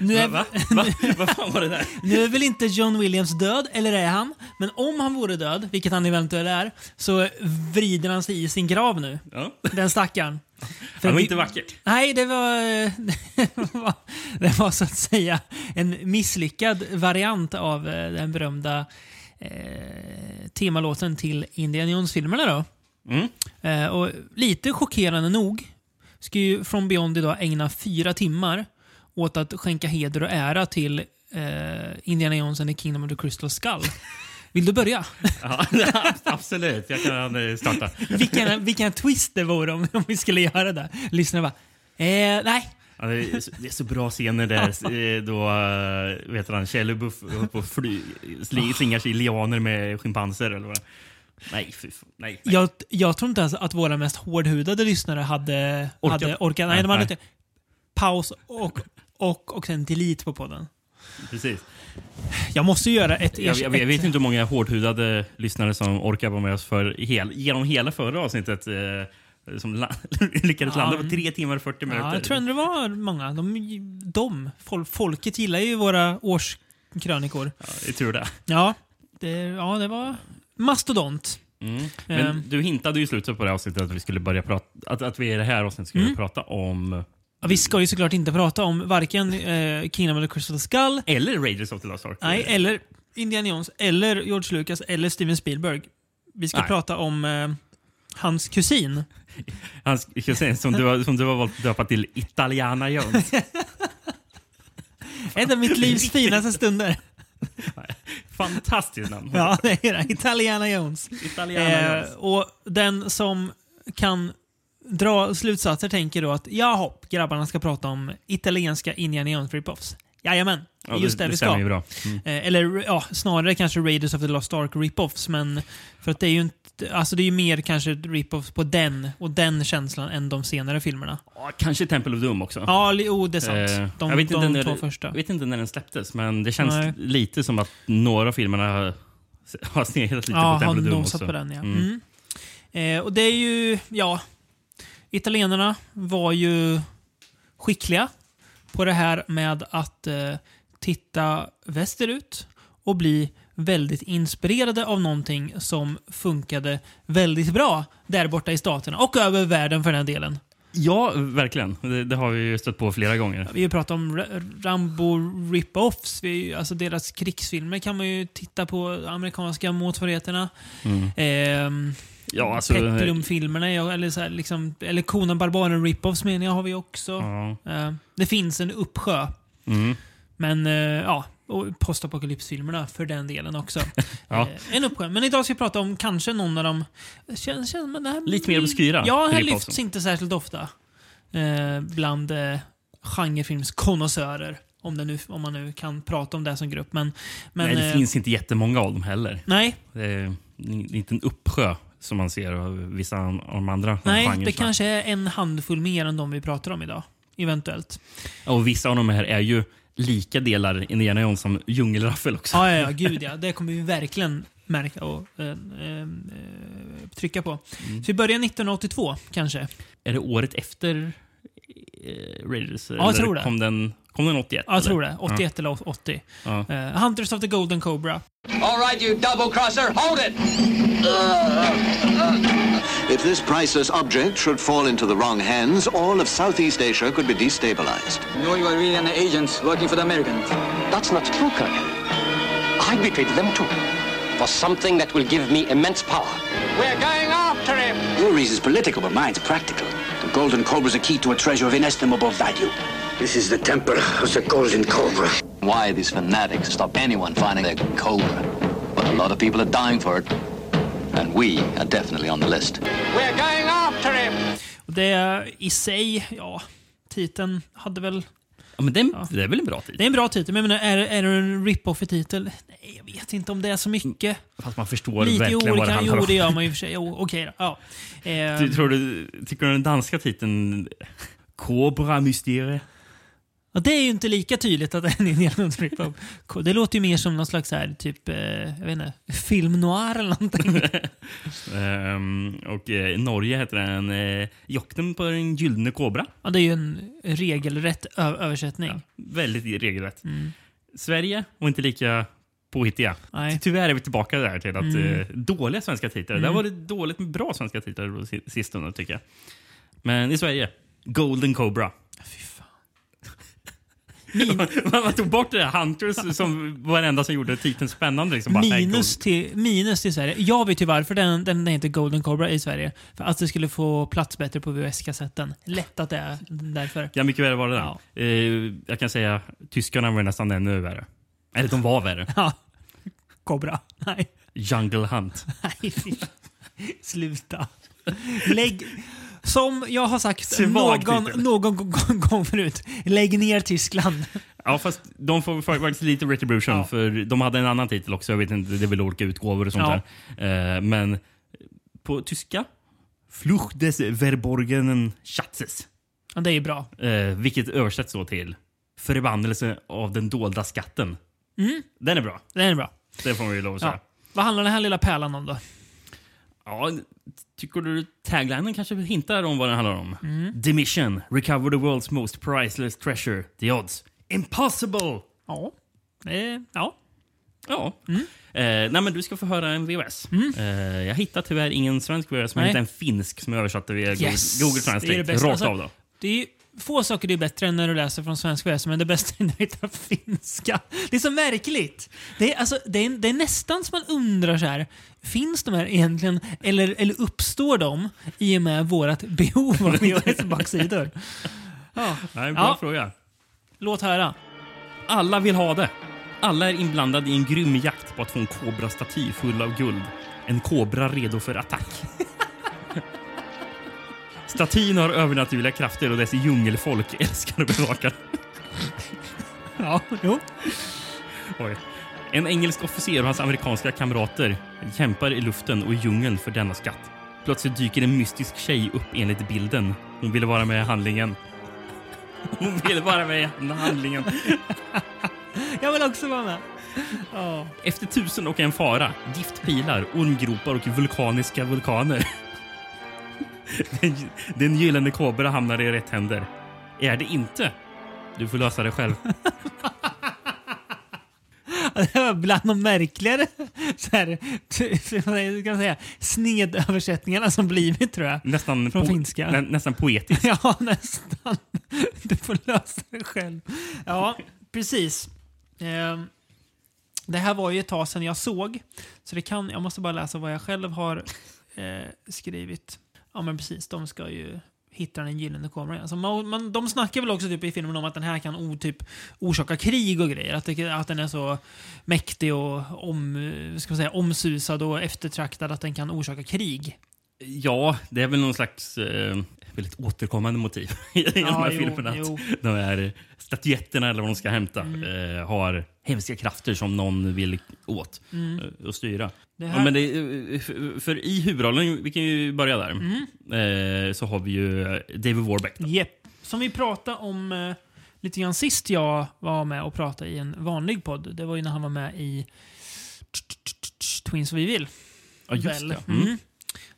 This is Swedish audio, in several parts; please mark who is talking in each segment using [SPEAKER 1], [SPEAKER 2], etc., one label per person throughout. [SPEAKER 1] Nu är,
[SPEAKER 2] Va? Va? Vad fan var det där?
[SPEAKER 1] nu är väl inte John Williams död, eller är han? Men om han vore död, vilket han eventuellt är, så vrider han sig i sin grav nu.
[SPEAKER 2] Ja.
[SPEAKER 1] Den stackaren. För
[SPEAKER 2] Det var
[SPEAKER 1] vi-
[SPEAKER 2] inte vackert.
[SPEAKER 1] Nej, det var, eh, det var, det var så att säga en misslyckad variant av eh, den berömda eh, temalåten till Indiana Jones-filmerna. Då.
[SPEAKER 2] Mm.
[SPEAKER 1] Eh, och lite chockerande nog ska ju From Beyond idag ägna fyra timmar åt att skänka heder och ära till eh, Indiana Jones and the Kingdom of the Crystal Skull. Vill du börja?
[SPEAKER 2] Ja, absolut, jag kan eh, starta.
[SPEAKER 1] vilken, vilken twist det vore om, om vi skulle göra det. Lyssna bara. Eh, nej,
[SPEAKER 2] Ja, det, är så, det är så bra scener där eh, då eh, vet han, Kjell Buff upp och fly, sli, slingar sig i lianer med schimpanser eller vad Nej, fy fan. Nej, nej.
[SPEAKER 1] Jag, jag tror inte ens att våra mest hårdhudade lyssnare hade
[SPEAKER 2] Orkat.
[SPEAKER 1] orkat. Hade orkat. Nej,
[SPEAKER 2] Nej,
[SPEAKER 1] de hade
[SPEAKER 2] nej.
[SPEAKER 1] inte. Paus och, och, och sen delete på podden.
[SPEAKER 2] precis.
[SPEAKER 1] Jag måste ju göra ett...
[SPEAKER 2] Jag, jag, jag
[SPEAKER 1] ett-
[SPEAKER 2] vet inte hur många hårdhudade lyssnare som orkar vara med oss för hel, genom hela förra avsnittet eh, som la, lyckades
[SPEAKER 1] Ja,
[SPEAKER 2] landa på
[SPEAKER 1] mm.
[SPEAKER 2] tre timmar och 40 minuter.
[SPEAKER 1] Ja, jag tror ändå det var många. De, de fol, folket gillar ju våra årskrönikor.
[SPEAKER 2] Ja, jag tror det.
[SPEAKER 1] Ja, det, ja, det var mastodont.
[SPEAKER 2] Mm. Men
[SPEAKER 1] Ehm.
[SPEAKER 2] du hintade ju i slutet på det här avsnittet att vi skulle börja prata, att, att vi i det här avsnittet
[SPEAKER 1] Mm.
[SPEAKER 2] skulle prata om
[SPEAKER 1] Ja, Vi ska ju såklart inte prata om varken eh, Kingdom of the Crystal Skull,
[SPEAKER 2] eller Raiders of the Lost Ark.
[SPEAKER 1] nej, eh. eller Indiana Jones, eller George Lucas, eller Steven Spielberg. Vi ska
[SPEAKER 2] Nej.
[SPEAKER 1] prata om eh, hans kusin.
[SPEAKER 2] Han sk- ska säga, som, du har, som du har valt att döpa till Italiana Jones.
[SPEAKER 1] En av mitt livs finaste stunder.
[SPEAKER 2] Fantastiskt namn.
[SPEAKER 1] Ja, det är det. Italiana Jones.
[SPEAKER 2] Italiana
[SPEAKER 1] Eh,
[SPEAKER 2] Jones.
[SPEAKER 1] och den som kan dra slutsatser tänker då att jaha, grabbarna ska prata om italienska Indiana Jones ripoffs. Jajamän, det är
[SPEAKER 2] Ja,
[SPEAKER 1] just det, vi ska.
[SPEAKER 2] stämmer ju bra. Mm.
[SPEAKER 1] Eh, Eller ja, snarare kanske Raiders of the Lost Ark ripoffs, men för att det är ju inte, alltså det är ju mer kanske ripoffs på den och den känslan än de senare filmerna.
[SPEAKER 2] Ja, kanske Temple of Doom också.
[SPEAKER 1] Ja, li- oh, det är
[SPEAKER 2] Eh,
[SPEAKER 1] sant. De,
[SPEAKER 2] jag vet inte
[SPEAKER 1] de
[SPEAKER 2] när
[SPEAKER 1] två
[SPEAKER 2] det-
[SPEAKER 1] första.
[SPEAKER 2] Jag vet inte när den släpptes, men det känns
[SPEAKER 1] Nej.
[SPEAKER 2] lite som att några av filmerna har, har sneglat lite
[SPEAKER 1] Ja,
[SPEAKER 2] på
[SPEAKER 1] har
[SPEAKER 2] Temple of Doom
[SPEAKER 1] nosat
[SPEAKER 2] också.
[SPEAKER 1] på den ja.
[SPEAKER 2] Mm.
[SPEAKER 1] Mm. Eh, och det är ju, ja. Italienarna var ju skickliga på det här med att eh, titta västerut och bli väldigt inspirerade av någonting som funkade väldigt bra där borta i staterna och över världen för den här delen.
[SPEAKER 2] Ja, verkligen. Det, det har vi ju stött på flera gånger.
[SPEAKER 1] Vi har ju pratat om Ra- Rambo rip-offs. Vi, har ju- alltså deras krigsfilmer kan man ju titta på, amerikanska motsvarigheterna.
[SPEAKER 2] Mm.
[SPEAKER 1] Ehm,
[SPEAKER 2] Ja, alltså,
[SPEAKER 1] Peplum-filmerna, ja, eller, så här, liksom, eller Konan Barbaren rip-offs menar jag har vi också.
[SPEAKER 2] Ja.
[SPEAKER 1] Eh, det finns en uppsjö.
[SPEAKER 2] Mm.
[SPEAKER 1] Men eh, ja, och postapokalypsfilmerna för den delen också.
[SPEAKER 2] Ja.
[SPEAKER 1] Eh, en uppsjö. Men idag ska vi prata om kanske någon av dem... Känns, känns, men det här,
[SPEAKER 2] Lite mer obskyra
[SPEAKER 1] Ja, det här
[SPEAKER 2] rip-offs.
[SPEAKER 1] lyfts inte särskilt ofta. Eh, bland eh, genrefilmskonnässörer. Om, det nu- om man nu kan prata om det som grupp. Men, men,
[SPEAKER 2] Nej, det
[SPEAKER 1] eh,
[SPEAKER 2] finns inte jättemånga av dem heller.
[SPEAKER 1] nej,
[SPEAKER 2] Det är en liten uppsjö som man ser av vissa an- av de andra
[SPEAKER 1] nej
[SPEAKER 2] genrerna.
[SPEAKER 1] det kanske är en handfull mer än de vi pratar om idag. Eventuellt.
[SPEAKER 2] Och vissa av de här är ju lika delar Indiana Jones som djungelraffel också.
[SPEAKER 1] Ja, ja, ja, gud ja. Det kommer vi verkligen märka och eh, eh, eh, trycka på. Så vi börjar 1982 kanske.
[SPEAKER 2] Mm. Är det året efter eh, Raiders?
[SPEAKER 1] jag tror det.
[SPEAKER 2] Kom den, kom den 81?
[SPEAKER 1] Ja, jag tror
[SPEAKER 2] eller?
[SPEAKER 1] det. 81 eller 80.
[SPEAKER 2] Ja.
[SPEAKER 1] Eh, Hunters of the Golden Cobra.
[SPEAKER 3] All right, you double crosser, hold it!
[SPEAKER 4] If this priceless object should fall into the wrong hands, all of Southeast Asia could be destabilized.
[SPEAKER 3] No, you are really an agent working for the Americans.
[SPEAKER 5] That's not true, Colonel. I betrayed them too. For something that will give me immense power.
[SPEAKER 3] We're going after him!
[SPEAKER 6] Your reason's political, but mine's practical. The Golden Cobra's a key to a treasure of inestimable value.
[SPEAKER 5] This is the temple of the Golden Cobra.
[SPEAKER 4] Why these fanatics stop anyone finding their cobra? But a lot of people are dying for it, and we are definitely on the list.
[SPEAKER 3] We're going after him!
[SPEAKER 1] Och det i sig, ja, titeln hade väl...
[SPEAKER 2] Ja, men det, är- det är väl en bra tid?
[SPEAKER 1] Det är en bra titel, men jag menar, är, är det en rip-off i titel? Nej, jag vet inte om det är så mycket.
[SPEAKER 2] Fast man förstår
[SPEAKER 1] Lite
[SPEAKER 2] verkligen vad Mm. det
[SPEAKER 1] olika.
[SPEAKER 2] handlar
[SPEAKER 1] Jo,
[SPEAKER 2] om.
[SPEAKER 1] det gör man ju i och för sig. Jo, Okej då. Ja. Eh,
[SPEAKER 2] eh, Du, tror du, tycker du den danska titeln Cobra Mysterie?
[SPEAKER 1] Och det är ju inte lika tydligt att det är en Indiana Jones rip-off. Det låter ju mer som någon slags så här, typ, eh, jag vet inte, film noir eller någonting.
[SPEAKER 2] Ehm, och eh, i Norge heter den eh, Jakten på den gyllene kobra.
[SPEAKER 1] Ja, det är ju en regelrätt ö- översättning.
[SPEAKER 2] Väldigt regelrätt.
[SPEAKER 1] Mm.
[SPEAKER 2] Sverige var inte lika påhittiga.
[SPEAKER 1] Nej. Mm.
[SPEAKER 2] Tyvärr är vi tillbaka där till att eh, dåliga svenska titlar. Där var det dåligt med bra svenska titlar på si- sistone tycker jag. Men i Sverige, Golden Cobra. Man, man tog bort det där Hunters som var den enda som gjorde titeln spännande. Liksom, bara, nej,
[SPEAKER 1] Minus till, minus till Sverige. Jag vet ju varför den, den heter Golden Cobra i Sverige. För att det skulle få plats bättre på VHS-kassetten. Lätt att det är därför.
[SPEAKER 2] Ja, mycket värre var det där.
[SPEAKER 1] Ja.
[SPEAKER 2] Eh, jag kan säga tyskarna var nästan ännu värre. Eller de var värre.
[SPEAKER 1] Ja. Cobra. Nej.
[SPEAKER 2] Jungle Hunt.
[SPEAKER 1] Nej, fy fan. Sluta. Lägg... Som jag har sagt
[SPEAKER 2] Svag typ,
[SPEAKER 1] någon,
[SPEAKER 2] titel.
[SPEAKER 1] någon gång- gång förut, lägg ner Tyskland.
[SPEAKER 2] Ja, fast de får får faktiskt lite retribution för de hade en annan titel också. Jag vet inte, det är väl olika utgåvor och sånt
[SPEAKER 1] Ja.
[SPEAKER 2] där. Eh, men på tyska? Fluch des Verborgenen Schatzes.
[SPEAKER 1] Ja, det är ju bra.
[SPEAKER 2] Eh, vilket översätts då till Förbannelse av den dolda skatten. Den är bra.
[SPEAKER 1] Det är bra.
[SPEAKER 2] Det får man ju lov att säga.
[SPEAKER 1] Mm. Ja. Vad handlar den här lilla pärlan om då?
[SPEAKER 2] Ja, tycker du taglinen kanske hintar om vad den handlar om?
[SPEAKER 1] Mm.
[SPEAKER 2] The mission, recover the world's most priceless treasure. The odds, impossible!
[SPEAKER 1] Ja. Eh, ja.
[SPEAKER 2] Ja.
[SPEAKER 1] Mm.
[SPEAKER 2] Eh, nej, men du ska få höra en VHS. Eh, jag hittar tyvärr ingen svensk VHS, men
[SPEAKER 1] Nej.
[SPEAKER 2] jag hittade en finsk som jag översatte via Go-
[SPEAKER 1] Yes!
[SPEAKER 2] Google
[SPEAKER 1] Det är det
[SPEAKER 2] Translate.
[SPEAKER 1] bästa.
[SPEAKER 2] Rakt
[SPEAKER 1] Alltså,
[SPEAKER 2] av då.
[SPEAKER 1] Det är ju få saker det är bättre än när du läser från svenska VHS, men det bästa är när du hittar finska. Det är så märkligt. Det är, alltså, det är, det är nästan som man undrar så här, finns de här egentligen, eller, eller uppstår de i och med vårt behov av VHS-baksidor? Ja.
[SPEAKER 2] Nej, bra
[SPEAKER 1] Ja.
[SPEAKER 2] fråga.
[SPEAKER 1] Låt höra.
[SPEAKER 2] Alla vill ha det. Alla är inblandade i en grym jakt på att få en kobrastaty full av guld. En kobra redo för attack. Statyn har övernaturliga krafter och dess djungelfolk älskar och bevakar.
[SPEAKER 1] Ja, jo.
[SPEAKER 2] Oj. En engelsk officer och hans amerikanska kamrater kämpar i luften och i djungeln för denna skatt. Plötsligt dyker en mystisk tjej upp enligt bilden. Hon ville vara med i handlingen. Hon ville vara med i handlingen.
[SPEAKER 1] Jag vill också vara med. Ja.
[SPEAKER 2] Efter tusen och en fara, giftpilar, ormgropar och vulkaniska vulkaner. Den, den gyllene kobra hamnar i rätt händer. Är det inte? Du får lösa det själv.
[SPEAKER 1] Det var bland de märkligare så här, t- vad ska man säga, snedöversättningarna som blivit tror jag.
[SPEAKER 2] Nästan,
[SPEAKER 1] Från finska.
[SPEAKER 2] nä, nästan poetiskt.
[SPEAKER 1] Ja, nästan. Du får lösa det själv. Ja, precis. Eh, det här var ju ett tag sedan jag såg, så det kan, jag måste bara läsa vad jag själv har eh, skrivit. Ja, men precis. De ska ju hitta den gyllene kameran. Alltså man, man, de snackar väl också typ i filmen om att den här kan o, typ, orsaka krig och grejer. Att, det, att den är så mäktig och om, eh, ska man säga, omsusad och eftertraktad att den kan orsaka krig.
[SPEAKER 2] Ja, det är väl någon slags eh, väldigt återkommande motiv i de här
[SPEAKER 1] jo,
[SPEAKER 2] filmerna. Att
[SPEAKER 1] jo. Mm.
[SPEAKER 2] De här statyetterna eller vad de ska hämta eh, har hemska krafter som någon vill åt eh, och styra.
[SPEAKER 1] Mm. Det här-
[SPEAKER 2] ja, men det, eh, för, för i huvudrollen, vi kan ju börja där,
[SPEAKER 1] Mm.
[SPEAKER 2] eh, så har vi ju David Warbeck. då.
[SPEAKER 1] Jep. Som vi pratade om eh, lite grann sist jag var med och pratade i en vanlig podd. Det var ju när han var med i Twins vi vill.
[SPEAKER 2] Ja, just
[SPEAKER 1] väl.
[SPEAKER 2] det. Mm.
[SPEAKER 1] Mm.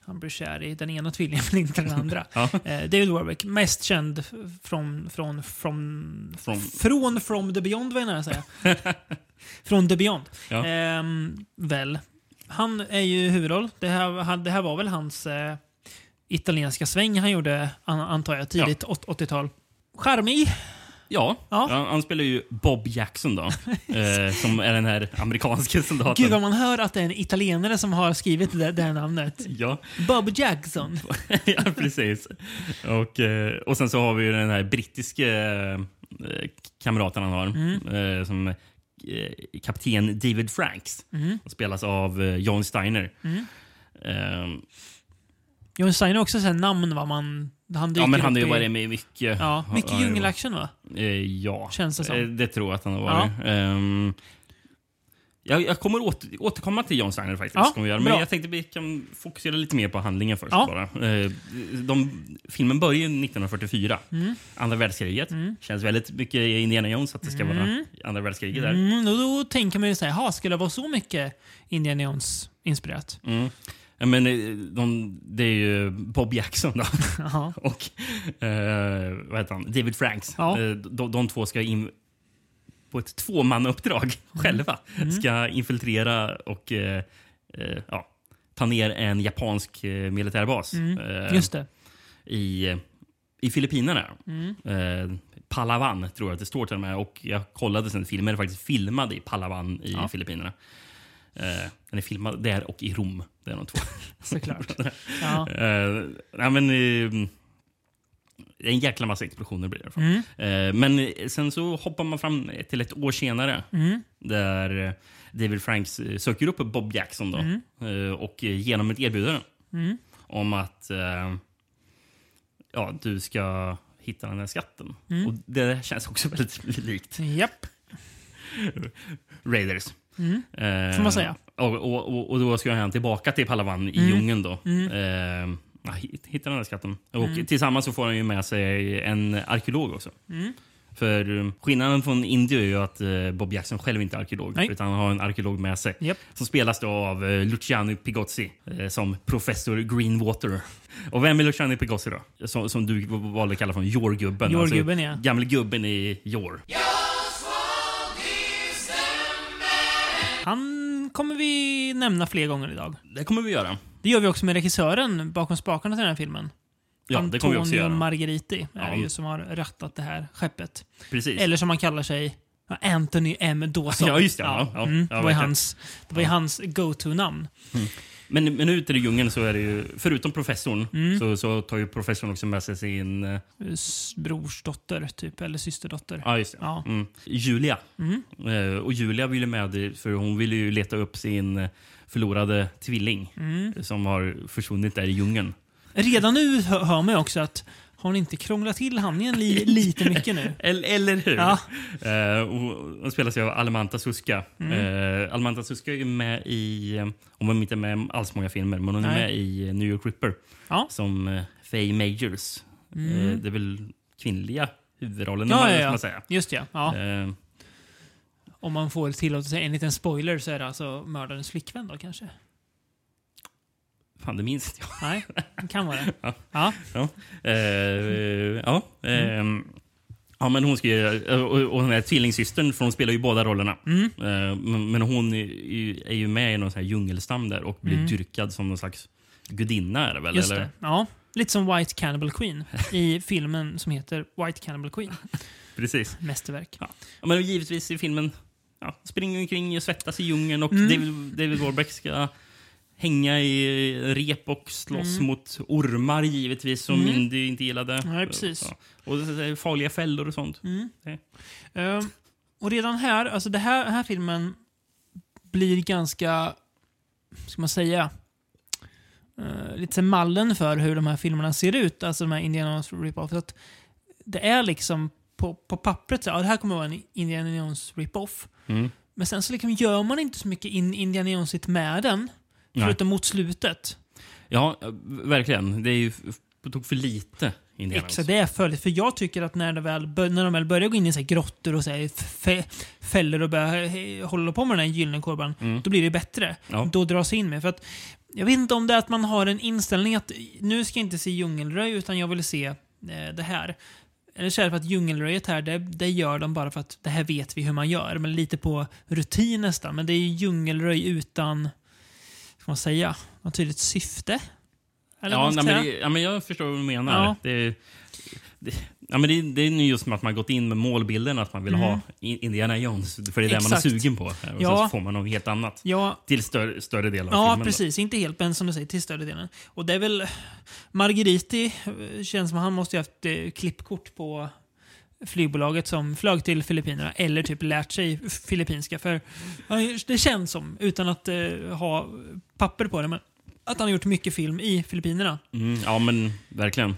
[SPEAKER 1] Han blir kär i den ena tvillingen men inte den andra.
[SPEAKER 2] Ja.
[SPEAKER 1] eh, David Warwick, mest känd f- från, från, från,
[SPEAKER 2] Från-
[SPEAKER 1] från From the Beyond, vad jag nära säga. från The Beyond.
[SPEAKER 2] Ja.
[SPEAKER 1] Ehm, väl. Han är ju huvudroll. Det här, han, det här var väl hans eh, italienska sväng han gjorde, an, antar jag, tidigt åt- 80-tal. Charmig.
[SPEAKER 2] Ja,
[SPEAKER 1] Ja.
[SPEAKER 2] Han, han spelar ju Bob Jackson då, eh, som är den här amerikanske soldaten.
[SPEAKER 1] Gud vad man hör att det är en italienare som har skrivit det, det här namnet.
[SPEAKER 2] ja.
[SPEAKER 1] Bob Jackson.
[SPEAKER 2] ja, precis. Och, eh, och sen så har vi ju den här brittiske eh, kamraten han har.
[SPEAKER 1] Mm.
[SPEAKER 2] eh, Som eh, kapten David Franks.
[SPEAKER 1] Mm.
[SPEAKER 2] Som spelas av eh, John Steiner. Eh,
[SPEAKER 1] John Stein är också så här namn va? Man, han dyker
[SPEAKER 2] Ja, men
[SPEAKER 1] upp
[SPEAKER 2] han har ju
[SPEAKER 1] i-
[SPEAKER 2] varit med i mycket.
[SPEAKER 1] Ja, mycket
[SPEAKER 2] har han ju varit.
[SPEAKER 1] djungelaction va?
[SPEAKER 2] Eh, Ja,
[SPEAKER 1] Känns det som.
[SPEAKER 2] Eh, det tror jag att han har varit. Ehm, Jag, jag kommer åter, återkomma till John Steiner faktiskt.
[SPEAKER 1] Ja,
[SPEAKER 2] kommer vi göra. Men
[SPEAKER 1] bra.
[SPEAKER 2] jag tänkte vi kan fokusera lite mer på handlingen först.
[SPEAKER 1] Ja.
[SPEAKER 2] Bara. Eh, De, filmen börjar ju 1944,
[SPEAKER 1] Mm.
[SPEAKER 2] andra världskriget. Känns väldigt mycket Indiana Jones att det ska vara andra världskriget där.
[SPEAKER 1] Mm, och då tänker man ju så här, "Ha, skulle det vara så mycket Indiana Jones-inspirerat?
[SPEAKER 2] Mm. Ja, Men eh, de, det är ju Bob Jackson då.
[SPEAKER 1] Jaha.
[SPEAKER 2] och eh, vad heter han? David Franks.
[SPEAKER 1] Ja.
[SPEAKER 2] Eh, de, de två ska in på ett tvåmannauppdrag själva. Ska infiltrera och eh, eh, ja, ta ner en japansk eh, militärbas
[SPEAKER 1] Mm.
[SPEAKER 2] eh,
[SPEAKER 1] Just det.
[SPEAKER 2] i, i Filippinerna. Eh, Palawan tror jag att det står till och med. Och jag kollade sen, filmen är faktiskt filmad i Palawan i Filippinerna. Eh, den är filmad där och i Rom. Det är de två.
[SPEAKER 1] Såklart. Ja.
[SPEAKER 2] Eh, nej, men, eh, det är en jäkla massa explosioner blir det. Mm. Eh, men sen så hoppar man fram till ett år senare.
[SPEAKER 1] Mm.
[SPEAKER 2] Där eh, David Franks eh, söker upp Bob Jackson då,
[SPEAKER 1] Mm.
[SPEAKER 2] eh, och eh, ger honom ett erbjudande. Om att eh, ja, du ska hitta den här skatten. Och det känns också väldigt likt
[SPEAKER 1] Japp.
[SPEAKER 2] Raiders. Eh,
[SPEAKER 1] Mm. Får man säga. Mm.
[SPEAKER 2] Och, och, och, och då ska han tillbaka till Palawan i djungeln då. Eh, ja, hit- hitta den där skatten. Och
[SPEAKER 1] Mm.
[SPEAKER 2] tillsammans så får han ju med sig en arkeolog också.
[SPEAKER 1] Mm.
[SPEAKER 2] För eh, skillnaden från Indio är ju att eh, Bob Jackson själv inte är arkeolog.
[SPEAKER 1] Nej.
[SPEAKER 2] Utan han har en arkeolog med sig.
[SPEAKER 1] Japp.
[SPEAKER 2] Som spelas då av eh, Luciano Pigozzi eh, som professor Greenwater. Och vem är Luciano Pigozzi då? Som, som du valde att kalla för Jorgubben.
[SPEAKER 1] Jorgubben, ja.
[SPEAKER 2] Gamle gubben i Jor.
[SPEAKER 1] Han kommer vi nämna fler gånger idag.
[SPEAKER 2] Det kommer vi göra.
[SPEAKER 1] Det gör vi också med regissören bakom spakarna till den här filmen.
[SPEAKER 2] Ja, det kommer vi också
[SPEAKER 1] Antonio
[SPEAKER 2] göra.
[SPEAKER 1] Margheriti är
[SPEAKER 2] Ja.
[SPEAKER 1] det ju som har rattat det här skeppet.
[SPEAKER 2] Precis.
[SPEAKER 1] Eller som han kallar sig, ja, Anthony M. Dawson.
[SPEAKER 2] Ja, just det. Ja, ja,
[SPEAKER 1] mm,
[SPEAKER 2] ja,
[SPEAKER 1] det var ju
[SPEAKER 2] verkligen.
[SPEAKER 1] hans, det var ju hans go-to-namn.
[SPEAKER 2] Men, men ute i djungeln så är det ju, förutom professorn,
[SPEAKER 1] Mm.
[SPEAKER 2] så, så tar ju professorn också med sig sin... eh,
[SPEAKER 1] S- Brorsdotter, typ. Eller systerdotter.
[SPEAKER 2] Ja, just det.
[SPEAKER 1] Ja. Mm.
[SPEAKER 2] Mm. Julia. Eh, och Julia ville med, för hon ville ju leta upp sin eh, förlorade tvilling
[SPEAKER 1] Mm.
[SPEAKER 2] eh, som har försvunnit där i djungeln.
[SPEAKER 1] Redan nu hö- hör man ju också att har ni inte krånglat till hamningen li, lite mycket nu?
[SPEAKER 2] Eller, eller hur?
[SPEAKER 1] Ja.
[SPEAKER 2] Eh, och hon spelas ju av Almanta Suska.
[SPEAKER 1] Mm.
[SPEAKER 2] Eh, Almanta Suska är ju med i, eh, hon var inte med i alls många filmer, men hon är
[SPEAKER 1] Nej.
[SPEAKER 2] med i eh, New York Ripper
[SPEAKER 1] Ja. Mm.
[SPEAKER 2] som eh, Faye Majors. Eh, det är väl kvinnliga huvudrollen,
[SPEAKER 1] Ja,
[SPEAKER 2] om man-
[SPEAKER 1] ja,
[SPEAKER 2] ska
[SPEAKER 1] ja.
[SPEAKER 2] man säga.
[SPEAKER 1] Just det, ja.
[SPEAKER 2] Eh,
[SPEAKER 1] Om man får tillåta sig en liten spoiler så är det alltså mördarens flickvän då kanske?
[SPEAKER 2] fan, det minns inte jag.
[SPEAKER 1] Nej, det kan vara det.
[SPEAKER 2] Ja.
[SPEAKER 1] Ja.
[SPEAKER 2] Ja. Eh, eh, ja. ehm, ja, men hon ska ju, eh, och, och den här tvillingsystern, för hon spelar ju båda rollerna.
[SPEAKER 1] Mm.
[SPEAKER 2] Eh, men, men hon är ju, är ju med i någon sån här djungelstam där och blir dyrkad som någon slags gudinna. Är det väl,
[SPEAKER 1] Mm. Just
[SPEAKER 2] eller?
[SPEAKER 1] det. Ja. Lite som White Cannibal Queen i filmen som heter White Cannibal Queen.
[SPEAKER 2] Precis.
[SPEAKER 1] Mästerverk.
[SPEAKER 2] Ja. Ja, Men givetvis i filmen ja, springer hon omkring och svettas i
[SPEAKER 1] Mm.
[SPEAKER 2] djungeln och David, David Warbeck ska hänga i rep och slåss mot ormar givetvis som Indy inte gillade.
[SPEAKER 1] Mm. Nej, precis.
[SPEAKER 2] Ja. Och så- så- farliga fällor och sånt. Det-
[SPEAKER 1] Ehm, och redan här, alltså det här, den här filmen blir ganska, ska man säga, eh, lite så här mallen för hur de här filmerna ser ut, alltså de här Indiana Jones rip-off. Att det är liksom på, på pappret så här, ja, det här kommer vara en Indiana Jones rip-off. Men sen så liksom gör man inte så mycket in Indiana Jones-igt med den,
[SPEAKER 2] Nej.
[SPEAKER 1] förutom mot slutet.
[SPEAKER 2] Ja, v- verkligen. Det är ju f- på tok för lite Indiana
[SPEAKER 1] Exakt,
[SPEAKER 2] Jones.
[SPEAKER 1] det är följt. För jag tycker att när de väl, bör- när de väl börjar gå in i så här grottor och så här fä- fällor och börjar eh, hålla på med den här gyllene korban, då blir det bättre.
[SPEAKER 2] Mm. Ja.
[SPEAKER 1] Då dras jag in med. För att, jag vet inte om det är att man har en inställning att nu ska jag inte se djungelröj utan jag vill se eh, det här. Eller så är det för att djungelröjet här, det, det gör de bara för att det här vet vi hur man gör. Men lite på rutin nästan. Men det är ju djungelröj utan, vad ska man säga, något tydligt syfte. Eller vad
[SPEAKER 2] Ja,
[SPEAKER 1] man ska
[SPEAKER 2] nej, men
[SPEAKER 1] säga.
[SPEAKER 2] det, ja, men jag förstår vad du menar.
[SPEAKER 1] Ja.
[SPEAKER 2] Det, är- det, ja, men det, det är ju just som att man gått in med målbilden att man vill ha I- Indiana Jones. För det är det man är
[SPEAKER 1] Mm. Exakt.
[SPEAKER 2] sugen på. Och
[SPEAKER 1] Ja.
[SPEAKER 2] Sen så får man något helt annat.
[SPEAKER 1] Ja,
[SPEAKER 2] Till större, större delen av
[SPEAKER 1] Ja,
[SPEAKER 2] filmen. då.
[SPEAKER 1] precis. Inte helt, men som du säger, till större delen. Och det är väl... Margheriti eh, känns som att han måste ju haft eh, klippkort på flygbolaget som flög till Filippinerna eller typ lärt sig filippinska. För ja, det känns som, utan att eh, ha papper på det, men att han har gjort mycket film i Filippinerna.
[SPEAKER 2] Mm, ja, men verkligen.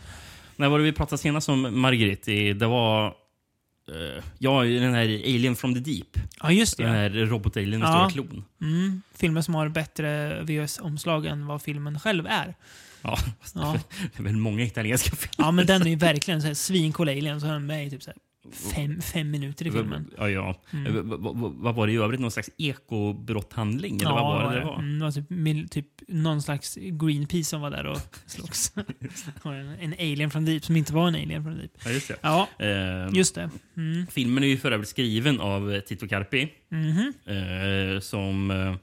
[SPEAKER 2] När var det vi pratade senast om Margrit? Det var eh, ja, den här Alien from the Deep.
[SPEAKER 1] Ja, just
[SPEAKER 2] Den
[SPEAKER 1] det.
[SPEAKER 2] här robot-alien med
[SPEAKER 1] Ja.
[SPEAKER 2] stora klon.
[SPEAKER 1] Filmen som har bättre VHS-omslag än vad filmen själv är.
[SPEAKER 2] Ja,
[SPEAKER 1] Ja.
[SPEAKER 2] det är väl många italienska filmer.
[SPEAKER 1] Ja, men den är ju verkligen så här svincool alien. Så är den med i typ så här fem, fem minuter i filmen. Mm.
[SPEAKER 2] Ja, ja. Va- va- va- vad var det i övrigt? Någon slags ekobrotthandling? Eller vad var det det var?
[SPEAKER 1] Mm, det var typ, mil- typ någon slags Greenpeace som var där och slogs. Det var en, en alien från Deep som inte var en alien från Deep.
[SPEAKER 2] Ja, just det.
[SPEAKER 1] Ja,
[SPEAKER 2] Ehm,
[SPEAKER 1] just det.
[SPEAKER 2] Filmen är ju för övrigt skriven av eh, Tito Carpi.
[SPEAKER 1] Mhm.
[SPEAKER 2] Eh, som eh,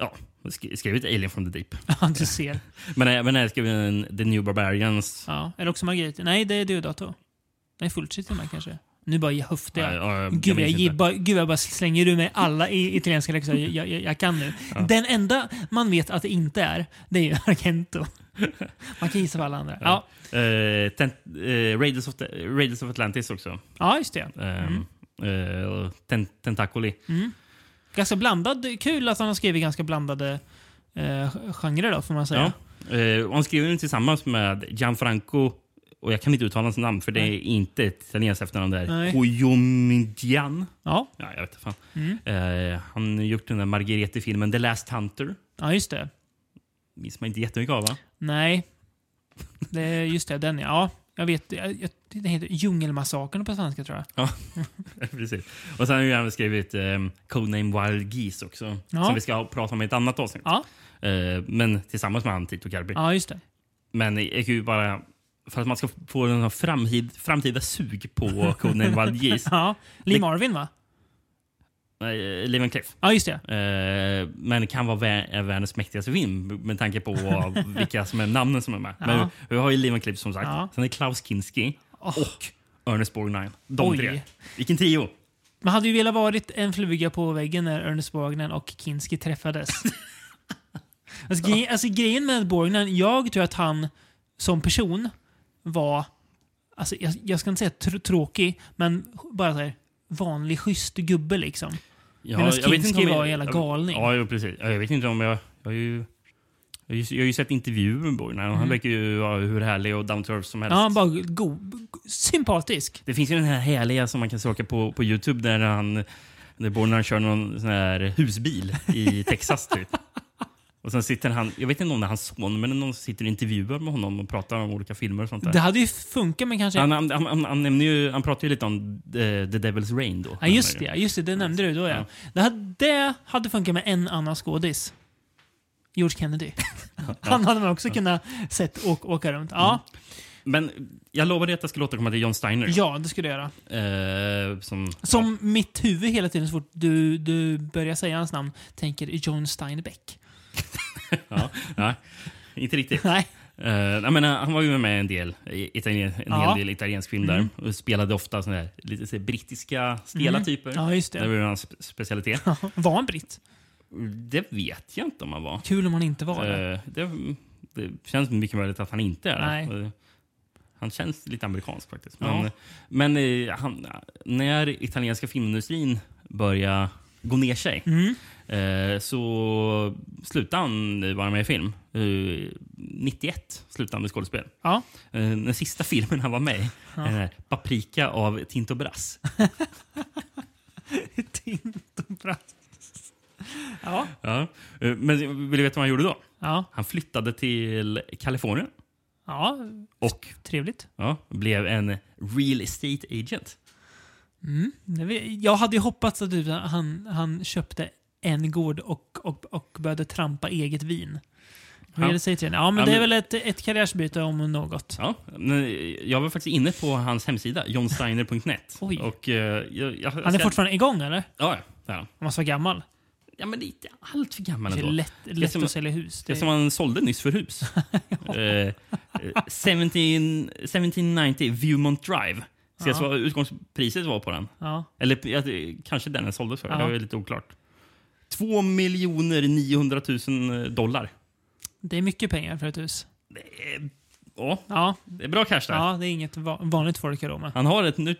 [SPEAKER 2] ja, sk- skrivit Alien from the Deep.
[SPEAKER 1] Ja, du ser.
[SPEAKER 2] Men eh, men även skriven The New Barbarians.
[SPEAKER 1] Ja. Eller också Margrethe. Nej, det är Deodato. Nej, Fulci till och med kanske. Nu bara höftar
[SPEAKER 2] Ja, ja,
[SPEAKER 1] jag.
[SPEAKER 2] jag
[SPEAKER 1] Gud, jag
[SPEAKER 2] minns
[SPEAKER 1] ge-
[SPEAKER 2] inte.
[SPEAKER 1] bara- Gud, jag bara slänger ur mig alla i- italienska läxor jag, jag, jag, jag kan nu. Den enda man vet att det inte är, det är ju Argento. Man kan gissa på alla andra. Ja,
[SPEAKER 2] Eh, ten, eh, Raiders, of the, Raiders of Atlantis också.
[SPEAKER 1] ja just det.
[SPEAKER 2] Ehm,
[SPEAKER 1] Mm.
[SPEAKER 2] eh, och ten, Tentacoli.
[SPEAKER 1] Ganska blandad. Kul att han har skrivit ganska blandade eh, genrer då, får man säga.
[SPEAKER 2] Ja. Eh, och han skriver den tillsammans med Gianfranco och jag kan inte uttala hans namn för det är inte ett italienskt efternamn där.
[SPEAKER 1] Nej.
[SPEAKER 2] Koyomidian.
[SPEAKER 1] Ja,
[SPEAKER 2] Ja, jag vet inte fan.
[SPEAKER 1] Mm.
[SPEAKER 2] Eh, han har gjort den där Margarete-filmen The Last Hunter.
[SPEAKER 1] ja just det.
[SPEAKER 2] Minns man inte jättemycket av va?
[SPEAKER 1] Nej. Det, är- just det, den ja. ja. Jag vet, jag, jag, den heter Djungelmassakern på svenska tror jag.
[SPEAKER 2] Ja, precis. Och sen har jag även skrivit eh, Codename Wild Geese också.
[SPEAKER 1] Ja.
[SPEAKER 2] Som vi ska prata om i ett annat avsnitt.
[SPEAKER 1] Ja,
[SPEAKER 2] Eh, men tillsammans med han Tito Carpi.
[SPEAKER 1] ja just det.
[SPEAKER 2] Men jag kan ju bara... För att man ska få den här framtid, framtida sug på Codename Wild Geese.
[SPEAKER 1] Ja. Lee
[SPEAKER 2] Det-
[SPEAKER 1] Marvin va?
[SPEAKER 2] Eh, Levan Cliff.
[SPEAKER 1] Ja, just det.
[SPEAKER 2] Eh, men kan vara vä- är världens mäktigaste film med tanke på vilka som är namnen som är med. Men
[SPEAKER 1] Ja.
[SPEAKER 2] vi har ju Levan Cliff som sagt.
[SPEAKER 1] Ja.
[SPEAKER 2] Sen är det Klaus Kinski och Ernest Borgnine. De
[SPEAKER 1] Oj.
[SPEAKER 2] tre. Vilken trio!
[SPEAKER 1] Man hade ju velat varit en fluga på väggen när Ernest Borgnine och Kinski träffades. alltså, gre- alltså grejen med Borgnine, jag tror att han som person var, alltså, jag, jag ska inte säga tr- tråkig, men bara så här, vanlig schysst gubbe liksom.
[SPEAKER 2] Ja,
[SPEAKER 1] Medan
[SPEAKER 2] jag vet inte
[SPEAKER 1] Kinski
[SPEAKER 2] om jag-
[SPEAKER 1] var en jävla galning.
[SPEAKER 2] Ja, jo, precis. Ja, Jag vet inte om jag... Jag har ju, jag har ju, jag har ju sett intervjuer med Borgnine och han verkar ju vara hur härlig och down to earth som helst.
[SPEAKER 1] Mm. Ja, han bara god, sympatisk.
[SPEAKER 2] Det finns ju den här härliga som man kan söka på, på Youtube där han där Borgnine kör någon sån här husbil i Texas typ. Och sen sitter han, jag vet inte om det är hans son, men det är någon som sitter och intervjuar med honom och pratar om olika filmer och sånt där.
[SPEAKER 1] Det hade ju funkat men kanske...
[SPEAKER 2] Han, han, han, han, han, nämner ju, han pratar ju lite om eh, The Devil's Rain då.
[SPEAKER 1] ja, just det. Just det, det nämnde du då ja. Det, hade, det hade funkat med en annan skådis. George Kennedy. Han hade man också kunnat sett åka, åka runt. Ja,
[SPEAKER 2] Men jag lovade att jag skulle återkomma till John Steiner.
[SPEAKER 1] Mm, ja, det skulle jag göra.
[SPEAKER 2] Eh, som,
[SPEAKER 1] Som mitt huvud hela tiden så fort du, du börjar säga hans namn tänker John Steinbeck.
[SPEAKER 2] Ja, nej, inte riktigt.
[SPEAKER 1] Nej.
[SPEAKER 2] Eh, jag menar, han var ju med i en del, i- italien, en
[SPEAKER 1] Ja. Mm.
[SPEAKER 2] hel del italiensk film där. Och spelade ofta såna här, lite så här brittiska stela typer.
[SPEAKER 1] Ja, just det.
[SPEAKER 2] var ju hans spe- specialitet.
[SPEAKER 1] Var han britt?
[SPEAKER 2] Det vet jag inte om han var.
[SPEAKER 1] Kul om han inte var det.
[SPEAKER 2] Eh, det, det känns mycket möjligt att han inte är det.
[SPEAKER 1] Nej.
[SPEAKER 2] Eh, Han känns lite amerikansk faktiskt.
[SPEAKER 1] Ja.
[SPEAKER 2] Men, men eh, han, när italienska filmindustrin började gå ner sig
[SPEAKER 1] Mm.
[SPEAKER 2] eh, så slutade han vara med i film. Eh, 91 slutade han med skådespel.
[SPEAKER 1] Ja.
[SPEAKER 2] Eh, Den sista filmen han var med i, är den här Paprika av Tinto Brass.
[SPEAKER 1] Tintobrass. Ja.
[SPEAKER 2] Ja. Eh, Men vill du veta vad han gjorde då?
[SPEAKER 1] Ja.
[SPEAKER 2] Han flyttade till Kalifornien
[SPEAKER 1] ja,
[SPEAKER 2] och
[SPEAKER 1] trevligt.
[SPEAKER 2] ja, blev en real estate agent.
[SPEAKER 1] Nej, vi- Jag hade ju hoppats att du, han, han köpte en gård och, och, och började trampa eget vin. Hur
[SPEAKER 2] Ja.
[SPEAKER 1] är det sig till den? Ja, men
[SPEAKER 2] Ja,
[SPEAKER 1] det är
[SPEAKER 2] men-
[SPEAKER 1] väl ett, ett karriärsbyte om något.
[SPEAKER 2] Ja, men jag var faktiskt inne på hans hemsida, johnsteiner.net.
[SPEAKER 1] Oj.
[SPEAKER 2] Och, eh, jag, jag,
[SPEAKER 1] Han är fortfarande igång, eller?
[SPEAKER 2] Ja, ja. där.
[SPEAKER 1] Han måste vara gammal.
[SPEAKER 2] ja men lite allt för gammal
[SPEAKER 1] Det är
[SPEAKER 2] ändå.
[SPEAKER 1] lätt,
[SPEAKER 2] Det är
[SPEAKER 1] lätt
[SPEAKER 2] som-
[SPEAKER 1] att sälja hus.
[SPEAKER 2] Det
[SPEAKER 1] Det
[SPEAKER 2] är som han sålde nyss för hus. Eh, eh, 17, 1790 Viewmont Drive. Så jag
[SPEAKER 1] Ja.
[SPEAKER 2] så vad utgångspriset var på den.
[SPEAKER 1] ja.
[SPEAKER 2] Eller ja, det- kanske den den såldes för.
[SPEAKER 1] Ja.
[SPEAKER 2] Det var lite oklart. 2 miljoner 900 000 dollar.
[SPEAKER 1] det är mycket pengar för ett hus.
[SPEAKER 2] Ja,
[SPEAKER 1] Ja,
[SPEAKER 2] det är bra cash där.
[SPEAKER 1] ja det är inget va- vanligt folk har råd med. Mm.
[SPEAKER 2] Han har ett nytt,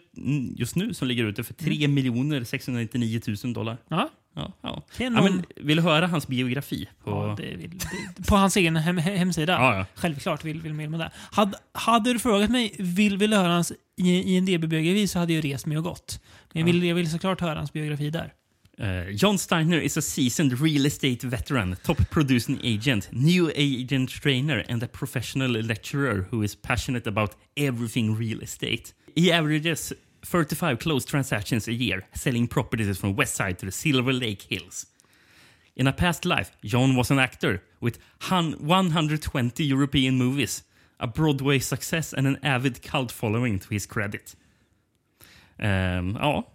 [SPEAKER 2] just nu som ligger ute för 3 miljoner 699 000 dollar.
[SPEAKER 1] Ja,
[SPEAKER 2] Ja, ja.
[SPEAKER 1] Kan
[SPEAKER 2] ja,
[SPEAKER 1] någon-
[SPEAKER 2] men, vill du höra hans biografi? På...
[SPEAKER 1] Ja, det, vill- det, på hans egen hem, he- hemsida.
[SPEAKER 2] Ja, ja.
[SPEAKER 1] Självklart vill, vill Milman det. Hade, hade du frågat mig, vill, vill du höra hans i- IMDB-biografi så hade jag rest mig och gått. Men jag vill, jag vill såklart höra hans biografi där.
[SPEAKER 2] Eh, John Steiner is a seasoned real estate veteran, top producing agent, new agent trainer, and a professional lecturer who is passionate about everything real estate. He averages 35 closed transactions a year, selling properties from West Side to the Silver Lake Hills. In a past life, John was an actor with hun- 120 European movies, a Broadway success, and an avid cult following to his credit. Ehm, ja.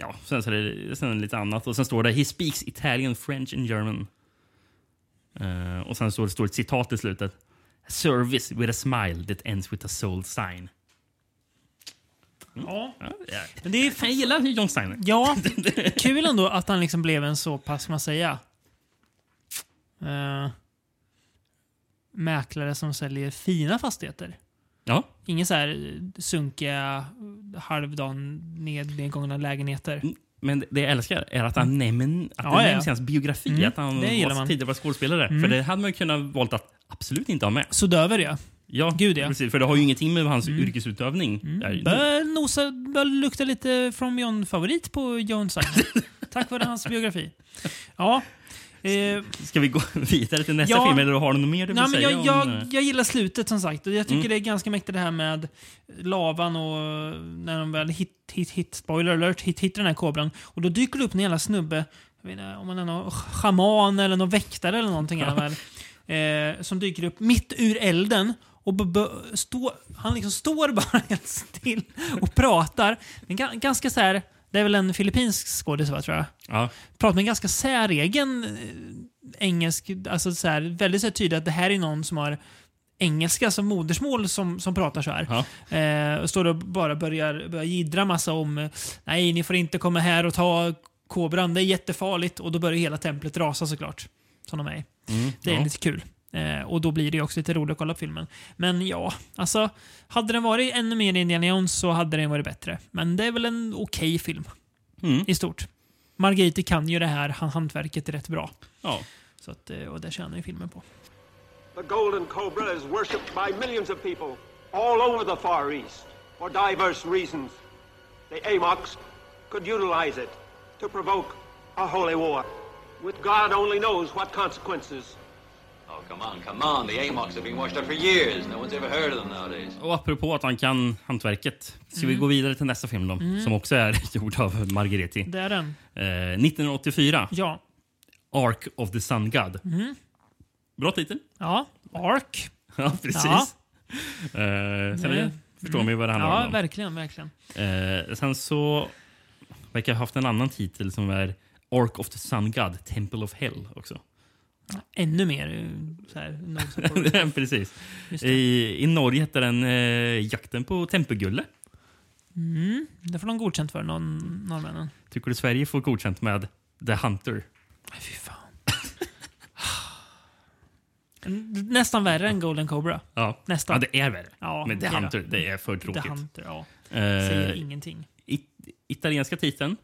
[SPEAKER 2] ja, sen så är det sen lite annat. Och sen står det “He speaks Italian, French and German”. Eh, och sen står det står ett citat i slutet. “Service with a smile that ends with a soul sign”.
[SPEAKER 1] Ja.
[SPEAKER 2] Ja,
[SPEAKER 1] Men det är f-
[SPEAKER 2] Jag gillar John Steiner.
[SPEAKER 1] ja, kul ändå att han liksom blev en så pass, man säga, eh, mäklare som säljer fina fastigheter.
[SPEAKER 2] Ja,
[SPEAKER 1] Inga så här eh, sunkiga, halvdan ned, nedgångna lägenheter.
[SPEAKER 2] Mm. Men det jag älskar är att han nämn, att
[SPEAKER 1] Mm. Ja,
[SPEAKER 2] det
[SPEAKER 1] ja. Mm.
[SPEAKER 2] nämns i hans biografi att han
[SPEAKER 1] det gillar
[SPEAKER 2] var
[SPEAKER 1] man. Mm.
[SPEAKER 2] tidigare var skådespelare. För det hade man ju kunnat valt att absolut inte ha med.
[SPEAKER 1] Sudöver ja.
[SPEAKER 2] Ja,
[SPEAKER 1] Gud, ja. Mm.
[SPEAKER 2] Precis, för det har ju ingenting med hans yrkesutövning där.
[SPEAKER 1] Börjar nosa, börjar lukta lite från John favorit på John Simon. Tack vare hans biografi. Ja. Eh,
[SPEAKER 2] Ska vi gå vidare till nästa
[SPEAKER 1] Ja.
[SPEAKER 2] film eller har du något mer du vill
[SPEAKER 1] nej, men
[SPEAKER 2] säga?
[SPEAKER 1] jag,
[SPEAKER 2] om,
[SPEAKER 1] jag,
[SPEAKER 2] eh, Mm.
[SPEAKER 1] jag gillar slutet som sagt. Och Jag tycker det är ganska mäktigt det här med lavan och eh, när de väl hit, hit, hit, spoiler alert, hit, hittar den här kobran. Och då dyker det upp en jävla snubbe, jag vet inte om han är någon schaman eller någon väktare eller någonting. Ja. Väl, eh, som dyker upp mitt ur elden. Och b- b- stå, han liksom står bara helt still och pratar. Men ga- ganska så här, det är väl en filippinsk skådis va, tror jag?
[SPEAKER 2] ja.
[SPEAKER 1] pratar med en ganska säregen eh, engelsk, alltså så här, väldigt så här tydligt att det här är någon som har engelska som modersmål som, som pratar så här.
[SPEAKER 2] Ja.
[SPEAKER 1] Eh, och står och bara börjar, börjar jiddra massa om eh, nej, ni får inte komma här och ta kobran, det är jättefarligt. Och då börjar hela templet rasa såklart. Som de är i. Det är
[SPEAKER 2] Mm, ja.
[SPEAKER 1] lite kul. Eh, och då blir det ju också lite roligt att kolla på filmen. Men ja, alltså hade den varit ännu mer Indiana Jones så hade den varit bättre. Men det är väl en okej film
[SPEAKER 2] Mm.
[SPEAKER 1] i stort. Margiti kan ju det här han- hantverket rätt bra.
[SPEAKER 2] Ja.
[SPEAKER 1] Så att, eh, och det tjänar ju filmen på.
[SPEAKER 7] The golden cobra is worshipped by millions of people all over the Far East for diverse reasons. The Amox could utilize it to provoke a holy war with God only knows what consequences.
[SPEAKER 4] Oh, come on, come on. The Amox have been washed up for years. No one's ever heard of them nowadays.
[SPEAKER 2] Och apropå att han kan hantverket, ska
[SPEAKER 1] Mm.
[SPEAKER 2] vi gå vidare till nästa film då? Som också är gjord av Margheriti.
[SPEAKER 1] Det är den.
[SPEAKER 2] Eh, 1984,
[SPEAKER 1] Ja.
[SPEAKER 2] Ark of the Sun God.
[SPEAKER 1] Mm.
[SPEAKER 2] Bra titel.
[SPEAKER 1] Ja. Ark.
[SPEAKER 2] Ja, precis.
[SPEAKER 1] Ja.
[SPEAKER 2] Eh, sen
[SPEAKER 1] Nej.
[SPEAKER 2] förstår man ju vad det handlar
[SPEAKER 1] Ja,
[SPEAKER 2] om.
[SPEAKER 1] verkligen, verkligen.
[SPEAKER 2] Eh, sen så verkar jag ha haft en annan titel som är Ark of the Sun God, Temple of Hell också.
[SPEAKER 1] Ännu mer eh, så här, nosa på det.
[SPEAKER 2] Precis.
[SPEAKER 1] Just det.
[SPEAKER 2] I, I Norge heter den eh, Jakten på Tempelgulle.
[SPEAKER 1] Det får de godkänt för, någon, norrmännen.
[SPEAKER 2] Tycker du Sverige får godkänt med The Hunter?
[SPEAKER 1] Nej, fy fan. N- Nästan värre än Golden Cobra.
[SPEAKER 2] Ja,
[SPEAKER 1] Nästan.
[SPEAKER 2] Ja, det är värre.
[SPEAKER 1] Ja,
[SPEAKER 2] Men The
[SPEAKER 1] okej då.
[SPEAKER 2] Hunter, det är för tråkigt.
[SPEAKER 1] The Hunter, ja. Säger
[SPEAKER 2] Eh,
[SPEAKER 1] ingenting.
[SPEAKER 2] it- italienska titeln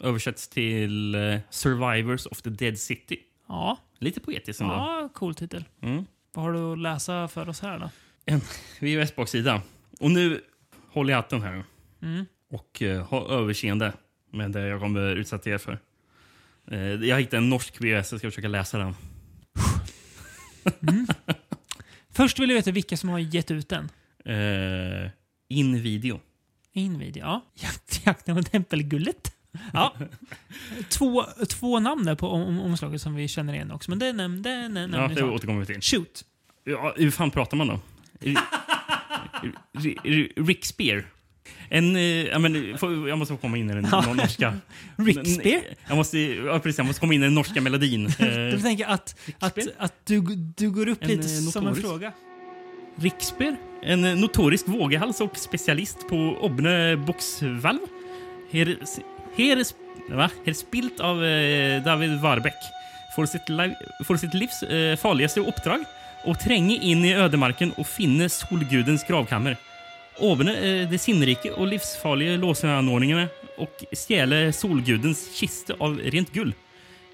[SPEAKER 2] översätts till eh, Survivors of the Dead City.
[SPEAKER 1] Ja,
[SPEAKER 2] Lite poetiskt ändå.
[SPEAKER 1] ja cool titel. Vad har du att läsa för oss här då?
[SPEAKER 2] en VHS baksida. Och nu håller jag hatten här. Och eh, ha överseende med det jag kommer utsätta er för. Eh, jag hittade en norsk VHS, jag ska försöka läsa den.
[SPEAKER 1] Först vill jag veta vilka som har gett ut den.
[SPEAKER 2] Eh, in video.
[SPEAKER 1] Invidia, ja. Jakt- Jakten på tempelgullet. Ja. Två, två namn där på om, om- omslaget som vi känner igen också, men det nämnde det nämnde
[SPEAKER 2] Ja,
[SPEAKER 1] ni
[SPEAKER 2] det
[SPEAKER 1] snart.
[SPEAKER 2] återkommer vi till.
[SPEAKER 1] Shoot.
[SPEAKER 2] Ja, hur fan pratar man då? R- R- R- Rick Spear. En, eh, ja, men, får- jag måste komma in i den någon norska.
[SPEAKER 1] Rick Spear?
[SPEAKER 2] Jag måste, ja, precis, jag måste komma in i den norska melodin. Eh,
[SPEAKER 1] Du tänker att, att,
[SPEAKER 2] Rickspel?
[SPEAKER 1] att du, du går upp
[SPEAKER 2] En,
[SPEAKER 1] lite
[SPEAKER 2] eh,
[SPEAKER 1] som en
[SPEAKER 2] notorisk.
[SPEAKER 1] fråga.
[SPEAKER 2] Riksper, en eh, notorisk våghals och specialist på obne boxvalv. Her, her, va? her spilt av eh, David Warbeck. Får sitt, liv, får sitt livs eh, farligaste uppdrag och tränge in i ödemarken och finne solgudens gravkammer. Åbne eh, de sinnrike och livsfarliga låsanordningarna och stjäle solgudens kiste av rent guld.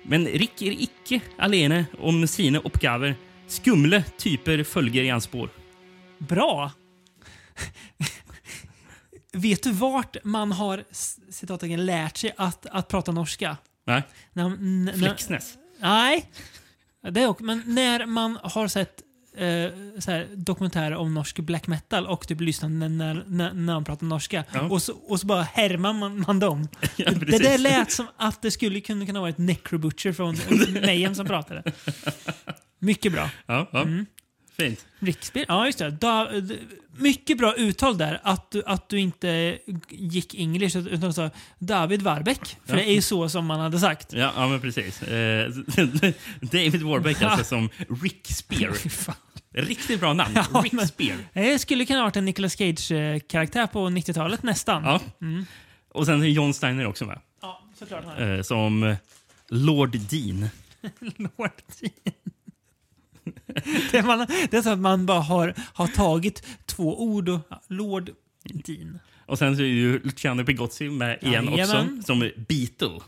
[SPEAKER 2] Men Rick er ikke alene om sine oppgaver. Skumle typer følger i hans spor.
[SPEAKER 1] Bra! Vet du vart man har s- citattecken, lärt sig att, att prata norska?
[SPEAKER 2] Nei,
[SPEAKER 1] När, n- när-
[SPEAKER 2] Fleksnes.
[SPEAKER 1] Nej, det är också, men när man har sett eh, så här, dokumentärer om norsk black metal och typ lyssnat när, när, när, när de pratar norska
[SPEAKER 2] Ja.
[SPEAKER 1] och, så, och så bara härmar man, man dem.
[SPEAKER 2] Ja,
[SPEAKER 1] det
[SPEAKER 2] precis.
[SPEAKER 1] där lät som att det skulle kunna, kunna vara ett necrobutcher från Mayhem som pratade. Mycket bra.
[SPEAKER 2] Ja, ja.
[SPEAKER 1] Mm.
[SPEAKER 2] Fint.
[SPEAKER 1] Riksspel? Ja, just det. Da, d- mycket bra uttal där. Att du, att du inte gick English utan sa David Warbeck. För det är ju så som man hade sagt.
[SPEAKER 2] Ja, ja men precis. Eh, David Warbeck alltså som Rick Spear.
[SPEAKER 1] Fy fan.
[SPEAKER 2] Riktigt bra namn.
[SPEAKER 1] Ja,
[SPEAKER 2] Rick
[SPEAKER 1] men-
[SPEAKER 2] Spear.
[SPEAKER 1] Det Eh, skulle kunna ha varit en Nicolas Cage-karaktär på 90-talet nästan.
[SPEAKER 2] Ja.
[SPEAKER 1] Mm.
[SPEAKER 2] Och sen är John Steiner också med.
[SPEAKER 1] Ja, såklart.
[SPEAKER 2] Eh, som eh, Lord Dean.
[SPEAKER 1] Lord Dean. det, är man, det är så att man bara har, har tagit två ord och ja, Lord Dean.
[SPEAKER 2] Och sen så är ju Luciano Pigozzi med igen
[SPEAKER 1] Jajamän.
[SPEAKER 2] också, som Beatle.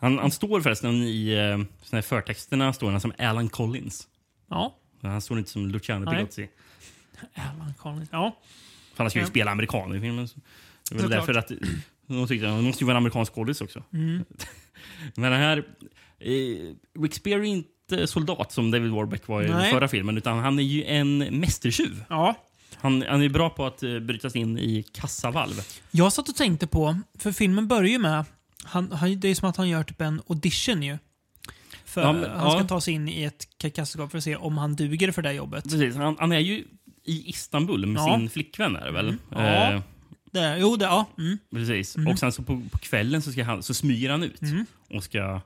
[SPEAKER 2] han, han står förresten i eh, såna här förtexterna står han som Alan Collins.
[SPEAKER 1] Ja,
[SPEAKER 2] Han står inte som Luciano
[SPEAKER 1] Nej.
[SPEAKER 2] Pigozzi.
[SPEAKER 1] Alan Collins. Ja,
[SPEAKER 2] För han ska ju
[SPEAKER 1] Ja.
[SPEAKER 2] spela amerikan i filmen. så- Det var
[SPEAKER 1] Såklart. Mm.
[SPEAKER 2] därför att eh, de tyckte att han måste ju vara en amerikansk skådis också. Men den här... Eh, Rick Spear är inte soldat som David Warbeck var i den
[SPEAKER 1] Nej.
[SPEAKER 2] förra filmen utan han är ju en mästertjuv.
[SPEAKER 1] ja.
[SPEAKER 2] Han, han är bra på att eh, bryta sig in i kassavalv.
[SPEAKER 1] Jag satt och tänkte på, för filmen börjar ju med, han, han, det är som att han gör typ en audition ju. För
[SPEAKER 2] Ja, men-
[SPEAKER 1] han ska
[SPEAKER 2] ja.
[SPEAKER 1] ta sig in i ett ka- kassaskåp för att se om han duger för det här jobbet.
[SPEAKER 2] Precis, han, han är ju i Istanbul med
[SPEAKER 1] Ja. Mm.
[SPEAKER 2] sin flickvän är det väl?
[SPEAKER 1] Ja.
[SPEAKER 2] Eh,
[SPEAKER 1] Det, jo, det, ja. Mm. Mm.
[SPEAKER 2] precis. Och sen så på, på kvällen så, ska han, så smyger han ut och ska,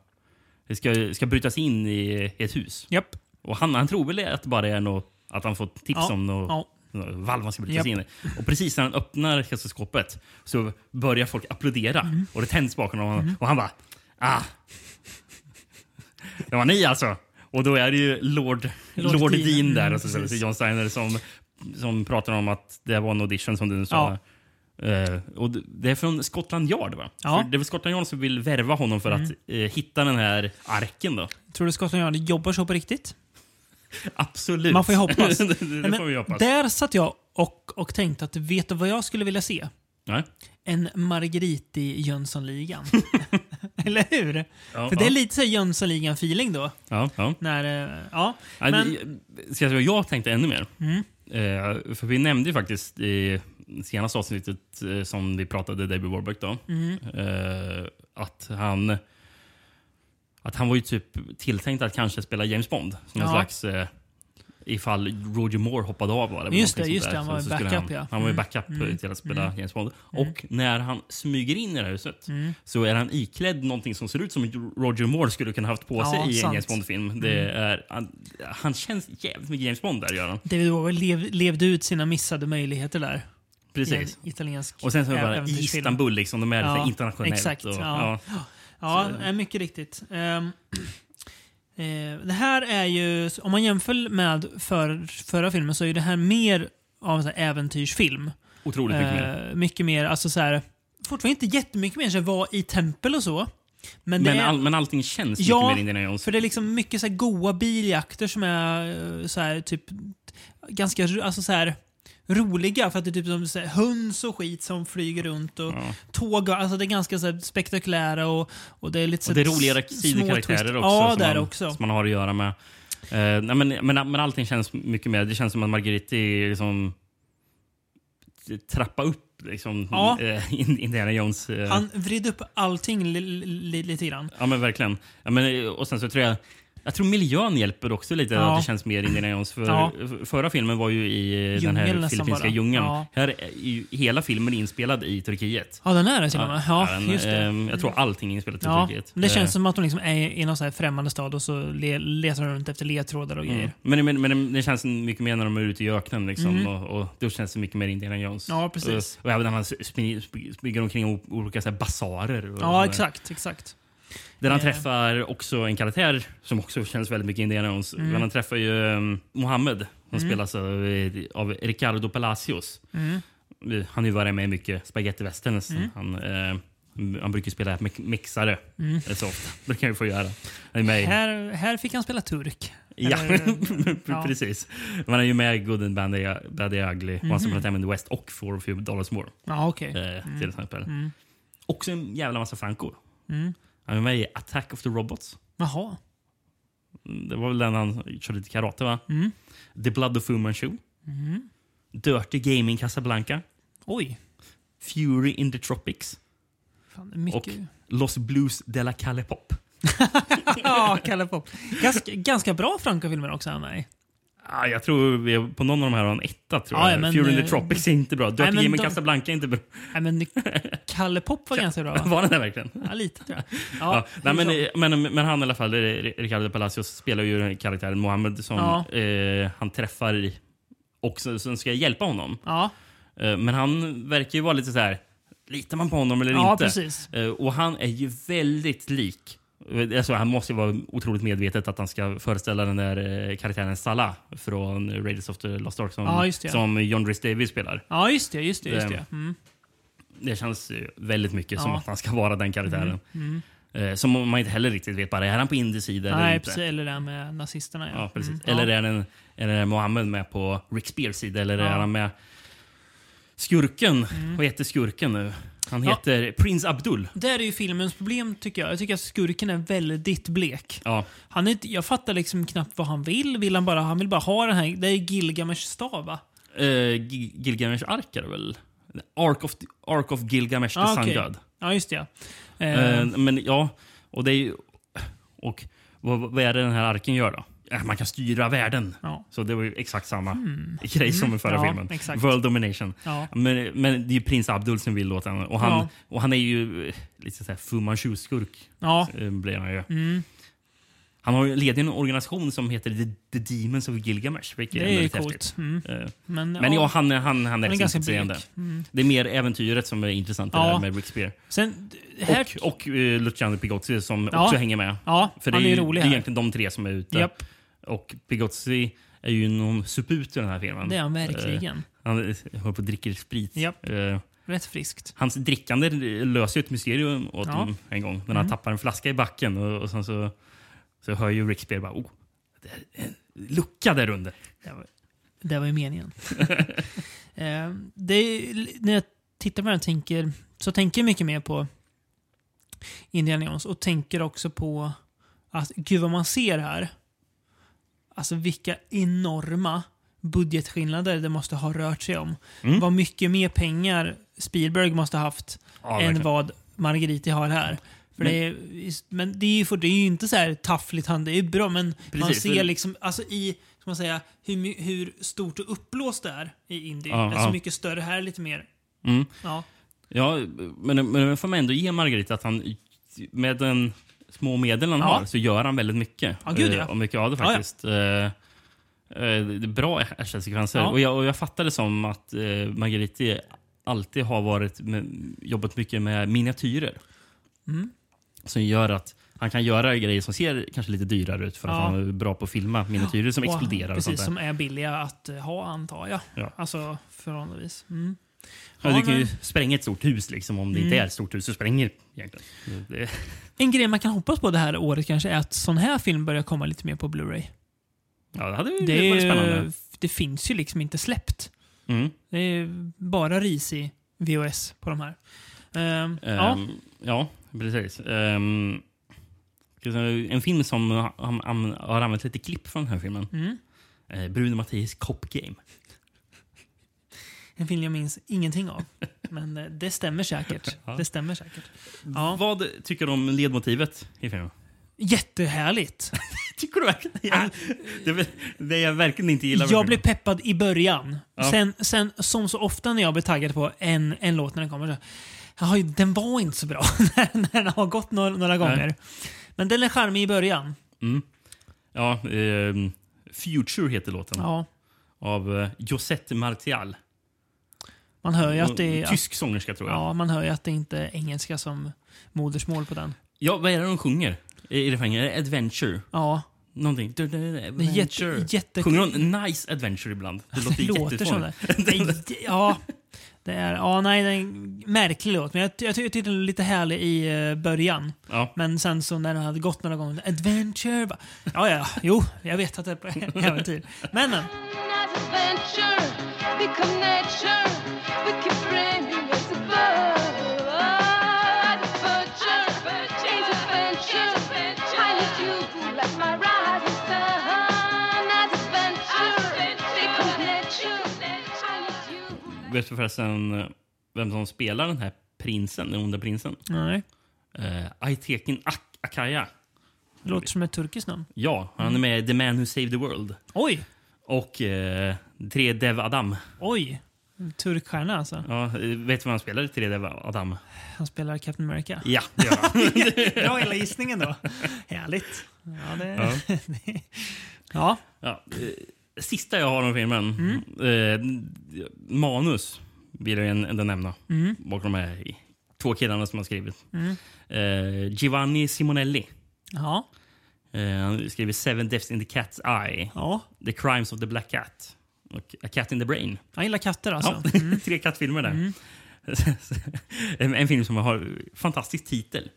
[SPEAKER 2] ska, ska bryta sig in i ett hus.
[SPEAKER 1] Japp.
[SPEAKER 2] Och han, han tror väl att det bara är något, att han fått tips
[SPEAKER 1] Ja,
[SPEAKER 2] om något,
[SPEAKER 1] ja.
[SPEAKER 2] något valv han ska bryta
[SPEAKER 1] Japp.
[SPEAKER 2] sig in i. Och precis när han öppnar kassaskåpet så börjar folk applådera
[SPEAKER 1] Mhm.
[SPEAKER 2] och det tänds bakom honom. Och han bara ah! Det var ni alltså! Och då är det ju Lord,
[SPEAKER 1] Lord
[SPEAKER 2] Lord,
[SPEAKER 1] Dean.
[SPEAKER 2] Dean, där,
[SPEAKER 1] Mm,
[SPEAKER 2] alltså,
[SPEAKER 1] precis.
[SPEAKER 2] John Steiner, som, som pratar om att det var en audition som du sa. Eh, och d- det är från Scotland Yard va?
[SPEAKER 1] Ja. Mm.
[SPEAKER 2] För Det är väl Scotland Yard som vill värva honom för att eh, hitta den här arken då?
[SPEAKER 1] Tror du Scotland Yard jobbar så på riktigt?
[SPEAKER 2] Absolut.
[SPEAKER 1] Man får ju hoppas.
[SPEAKER 2] det det
[SPEAKER 1] Nej, men
[SPEAKER 2] får vi hoppas.
[SPEAKER 1] Där satt jag och, och tänkte att vet du vad jag skulle vilja se?
[SPEAKER 2] Nej.
[SPEAKER 1] En Margrit i Jönssonligan. Eller hur?
[SPEAKER 2] Ja,
[SPEAKER 1] För det är
[SPEAKER 2] ja.
[SPEAKER 1] lite så här Jönssonligan-feeling då.
[SPEAKER 2] Ja, ja.
[SPEAKER 1] När, eh, ja.
[SPEAKER 2] Nej,
[SPEAKER 1] Men, Mm.
[SPEAKER 2] det- Ska jag säga vad jag tänkte ännu mer? Eh, för vi nämnde ju faktiskt i senaste avsnittet eh, som vi pratade David Warbeck då,
[SPEAKER 1] Mm.
[SPEAKER 2] eh, att han att han var ju typ tilltänkt att kanske spela James Bond. Som
[SPEAKER 1] Ja.
[SPEAKER 2] en slags eh, ifall Roger Moore hoppade av var det.
[SPEAKER 1] Just det,
[SPEAKER 2] någonting sånt
[SPEAKER 1] just
[SPEAKER 2] där.
[SPEAKER 1] det, han
[SPEAKER 2] Så-
[SPEAKER 1] var en
[SPEAKER 2] så skulle
[SPEAKER 1] backup,
[SPEAKER 2] han,
[SPEAKER 1] ja.
[SPEAKER 2] Han var ju backup
[SPEAKER 1] Mm.
[SPEAKER 2] eh, till att spela James Bond. Och när han smyger in i det här huset
[SPEAKER 1] Mm.
[SPEAKER 2] så är han iklädd någonting som ser ut som Roger Moore skulle kunna haft på sig
[SPEAKER 1] Ja,
[SPEAKER 2] i en
[SPEAKER 1] sant. Mm.
[SPEAKER 2] James Bond-film. Det är, han, han känns jävligt mycket James Bond där, gör han.
[SPEAKER 1] David Warwick lev, levde ut sina missade möjligheter där. I en
[SPEAKER 2] Precis.
[SPEAKER 1] italiensk
[SPEAKER 2] Och sen så är det bara
[SPEAKER 1] äventyrsfilm.
[SPEAKER 2] Istanbul, liksom, de är
[SPEAKER 1] Ja,
[SPEAKER 2] ja, internationellt.
[SPEAKER 1] exakt,
[SPEAKER 2] och,
[SPEAKER 1] ja. Ja, är mycket riktigt. Ehm, eh, det här är ju, om man jämför med för, förra filmen så är ju det här mer av en sån här äventyrsfilm.
[SPEAKER 2] Otroligt mycket mer.
[SPEAKER 1] Eh, mycket mer, alltså så här, fortfarande inte jättemycket mer så här, vara i tempel och så. Men, det
[SPEAKER 2] Men,
[SPEAKER 1] är,
[SPEAKER 2] all, men allting känns
[SPEAKER 1] Ja,
[SPEAKER 2] mycket mer Indiana Jones.
[SPEAKER 1] för det är liksom mycket så här goa biljakter som är eh, så här typ ganska, ro- alltså så här roliga för att det är typ som så här, höns och skit som flyger runt och tåg och, alltså det är ganska så här spektakulära och, och det är lite så
[SPEAKER 2] Och det är
[SPEAKER 1] här
[SPEAKER 2] roliga
[SPEAKER 1] s-
[SPEAKER 2] sidokaraktärer
[SPEAKER 1] små twist.
[SPEAKER 2] också,
[SPEAKER 1] Ja,
[SPEAKER 2] som,
[SPEAKER 1] där
[SPEAKER 2] man,
[SPEAKER 1] också.
[SPEAKER 2] som man har att göra med. Eh, nej, men, men, men allting känns mycket mer... Det känns som att Marguerite är liksom, trappa upp liksom,
[SPEAKER 1] Ja.
[SPEAKER 2] eh, in- Indiana Jones... eh,
[SPEAKER 1] Han vrid upp allting li, li, lite grann.
[SPEAKER 2] Ja, men verkligen. Ja, men, eh, och sen så tror jag... Jag tror miljön hjälper också lite,
[SPEAKER 1] Ja.
[SPEAKER 2] att det känns mer Indiana Jones. För
[SPEAKER 1] Ja.
[SPEAKER 2] f- Förra filmen var ju i eh,
[SPEAKER 1] Djungel
[SPEAKER 2] den här
[SPEAKER 1] nästan
[SPEAKER 2] filippinska
[SPEAKER 1] bara.
[SPEAKER 2] djungeln.
[SPEAKER 1] Ja.
[SPEAKER 2] Här är ju hela filmen inspelad i Turkiet.
[SPEAKER 1] Ja, den är det till och med. Ja,
[SPEAKER 2] den,
[SPEAKER 1] just det.
[SPEAKER 2] ehm, jag tror allting är inspelat i
[SPEAKER 1] Ja,
[SPEAKER 2] Turkiet.
[SPEAKER 1] men det
[SPEAKER 2] Eh,
[SPEAKER 1] känns som att de liksom är i någon så här främmande stad och så le, letar de runt efter ledtrådar
[SPEAKER 2] Mm.
[SPEAKER 1] och grejer.
[SPEAKER 2] Men, men, men det känns mycket mer när de är ute i öknen. Liksom, och, och då känns det mycket mer Indiana Jones.
[SPEAKER 1] Mhm. Ja, precis.
[SPEAKER 2] Och, och även när man sp- sp- smyger omkring o- olika så här, basarer. Och,
[SPEAKER 1] Ja, exakt. exakt.
[SPEAKER 2] Där han
[SPEAKER 1] Eh.
[SPEAKER 2] träffar också en karaktär som också känns väldigt mycket Indiana Jones.
[SPEAKER 1] Mm.
[SPEAKER 2] Men han träffar ju um, Mohammed som spelas av, eh, av
[SPEAKER 1] Mm.
[SPEAKER 2] Ricardo Palacios. Han har ju varit med i mycket Spaghetti Westerns. Han, eh, Mm, Han brukar ju spela me- mexare eh, så ofta. Det kan jag ju få göra. Han är med i-
[SPEAKER 1] Mm. Här, här fick han spela turk.
[SPEAKER 2] Ja,
[SPEAKER 1] Eller- ja.
[SPEAKER 2] precis. Man är ju med i Good and Bad Day- Bad Day Ugly, och han har
[SPEAKER 1] Mhm.
[SPEAKER 2] spelat Hem in the West och Four of You Dollars More.
[SPEAKER 1] Ja, okej.
[SPEAKER 2] Eh, till exempel.
[SPEAKER 1] Mm.
[SPEAKER 2] Också en jävla massa frankor. Han är med i Attack of the Robots.
[SPEAKER 1] Jaha.
[SPEAKER 2] Det var väl den han körde lite karate va?
[SPEAKER 1] Mm.
[SPEAKER 2] The Blood of Fu Manchu. Dirty Gaming Casablanca.
[SPEAKER 1] Oj.
[SPEAKER 2] Fury in the Tropics.
[SPEAKER 1] Fan, det är mycket.
[SPEAKER 2] Och Los Blues de la Calle Pop.
[SPEAKER 1] Ja, Kalle Pop. Ganska, ganska bra Franco-filmer också, han är i.
[SPEAKER 2] Ah, jag tror vi är på någon av de här har en etta. Tror
[SPEAKER 1] Ja,
[SPEAKER 2] jag.
[SPEAKER 1] ja, men,
[SPEAKER 2] Fury in
[SPEAKER 1] eh,
[SPEAKER 2] the Tropics är inte bra. Dirty
[SPEAKER 1] men
[SPEAKER 2] Gaming
[SPEAKER 1] de-
[SPEAKER 2] Casablanca är inte bra.
[SPEAKER 1] Nej, men Kalle Pop var ganska bra, va?
[SPEAKER 2] Var den där verkligen?
[SPEAKER 1] Ja, lite tror jag.
[SPEAKER 2] Ja,
[SPEAKER 1] Ja,
[SPEAKER 2] nej, men, men, men han i alla fall, eh, Ricardo Palacios, spelar ju den här karaktären Mohammed som
[SPEAKER 1] Ja.
[SPEAKER 2] eh, han träffar i- och så- som ska hjälpa honom.
[SPEAKER 1] ja.
[SPEAKER 2] Eh, men han verkar ju vara lite så här, litar man på honom eller
[SPEAKER 1] Ja,
[SPEAKER 2] inte?
[SPEAKER 1] precis.
[SPEAKER 2] Eh, och han är ju väldigt lik. eh, Alltså, han måste ju vara otroligt medvetet att han ska föreställa den där eh, karaktären Salah från Raiders of the Lost Ark som,
[SPEAKER 1] Ja, just det.
[SPEAKER 2] som John Rhys Davies spelar.
[SPEAKER 1] ja, just det. Just det, just det. Mm.
[SPEAKER 2] Det känns eh, väldigt mycket som
[SPEAKER 1] Ja. Mm.
[SPEAKER 2] att han ska vara den karaktären. Eh, Som man inte heller riktigt vet. Bara, är han på indisk sida eller
[SPEAKER 1] Nej,
[SPEAKER 2] inte?
[SPEAKER 1] precis. Eller det här med nazisterna.
[SPEAKER 2] Ja, precis.
[SPEAKER 1] Mm.
[SPEAKER 2] Eller
[SPEAKER 1] ja.
[SPEAKER 2] är, den, är den Mohammed med på Rick Spears sida? Eller
[SPEAKER 1] Ja. Mm.
[SPEAKER 2] är han med skurken? Vad heter skurken nu? Han
[SPEAKER 1] Ja.
[SPEAKER 2] heter Prins Abdul.
[SPEAKER 1] Där är ju filmens problem tycker jag. Jag tycker att skurken är väldigt blek.
[SPEAKER 2] Ja,
[SPEAKER 1] Han är, inte- jag fattar liksom knappt vad han vill. vill han, bara, han vill bara ha den här... Det är Gilgamesh stav va?
[SPEAKER 2] eh, Gil- Gilgamesh Ark är det väl? Ark of, Ark of Gilgamesh, the
[SPEAKER 1] Ja,
[SPEAKER 2] Sun
[SPEAKER 1] Ah, okej.
[SPEAKER 2] God.
[SPEAKER 1] Ja, just det. ja.
[SPEAKER 2] Eh,
[SPEAKER 1] Eh,
[SPEAKER 2] Men ja, och det är ju... Och vad, vad är det den här arken gör då? Eh, Man kan styra världen.
[SPEAKER 1] Ja. Mm.
[SPEAKER 2] Så det var ju exakt samma grej som i förra
[SPEAKER 1] Ja,
[SPEAKER 2] filmen.
[SPEAKER 1] exakt.
[SPEAKER 2] World domination.
[SPEAKER 1] Ja.
[SPEAKER 2] Men, men det är ju prins Abdul som vill åt henne. Och han,
[SPEAKER 1] Ja.
[SPEAKER 2] och han är ju eh, lite såhär Fu Manchu-skurk.
[SPEAKER 1] ja. Mm.
[SPEAKER 2] eh, Blir han ju. Han har ju leder en organisation som heter The, The Demons of Gilgamesh. Vilket
[SPEAKER 1] Det är ju
[SPEAKER 2] väldigt
[SPEAKER 1] coolt.
[SPEAKER 2] häftigt.
[SPEAKER 1] Mm.
[SPEAKER 2] Eh,
[SPEAKER 1] Men,
[SPEAKER 2] Men ja,
[SPEAKER 1] ja.
[SPEAKER 2] han, han, han är,
[SPEAKER 1] är
[SPEAKER 2] liksom
[SPEAKER 1] ganska
[SPEAKER 2] intresserande.
[SPEAKER 1] blek. Mm.
[SPEAKER 2] Det är mer äventyret som är intressant i
[SPEAKER 1] Ja.
[SPEAKER 2] det här med Rick Spear.
[SPEAKER 1] Sen, här,
[SPEAKER 2] Och, och eh, Luciano Pigozzi som
[SPEAKER 1] Ja.
[SPEAKER 2] också hänger med.
[SPEAKER 1] Ja,
[SPEAKER 2] För det
[SPEAKER 1] han
[SPEAKER 2] är,
[SPEAKER 1] är
[SPEAKER 2] ju
[SPEAKER 1] rolig
[SPEAKER 2] det är
[SPEAKER 1] här.
[SPEAKER 2] egentligen de tre som är ute.
[SPEAKER 1] Japp.
[SPEAKER 2] Och Pigozzi är ju någon suput i den här filmen.
[SPEAKER 1] Det är han verkligen.
[SPEAKER 2] Eh, han håller på och dricker sprit.
[SPEAKER 1] Japp.
[SPEAKER 2] Eh,
[SPEAKER 1] rätt friskt.
[SPEAKER 2] hans drickande löser ju ett mysterium åt
[SPEAKER 1] Ja. Mm.
[SPEAKER 2] honom en gång. När han tappar en flaska i backen och, och sen så, så hör ju Rick Spear bara oh, det är en lucka där under.
[SPEAKER 1] Det var, det var ju meningen. eh, det är, när jag tittar på den här tänker, så tänker jag mycket mer på Indiana Jones och tänker också på att gud vad man ser här. Alltså vilka enorma budgetskillnader det måste ha rört sig om.
[SPEAKER 2] Mm.
[SPEAKER 1] Vad mycket mer pengar Spielberg måste ha haft
[SPEAKER 2] Ja,
[SPEAKER 1] än
[SPEAKER 2] verkligen.
[SPEAKER 1] vad Margheriti har här. För men, det är, men det är ju för, det är ju inte så här taffligt han, det är ju bra, men man
[SPEAKER 2] Precis,
[SPEAKER 1] ser
[SPEAKER 2] för-
[SPEAKER 1] liksom, alltså i, ska man säga, hur, my- hur stort och uppblåst det är i Indien.
[SPEAKER 2] Ja,
[SPEAKER 1] alltså
[SPEAKER 2] ja. Mm.
[SPEAKER 1] mycket större här, lite mer. Ja.
[SPEAKER 2] Ja, men, men får man ändå ge Margareta att han med den små medel han
[SPEAKER 1] Ja.
[SPEAKER 2] har så gör han väldigt mycket.
[SPEAKER 1] Ja, gud, ja.
[SPEAKER 2] Eh, Och mycket av det
[SPEAKER 1] Ja, ja.
[SPEAKER 2] faktiskt. Eh, eh, det är bra actionsekvenser.
[SPEAKER 1] Ja.
[SPEAKER 2] Och, jag, och jag fattar det som att eh, Margareti alltid har varit med, jobbat mycket med miniatyrer.
[SPEAKER 1] Mm.
[SPEAKER 2] Som gör att han kan göra grejer som ser kanske lite dyrare ut för att
[SPEAKER 1] Ja.
[SPEAKER 2] han är bra på att filma miniatyrer som
[SPEAKER 1] Och-
[SPEAKER 2] exploderar. Och sånt
[SPEAKER 1] Precis,
[SPEAKER 2] där.
[SPEAKER 1] som är billiga att eh, ha antar jag.
[SPEAKER 2] Ja.
[SPEAKER 1] Alltså förhållandevis. Mm.
[SPEAKER 2] Ja,
[SPEAKER 1] Ja,
[SPEAKER 2] du kan ju
[SPEAKER 1] men- Mm.
[SPEAKER 2] spränga ett stort hus liksom, om det inte är ett stort hus. Så spränger egentligen. Det,
[SPEAKER 1] En grej man kan hoppas på det här året kanske är att sån här film börjar komma lite mer på Blu-ray.
[SPEAKER 2] ja, Mm, det hade ju
[SPEAKER 1] Det, är
[SPEAKER 2] varit
[SPEAKER 1] ju-
[SPEAKER 2] spännande.
[SPEAKER 1] det finns ju liksom inte släppt.
[SPEAKER 2] Mm.
[SPEAKER 1] Det är bara risig VOS på de här. Ehm, ja.
[SPEAKER 2] Ehm, ja. precis. Ehm, ska vi säga, en film som har, har, har använt lite klipp från den här filmen.
[SPEAKER 1] Mm.
[SPEAKER 2] Eh, Bruno Mattias Cop Game.
[SPEAKER 1] En film jag minns ingenting av. Men eh, det stämmer säkert. Det stämmer säkert. Ja.
[SPEAKER 2] Vad tycker du om ledmotivet i filmen?
[SPEAKER 1] Jättehärligt.
[SPEAKER 2] Tycker du verkligen? Jag, det, är väl- det jag verkligen inte gillar med
[SPEAKER 1] Jag blev
[SPEAKER 2] filmen.
[SPEAKER 1] peppad i början. Sen, sen, som så ofta när jag blir taggad på en, en låt när den kommer, så Jaha, den var inte så bra när, när den har gått några, några gånger. Men den är charmig i början.
[SPEAKER 2] Ja, ehm, Future heter låten.
[SPEAKER 1] Ja,
[SPEAKER 2] Av eh, Josette Martial.
[SPEAKER 1] man hör ju att det, att,
[SPEAKER 2] Mm, Tysk sångerska tror jag. Ja.
[SPEAKER 1] ja, man hör ju att det inte är engelska som modersmål på den.
[SPEAKER 2] vad är det de sjunger? I i refrängen? Är det Adventure?
[SPEAKER 1] Ja,
[SPEAKER 2] Någonting. Adventure.
[SPEAKER 1] jätte-
[SPEAKER 2] Sjunger hon Nice Adventure ibland? Det låter
[SPEAKER 1] Det låter som
[SPEAKER 2] jättefånigt.
[SPEAKER 1] det. Nej, Ja, det är... Ja, nej, den, märklig låt, men jag, ty- jag tyckte den var lite härlig i eh, början.
[SPEAKER 2] Ja.
[SPEAKER 1] Men sen så när den hade gått några gånger, Adventure, bara, ja ja, jo, jag vet att det är på äventyr. Men eh, men,
[SPEAKER 8] As adventure, become nature, we keep framing as above. As adventure, change adventure, I need you to like my rising sun. As adventure, become nature, I need you who like
[SPEAKER 2] Vet du förresten eh, vem som spelar den här prinsen, den onda prinsen?
[SPEAKER 1] nej.
[SPEAKER 2] Uh, Aitekin Ak- Akaya.
[SPEAKER 1] Det låter som ett turkiskt namn.
[SPEAKER 2] Ja, han är med i The Man Who Saved the World.
[SPEAKER 1] Oj,
[SPEAKER 2] Och eh, Tre Dev Adam.
[SPEAKER 1] oj. En Turkstjärna alltså.
[SPEAKER 2] Ja, eh, vet du vad han spelar i Tre Dev Adam?
[SPEAKER 1] Han spelar Captain America.
[SPEAKER 2] Ja, det gör han.
[SPEAKER 1] Bra hela gissningen då. Härligt. Ja, det,
[SPEAKER 2] Ja.
[SPEAKER 1] ja. ja.
[SPEAKER 2] Ja, eh, sista jag har om filmen. Eh, manus vill jag en- ändå nämna. Bakom de här i- två killarna som har skrivit. Eh, Giovanni Simonelli.
[SPEAKER 1] Ja.
[SPEAKER 2] Eh, han skriver Seven Deaths in the Cat's Eye.
[SPEAKER 1] ja.
[SPEAKER 2] The Crimes of the Black Cat. Och A Cat in the Brain.
[SPEAKER 1] Han gillar katter alltså.
[SPEAKER 2] Ja, tre kattfilmer där. en, en film som har fantastisk titel.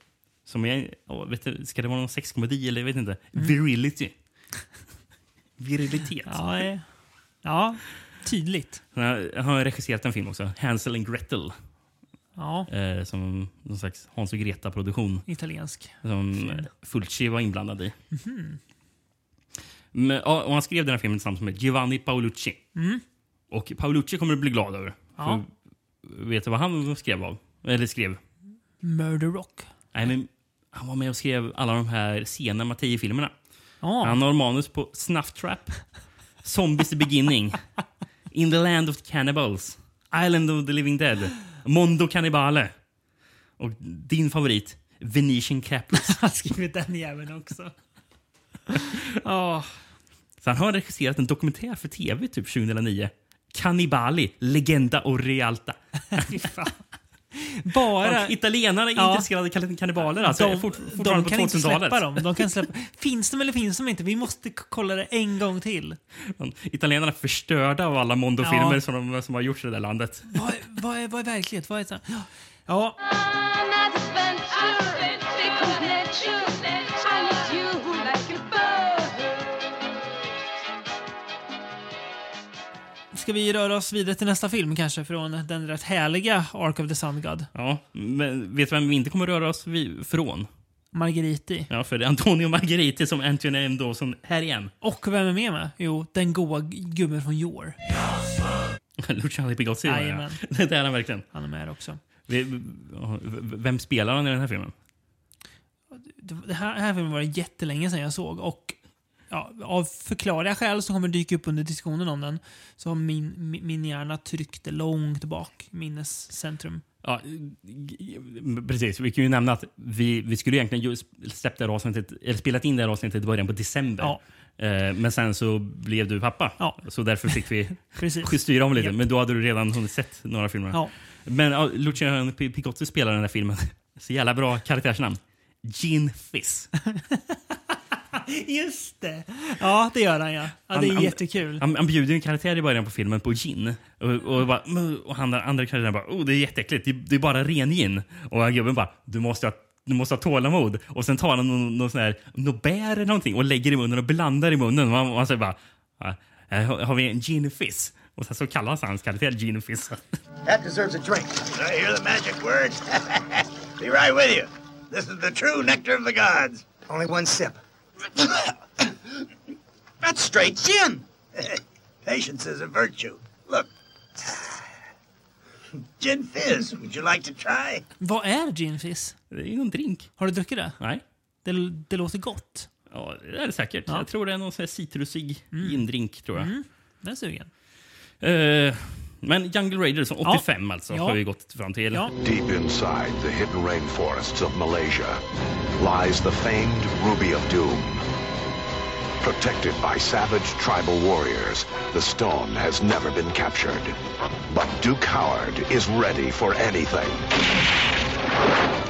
[SPEAKER 2] Som är, åh, vet du, ska det vara någon sexkomedi eller jag vet inte. Virility. Virilitet.
[SPEAKER 1] Ja, eh, ja. tydligt.
[SPEAKER 2] Han har- han har regisserat en film också, Hansel and Gretel,
[SPEAKER 1] Ja,
[SPEAKER 2] eh, som någon slags Hans och Greta-produktion
[SPEAKER 1] italiensk.
[SPEAKER 2] som eh, Fulci var inblandad i. Men, ja, och han skrev den här filmen tillsammans med Giovanni Paolucci. Och Paolucci kommer att bli glad över.
[SPEAKER 1] Ja.
[SPEAKER 2] För, vet du vad han skrev av? Eller skrev?
[SPEAKER 1] Murder Rock.
[SPEAKER 2] Nej, men han var med och skrev alla de här sena Mattei-filmerna.
[SPEAKER 1] Ja,
[SPEAKER 2] Han har manus på Snuff Trap, Zombies the Beginning, In the Land of Cannibals, Island of the Living Dead, Mondo Cannibale och din favorit, Venetian Caprice.
[SPEAKER 1] han har skrivit den jäveln också. Ja,
[SPEAKER 2] Så han har regisserat en dokumentär för tv typ 2009. Cannibali, Legenda och Realta.
[SPEAKER 1] fy fan. Bara...
[SPEAKER 2] Italienarna är
[SPEAKER 1] Ja.
[SPEAKER 2] intresserade av kannibaler. Alltså,
[SPEAKER 1] de,
[SPEAKER 2] fort,
[SPEAKER 1] de
[SPEAKER 2] fortfarande
[SPEAKER 1] kan
[SPEAKER 2] på
[SPEAKER 1] inte
[SPEAKER 2] 2000-talet.
[SPEAKER 1] släppa dem. De kan släppa. Finns de eller finns de inte? Vi måste k- kolla det en gång till.
[SPEAKER 2] Italienarna är förstörda av alla Mondo-filmer
[SPEAKER 1] Ja.
[SPEAKER 2] som, de, som har gjorts i det där landet.
[SPEAKER 1] Vad är, vad är, vad är verklighet? Vad är så här? Ja,
[SPEAKER 8] sun. As adventure, become nature, I need you who like a
[SPEAKER 1] ska vi röra oss vidare till nästa film kanske från den rätt härliga Ark of the Sun God,
[SPEAKER 2] Ja, men vet du vem vi inte kommer röra oss vi- från?
[SPEAKER 1] Margheriti.
[SPEAKER 2] Ja, för det är Antonio Margheriti som Anthony M. Dawson här igen.
[SPEAKER 1] Och vem är med med? Jo, den goa g- gubben från Your.
[SPEAKER 2] Luciano Pigozzi. var det,
[SPEAKER 1] Jajamän.
[SPEAKER 2] ja. Det är han verkligen.
[SPEAKER 1] Han är med här också.
[SPEAKER 2] Vi- v- Vem spelar han i den här filmen?
[SPEAKER 1] Det det här, den här filmen var det jättelänge sedan jag såg och ja, av förklarliga skäl som kommer dyka upp under diskussionen om den så har min, min, min hjärna tryckt långt bak, minnescentrum.
[SPEAKER 2] Ja, g- g- precis. Vi kan ju nämna att vi, vi skulle egentligen ju släppt det här avsnittet, eller spelat in det här avsnittet i början på december.
[SPEAKER 1] Ja.
[SPEAKER 2] Eh, Men sen så blev du pappa,
[SPEAKER 1] Ja.
[SPEAKER 2] så därför fick vi
[SPEAKER 1] Precis.
[SPEAKER 2] styra om lite.
[SPEAKER 1] Japp.
[SPEAKER 2] Men då hade du redan hunnit sett några filmer.
[SPEAKER 1] Ja.
[SPEAKER 2] Men ja, Luciano P- Pigozzi spelar den här filmen. Så jävla bra karaktärsnamn. Gin Fizz.
[SPEAKER 1] Just det! Ja, det gör han ja. ja det är
[SPEAKER 2] Han- han-
[SPEAKER 1] jättekul.
[SPEAKER 2] Han, han bjuder ju en karaktär i början på filmen på gin. Och, och, bara, "Mm", och han, andra karaktären bara oh, det är jätteäckligt, det, det är bara ren gin. Och han gubben bara du måste ha du måste ha tålamod. Och sen tar han någon, någon sån här någon bär eller någonting och lägger i munnen och blandar i munnen. Och han, och han säger bara "Ja, här har har vi en gin fizz. Och sen så kallas hans karaktär gin fizz.
[SPEAKER 9] That deserves a drink. Did I hear the magic words? Be right with you. This is the true nectar of the gods. Only one sip. That's straight gin. Patience is a virtue. Look. Gin fizz. Would you like to try?
[SPEAKER 1] Vad är gin fizz?
[SPEAKER 2] Det är ju någon drink.
[SPEAKER 1] Har du druckit det?
[SPEAKER 2] Nej.
[SPEAKER 1] Det, det låter gott.
[SPEAKER 2] Ja, det är det säkert. Jag tror det är någon sån här citrusig gindrink tror jag.
[SPEAKER 1] Mm. Den är sugen.
[SPEAKER 2] Eh, men Jungle Raiders 85 alltså
[SPEAKER 1] Ja.
[SPEAKER 2] har vi gått fram till.
[SPEAKER 1] Ja.
[SPEAKER 10] Deep inside the hidden rainforests of Malaysia lies the famed Ruby of Doom. Protected by savage tribal warriors, the stone has never been captured. But Duke Howard is ready for anything.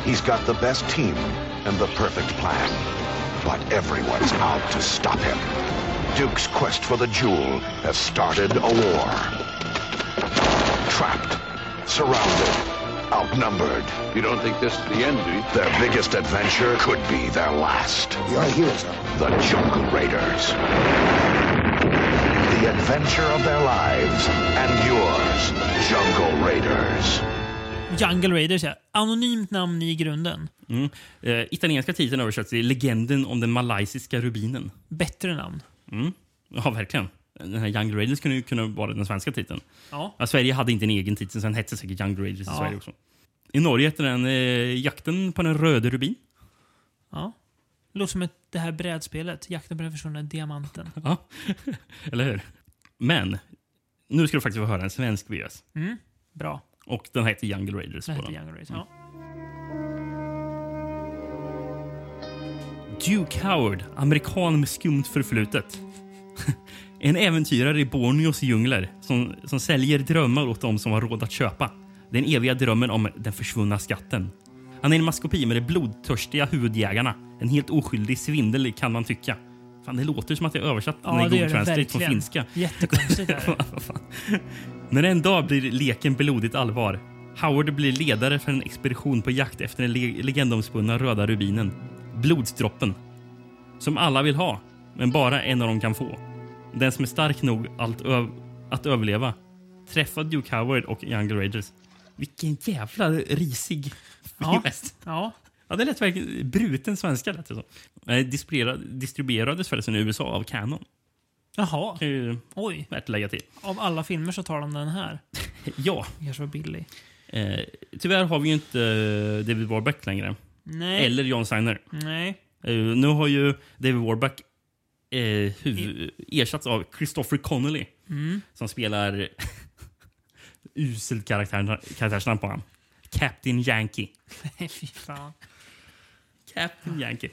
[SPEAKER 10] He's got the best team and the perfect plan, but everyone's out to stop him. Duke's quest for the jewel has started a war trapped, surrounded, outnumbered. You don't think this is the end, do you? Their biggest adventure could be their last. Your heroes are the Jungle Raiders. The adventure of their lives and yours, Jungle Raiders.
[SPEAKER 1] Jungle Raiders, ja. Anonymt namn i grunden.
[SPEAKER 2] Mm. Eh, italienska titeln översätts till Legenden om den malaysiska rubinen.
[SPEAKER 1] Bättre namn.
[SPEAKER 2] Mm. Ja, verkligen. Den här Young Raiders kunde ju kunna vara den svenska titeln.
[SPEAKER 1] Ja.
[SPEAKER 2] Sverige hade inte en egen titel, så den hette säkert Young Raiders i
[SPEAKER 1] Ja.
[SPEAKER 2] Sverige också. I Norge hette den eh, Jakten på den röde rubin.
[SPEAKER 1] ja. Låter som ett, det här brädspelet. Jakten på den försvunna diamanten.
[SPEAKER 2] Ja, eller hur? Men nu ska du faktiskt få höra en svensk VS.
[SPEAKER 1] Mm. Bra.
[SPEAKER 2] Och den heter Jungle Raiders.
[SPEAKER 1] Det
[SPEAKER 2] på
[SPEAKER 1] heter
[SPEAKER 2] den.
[SPEAKER 1] Young Raiders. Ja.
[SPEAKER 2] Duke Howard, amerikan med skumt förflutet. En äventyrare i Borneos djungler som, som säljer drömmar åt dem som har råd att köpa. Den eviga drömmen om den försvunna skatten. Han är en maskopi med de blodtörstiga huvudjägarna. En helt oskyldig svindel kan man tycka. Fan, det låter som att jag översatt
[SPEAKER 1] Ja,
[SPEAKER 2] den i
[SPEAKER 1] det gör
[SPEAKER 2] Google
[SPEAKER 1] det
[SPEAKER 2] Translate från
[SPEAKER 1] verkligen.
[SPEAKER 2] finska.
[SPEAKER 1] Jättekonstigt är det.
[SPEAKER 2] Vad fan. När en dag blir leken blodigt allvar. Howard blir ledare för en expedition på jakt efter den le- legendomspunna röda rubinen. Blodsdroppen. Som alla vill ha, men bara en av dem kan få. Den som är stark nog allt öv- att överleva. Träffa Duke Howard och Young Raiders. Vilken jävla risig
[SPEAKER 1] Ja.
[SPEAKER 2] VHS.
[SPEAKER 1] ja.
[SPEAKER 2] Ja, det lät verkligen bruten svenska. Lät det som. Eh, distribuerad- Distribuerades förresten i USA av Canon.
[SPEAKER 1] Jaha.
[SPEAKER 2] Kan ju
[SPEAKER 1] Oj.
[SPEAKER 2] värt att lägga till.
[SPEAKER 1] Av alla filmer så tar de den här.
[SPEAKER 2] Ja,
[SPEAKER 1] Det kanske var billig.
[SPEAKER 2] Eh, tyvärr har vi ju inte eh, David Warback längre.
[SPEAKER 1] Nej.
[SPEAKER 2] Eller John Steiner.
[SPEAKER 1] Nej.
[SPEAKER 2] Eh, nu har ju David Warback eh, huv- ersatts av Christopher Connolly
[SPEAKER 1] Mm.
[SPEAKER 2] som spelar uselt karaktär, karaktärsnamn på honom. Captain Yankee.
[SPEAKER 1] Nej, fy fan.
[SPEAKER 2] Captain Yankee.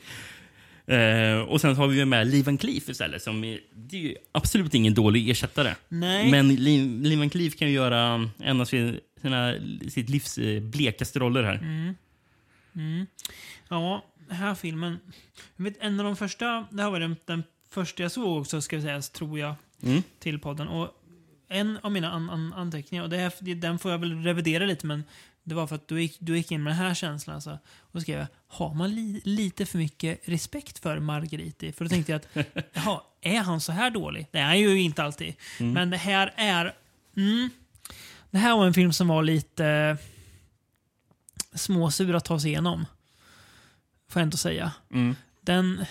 [SPEAKER 2] Eh, och sen har vi ju med Lee Van Cleef istället. Som är, det är ju absolut ingen dålig ersättare.
[SPEAKER 1] Nej.
[SPEAKER 2] Men Lee, Lee Van Cleef kan ju göra en av sin- sina, sitt livs eh, blekaste roller
[SPEAKER 1] Mm.
[SPEAKER 2] här.
[SPEAKER 1] Ja, den här filmen. Jag vet, en av de första, det här var den, den första jag såg också, ska vi säga, tror jag,
[SPEAKER 2] Mm.
[SPEAKER 1] till podden. Och en av mina an, an, anteckningar, och det här, det- den får jag väl revidera lite, men det var för att du gick, du gick in med den här känslan. Alltså. Och då skrev jag, har man li, lite för mycket respekt för Margheriti? För då tänkte jag att, jaha, är han så här dålig? Det är han ju inte alltid. Men det här är, mm, det här var en film som var lite småsur att ta sig igenom. Får jag ändå säga. Den,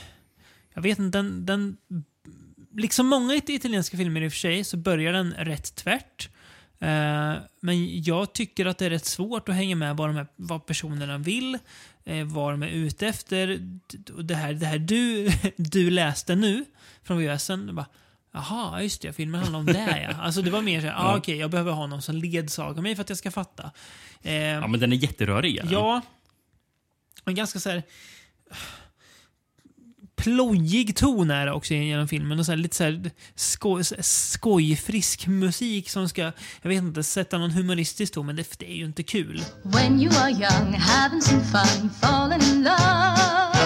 [SPEAKER 1] jag vet inte, den, den... Liksom många it- italienska filmer i och för sig så börjar den rätt tvärt. Eh, men jag tycker att det är rätt svårt att hänga med vad, de här, vad personerna vill, eh, vad de är ute efter. D- och Det här, det här du, du läste nu från VHSen, bara Jaha, just det, filmen handlar om det här, ja. Alltså det var mer såhär, ah, okej, jag behöver ha någon som ledsagar mig för att jag ska fatta. Eh,
[SPEAKER 2] Ja, men den är jätterörig. är den?
[SPEAKER 1] Ja. En ganska så här plojig ton är det också genom filmen. Och så här, lite så här sko, skojfrisk musik som ska, jag vet inte, sätta någon humoristisk ton, men det, det är ju inte kul.
[SPEAKER 8] When you are young, having some fun, falling in love.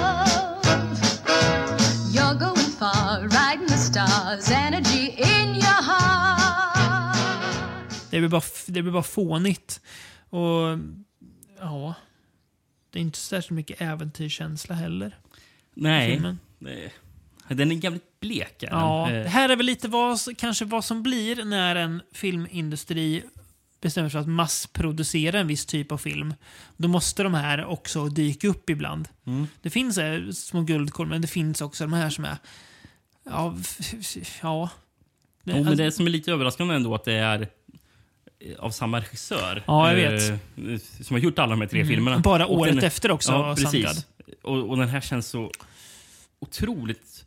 [SPEAKER 8] You're going far, riding the stars, energy in your heart.
[SPEAKER 1] Det blir bara, f- det blir bara fånigt. Och ja, det är inte särskilt mycket äventyrskänsla heller.
[SPEAKER 2] Nej.
[SPEAKER 1] filmen.
[SPEAKER 2] Nej. Den är jävligt blek. är den.
[SPEAKER 1] Ja,
[SPEAKER 2] Eh,
[SPEAKER 1] det här är väl lite vad, kanske vad som blir när en filmindustri bestämmer sig för att massproducera en viss typ av film. Då måste de här också dyka upp ibland.
[SPEAKER 2] Mm.
[SPEAKER 1] Det finns eh, små guldkorn, men det finns också de här som är... Ja... f- f- ja.
[SPEAKER 2] jo, men
[SPEAKER 1] alltså-
[SPEAKER 2] det som är lite överraskande ändå att det är eh, av samma regissör.
[SPEAKER 1] Ja, jag vet. Mm.
[SPEAKER 2] eh, Som har gjort alla de här tre filmerna.
[SPEAKER 1] Bara
[SPEAKER 2] Och
[SPEAKER 1] året efter också
[SPEAKER 2] Ja,
[SPEAKER 1] var
[SPEAKER 2] precis.
[SPEAKER 1] Sandgad.
[SPEAKER 2] Och, och den här känns så otroligt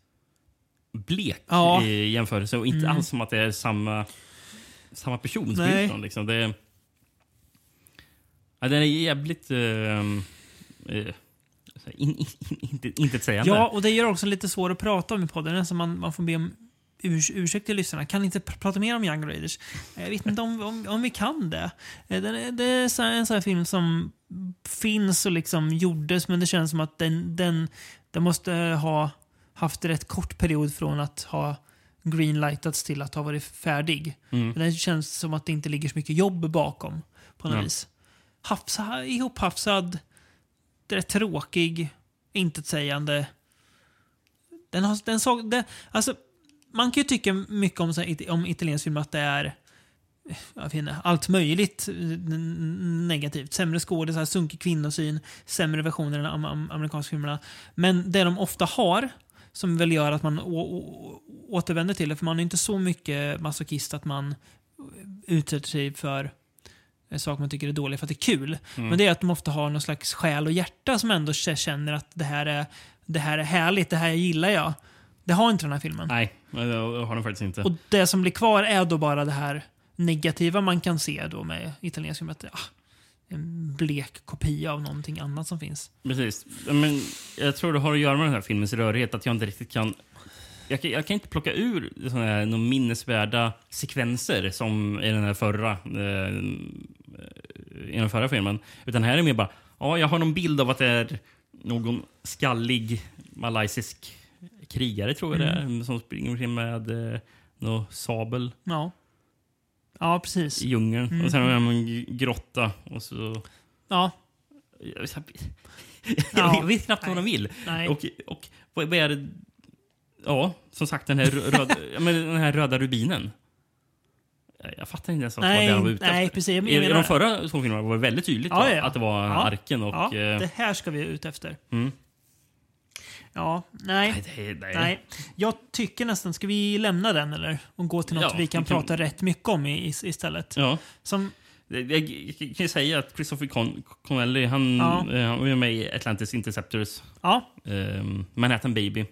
[SPEAKER 2] blek
[SPEAKER 1] Ja. Mm.
[SPEAKER 2] i jämförelse. Och inte alls som att det är samma, samma person som har
[SPEAKER 1] Nej.
[SPEAKER 2] gjort den. Liksom. Det, ja, den är jävligt... Eh, eh, så här, in, in, in, inte, inte sägande.
[SPEAKER 1] Ja, och det gör också lite svårt att prata om i podden. Så man, man får be om urs ursäkt till lyssnarna. Kan ni inte pr prata mer om Young Raiders? Jag vet inte om, om, om vi kan det. Eh, Det är, det är så här, en sån här film som finns och liksom gjordes, men det känns som att den, den, den måste ha haft rätt kort period från att ha greenlightats till att ha varit färdig.
[SPEAKER 2] Mm.
[SPEAKER 1] Men det känns som att det inte ligger så mycket jobb bakom på något
[SPEAKER 2] Ja.
[SPEAKER 1] vis. hafsa, ihophafsad, rätt tråkig, intetsägande. Den har, den såg, den, alltså, man kan ju tycka mycket om, så här, it- om italiensk film att det är jag vet inte, allt möjligt eh, n- negativt. Sämre skådisar, sunkig kvinnosyn, sämre versioner än am- am- amerikanska filmerna. Men det de ofta har, som väl gör att man å- å- återvänder till det, för man är inte så mycket masochist att man utsätter sig för eh, saker man tycker är dåliga för att det är kul.
[SPEAKER 2] Mm.
[SPEAKER 1] Men det är att de ofta har någon slags själ och hjärta som ändå k- känner att det här är, det här är härligt, det här gillar jag. Det har inte den här filmen.
[SPEAKER 2] Nej, det har den faktiskt inte.
[SPEAKER 1] Och det som blir kvar är då bara det här negativa man kan se då med italiensk film. Att, det, ah, en blek kopia av någonting annat som finns.
[SPEAKER 2] Precis. Men jag tror det har att göra med den här filmens rörighet, att jag inte riktigt kan... Jag kan, jag kan inte plocka ur såna här, några minnesvärda sekvenser som i den här förra, eh, i den förra filmen. Utan här är det mer bara, ja, jag har någon bild av att det är någon skallig malaysisk krigare, tror jag
[SPEAKER 1] Mm.
[SPEAKER 2] det är, som springer omkring med eh, någon sabel
[SPEAKER 1] Ja. Ja, precis.
[SPEAKER 2] i djungeln.
[SPEAKER 1] Mm.
[SPEAKER 2] Och sen har jag en g- grotta och så...
[SPEAKER 1] Ja.
[SPEAKER 2] Jag,
[SPEAKER 1] Ja.
[SPEAKER 2] jag vet knappt vad de vill.
[SPEAKER 1] Nej.
[SPEAKER 2] Och, och vad vad är det... Ja, som sagt den här, rö- röda, ja, men den här röda rubinen. Jag- Jag fattar inte ens vad
[SPEAKER 1] Nej,
[SPEAKER 2] det var de var ute
[SPEAKER 1] nej,
[SPEAKER 2] efter.
[SPEAKER 1] precis. Men
[SPEAKER 2] I, I
[SPEAKER 1] ingen-
[SPEAKER 2] de förra två filmerna var det väldigt tydligt
[SPEAKER 1] Ja,
[SPEAKER 2] va?
[SPEAKER 1] ja.
[SPEAKER 2] att det var
[SPEAKER 1] Ja.
[SPEAKER 2] arken och...
[SPEAKER 1] ja,
[SPEAKER 2] eh,
[SPEAKER 1] det här ska vi ut efter.
[SPEAKER 2] mm.
[SPEAKER 1] Ja, nej.
[SPEAKER 2] Nej, det är- nej.
[SPEAKER 1] Jag tycker nästan, ska vi lämna den eller? Och gå till något
[SPEAKER 2] Ja,
[SPEAKER 1] vi kan
[SPEAKER 2] vi kan-
[SPEAKER 1] prata rätt mycket om i, i, istället.
[SPEAKER 2] Ja.
[SPEAKER 1] Som,
[SPEAKER 2] Det- det- Jag, kan ju säga att Christopher Con Connelly, han,
[SPEAKER 1] Ja.
[SPEAKER 2] eh, han var ju med i Atlantis Interceptors,
[SPEAKER 1] ja,
[SPEAKER 2] eh, Manhattan Baby,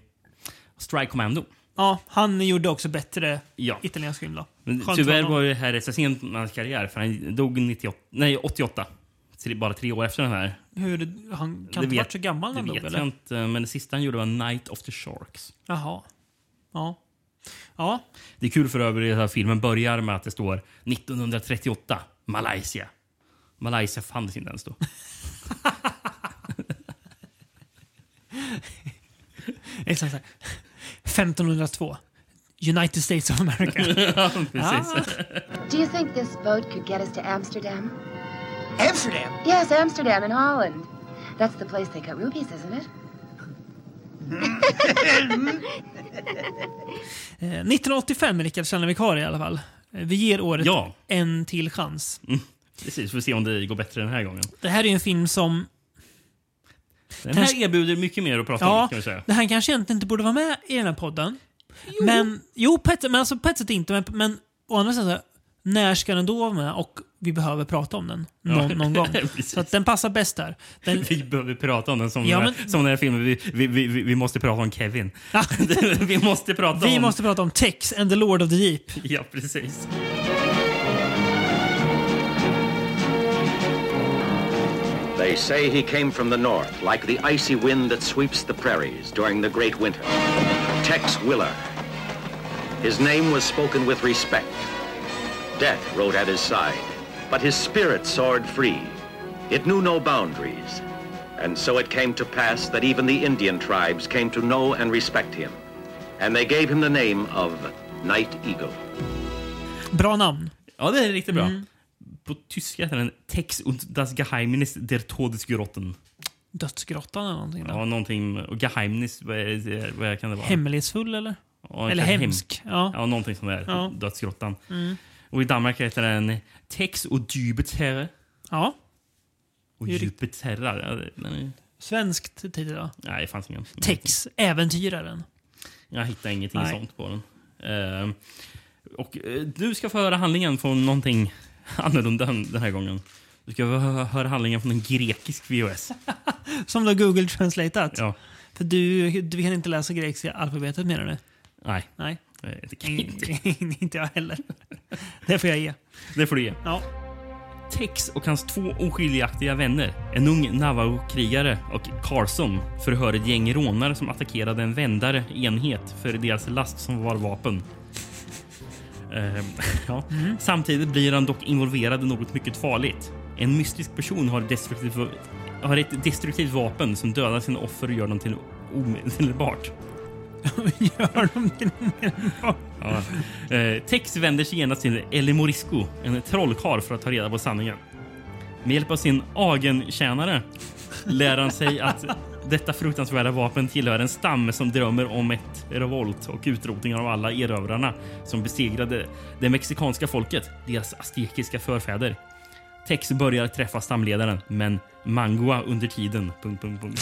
[SPEAKER 2] Strike Commando.
[SPEAKER 1] ja, han gjorde också bättre
[SPEAKER 2] Ja.
[SPEAKER 1] italiensk film då.
[SPEAKER 2] Men
[SPEAKER 1] Skönt för
[SPEAKER 2] tyvärr
[SPEAKER 1] honom.
[SPEAKER 2] var det här rätt så sent i hans karriär, för han dog 98, nej, 88. Så det är Bara tre år efter den här.
[SPEAKER 1] Hur, han kan
[SPEAKER 2] Det
[SPEAKER 1] inte
[SPEAKER 2] vet-
[SPEAKER 1] varit så gammal när
[SPEAKER 2] Det
[SPEAKER 1] han dog
[SPEAKER 2] vet
[SPEAKER 1] eller?
[SPEAKER 2] jag inte, men det sista han gjorde var Night of the Sharks.
[SPEAKER 1] Jaha. Ja. Ja.
[SPEAKER 2] Det är kul för övrigt att den här filmen börjar med att det står 1938, Malaysia. Malaysia fanns inte ens då.
[SPEAKER 1] Exakt så här. 1502. United States of America.
[SPEAKER 2] Ja, Precis.
[SPEAKER 11] Do you think this boat could get us to Amsterdam?
[SPEAKER 9] Amsterdam?
[SPEAKER 11] Yes, Amsterdam in Holland. That's the place they cut rubies, isn't it?
[SPEAKER 1] Eh, 1985, Rickard Sandevik har i alla fall. Eh, Vi ger året
[SPEAKER 2] Ja.
[SPEAKER 1] en till chans.
[SPEAKER 2] Precis, får vi se om det går bättre den här gången.
[SPEAKER 1] Det här är ju en film som...
[SPEAKER 2] Den här erbjuder mycket mer att prata om
[SPEAKER 1] Ja,
[SPEAKER 2] kan vi säga.
[SPEAKER 1] det här kanske egentligen inte borde vara med i den här podden. Men, jo, på ett, men alltså på ett sätt inte. Men, men å andra sidan, så här, när ska den då vara med? Och vi behöver prata om den någon, någon gång.
[SPEAKER 2] Precis.
[SPEAKER 1] Så att den passar bäst där. Den,
[SPEAKER 2] Vi behöver prata om den som,
[SPEAKER 1] Ja,
[SPEAKER 2] den här,
[SPEAKER 1] men-
[SPEAKER 2] som den här filmen. Vi, vi, vi, vi vi måste prata om Kevin.
[SPEAKER 1] Ja.
[SPEAKER 2] vi måste prata
[SPEAKER 1] vi
[SPEAKER 2] om...
[SPEAKER 1] måste prata om Tex and the Lord of the Jeep.
[SPEAKER 2] Ja, precis.
[SPEAKER 12] They say he came from the north, like the icy wind that sweeps the prairies during the great winter. Tex Willer. His name was spoken with respect. Death rode at his side, but his spirit soared free. It knew no boundaries. And so it came to pass that even the Indian tribes came to know and respect him. And they gave him the name of Night Eagle.
[SPEAKER 1] Bra namn.
[SPEAKER 2] Ja, det är riktigt bra.
[SPEAKER 1] Mm.
[SPEAKER 2] På tyska heter den Tex und das Geheimnis der Todesgrotten.
[SPEAKER 1] Dödsgrottan eller någonting. där.
[SPEAKER 2] Ja, någonting... Och Geheimnis, vad, är det, vad kan det vara?
[SPEAKER 1] Hemlighetsfull eller?
[SPEAKER 2] Ja,
[SPEAKER 1] eller
[SPEAKER 2] kanske
[SPEAKER 1] hemsk.
[SPEAKER 2] hem-
[SPEAKER 1] Ja.
[SPEAKER 2] ja, någonting sånt där.
[SPEAKER 1] Ja.
[SPEAKER 2] Dödsgrottan.
[SPEAKER 1] Mm.
[SPEAKER 2] Och i Danmark heter den Tex och Dybets herre.
[SPEAKER 1] Ja.
[SPEAKER 2] Och
[SPEAKER 1] Det är riktigt.
[SPEAKER 2] Djupets herrar. Ja, det- den är-
[SPEAKER 1] Svenskt titel då.
[SPEAKER 2] Nej, det fanns ingen.
[SPEAKER 1] Tex, Äventyraren.
[SPEAKER 2] Jag hittade ingenting
[SPEAKER 1] Nej.
[SPEAKER 2] sånt på den. Ehm, och eh, du ska få höra handlingen från någonting annorlunda den den här gången. Du ska få hö- höra handlingen från en grekisk VHS.
[SPEAKER 1] Som du har Google translateat.
[SPEAKER 2] Ja.
[SPEAKER 1] För du, du kan inte läsa grekiska alfabetet menar du?
[SPEAKER 2] Nej,
[SPEAKER 1] Nej.
[SPEAKER 2] eh, det kan jag inte.
[SPEAKER 1] inte jag heller. Det får jag ge.
[SPEAKER 2] Det får du ge.
[SPEAKER 1] Ja.
[SPEAKER 2] Tex och hans två oskiljaktiga vänner, en ung Navajo-krigare och Carson, förhör ett gäng rånare som attackerade en vändare enhet för deras last som var vapen. Ehm, ja.
[SPEAKER 1] Mm.
[SPEAKER 2] Samtidigt blir han dock involverad i något mycket farligt. En mystisk person har, destruktiv, har ett destruktivt vapen som dödar sina offer och gör dem till omedelbart.
[SPEAKER 1] Gör de det?
[SPEAKER 2] Ja. Eh, Tex vänder sig genast till Eli Morisco, en trollkarl, för att ta reda på sanningen. Med hjälp av sin agentjänare lär han sig att detta fruktansvärda vapen tillhör en stam som drömmer om ett revolt och utrotning av alla erövrarna som besegrade det mexikanska folket, deras aztekiska förfäder. Tex börjar träffa stamledaren, men Mangua under tiden... Punkt, punkt, punkt.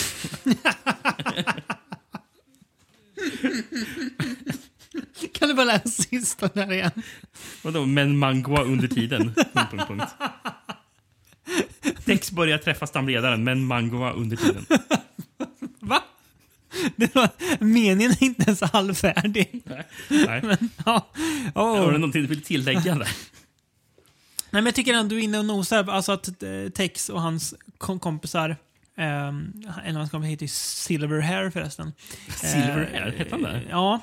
[SPEAKER 1] Kan du bara läsa sista där igen?
[SPEAKER 2] Vadå, men Mangua under tiden? punkt, punkt, punkt. Tex börjar träffa stamledaren, men Mangua under tiden.
[SPEAKER 1] Va? Det var, meningen är inte ens halvfärdig.
[SPEAKER 2] Nej.
[SPEAKER 1] Men, ja. oh.
[SPEAKER 2] Har du någonting du vill tillägga där?
[SPEAKER 1] Nej, men jag tycker ändå du är inne och nosar. Alltså att eh, Tex och hans kom kompisar ehm, en av hans kompisar heter ju Silverhair förresten.
[SPEAKER 2] Silverhair,
[SPEAKER 1] Eh,
[SPEAKER 2] hette han det?
[SPEAKER 1] Ja.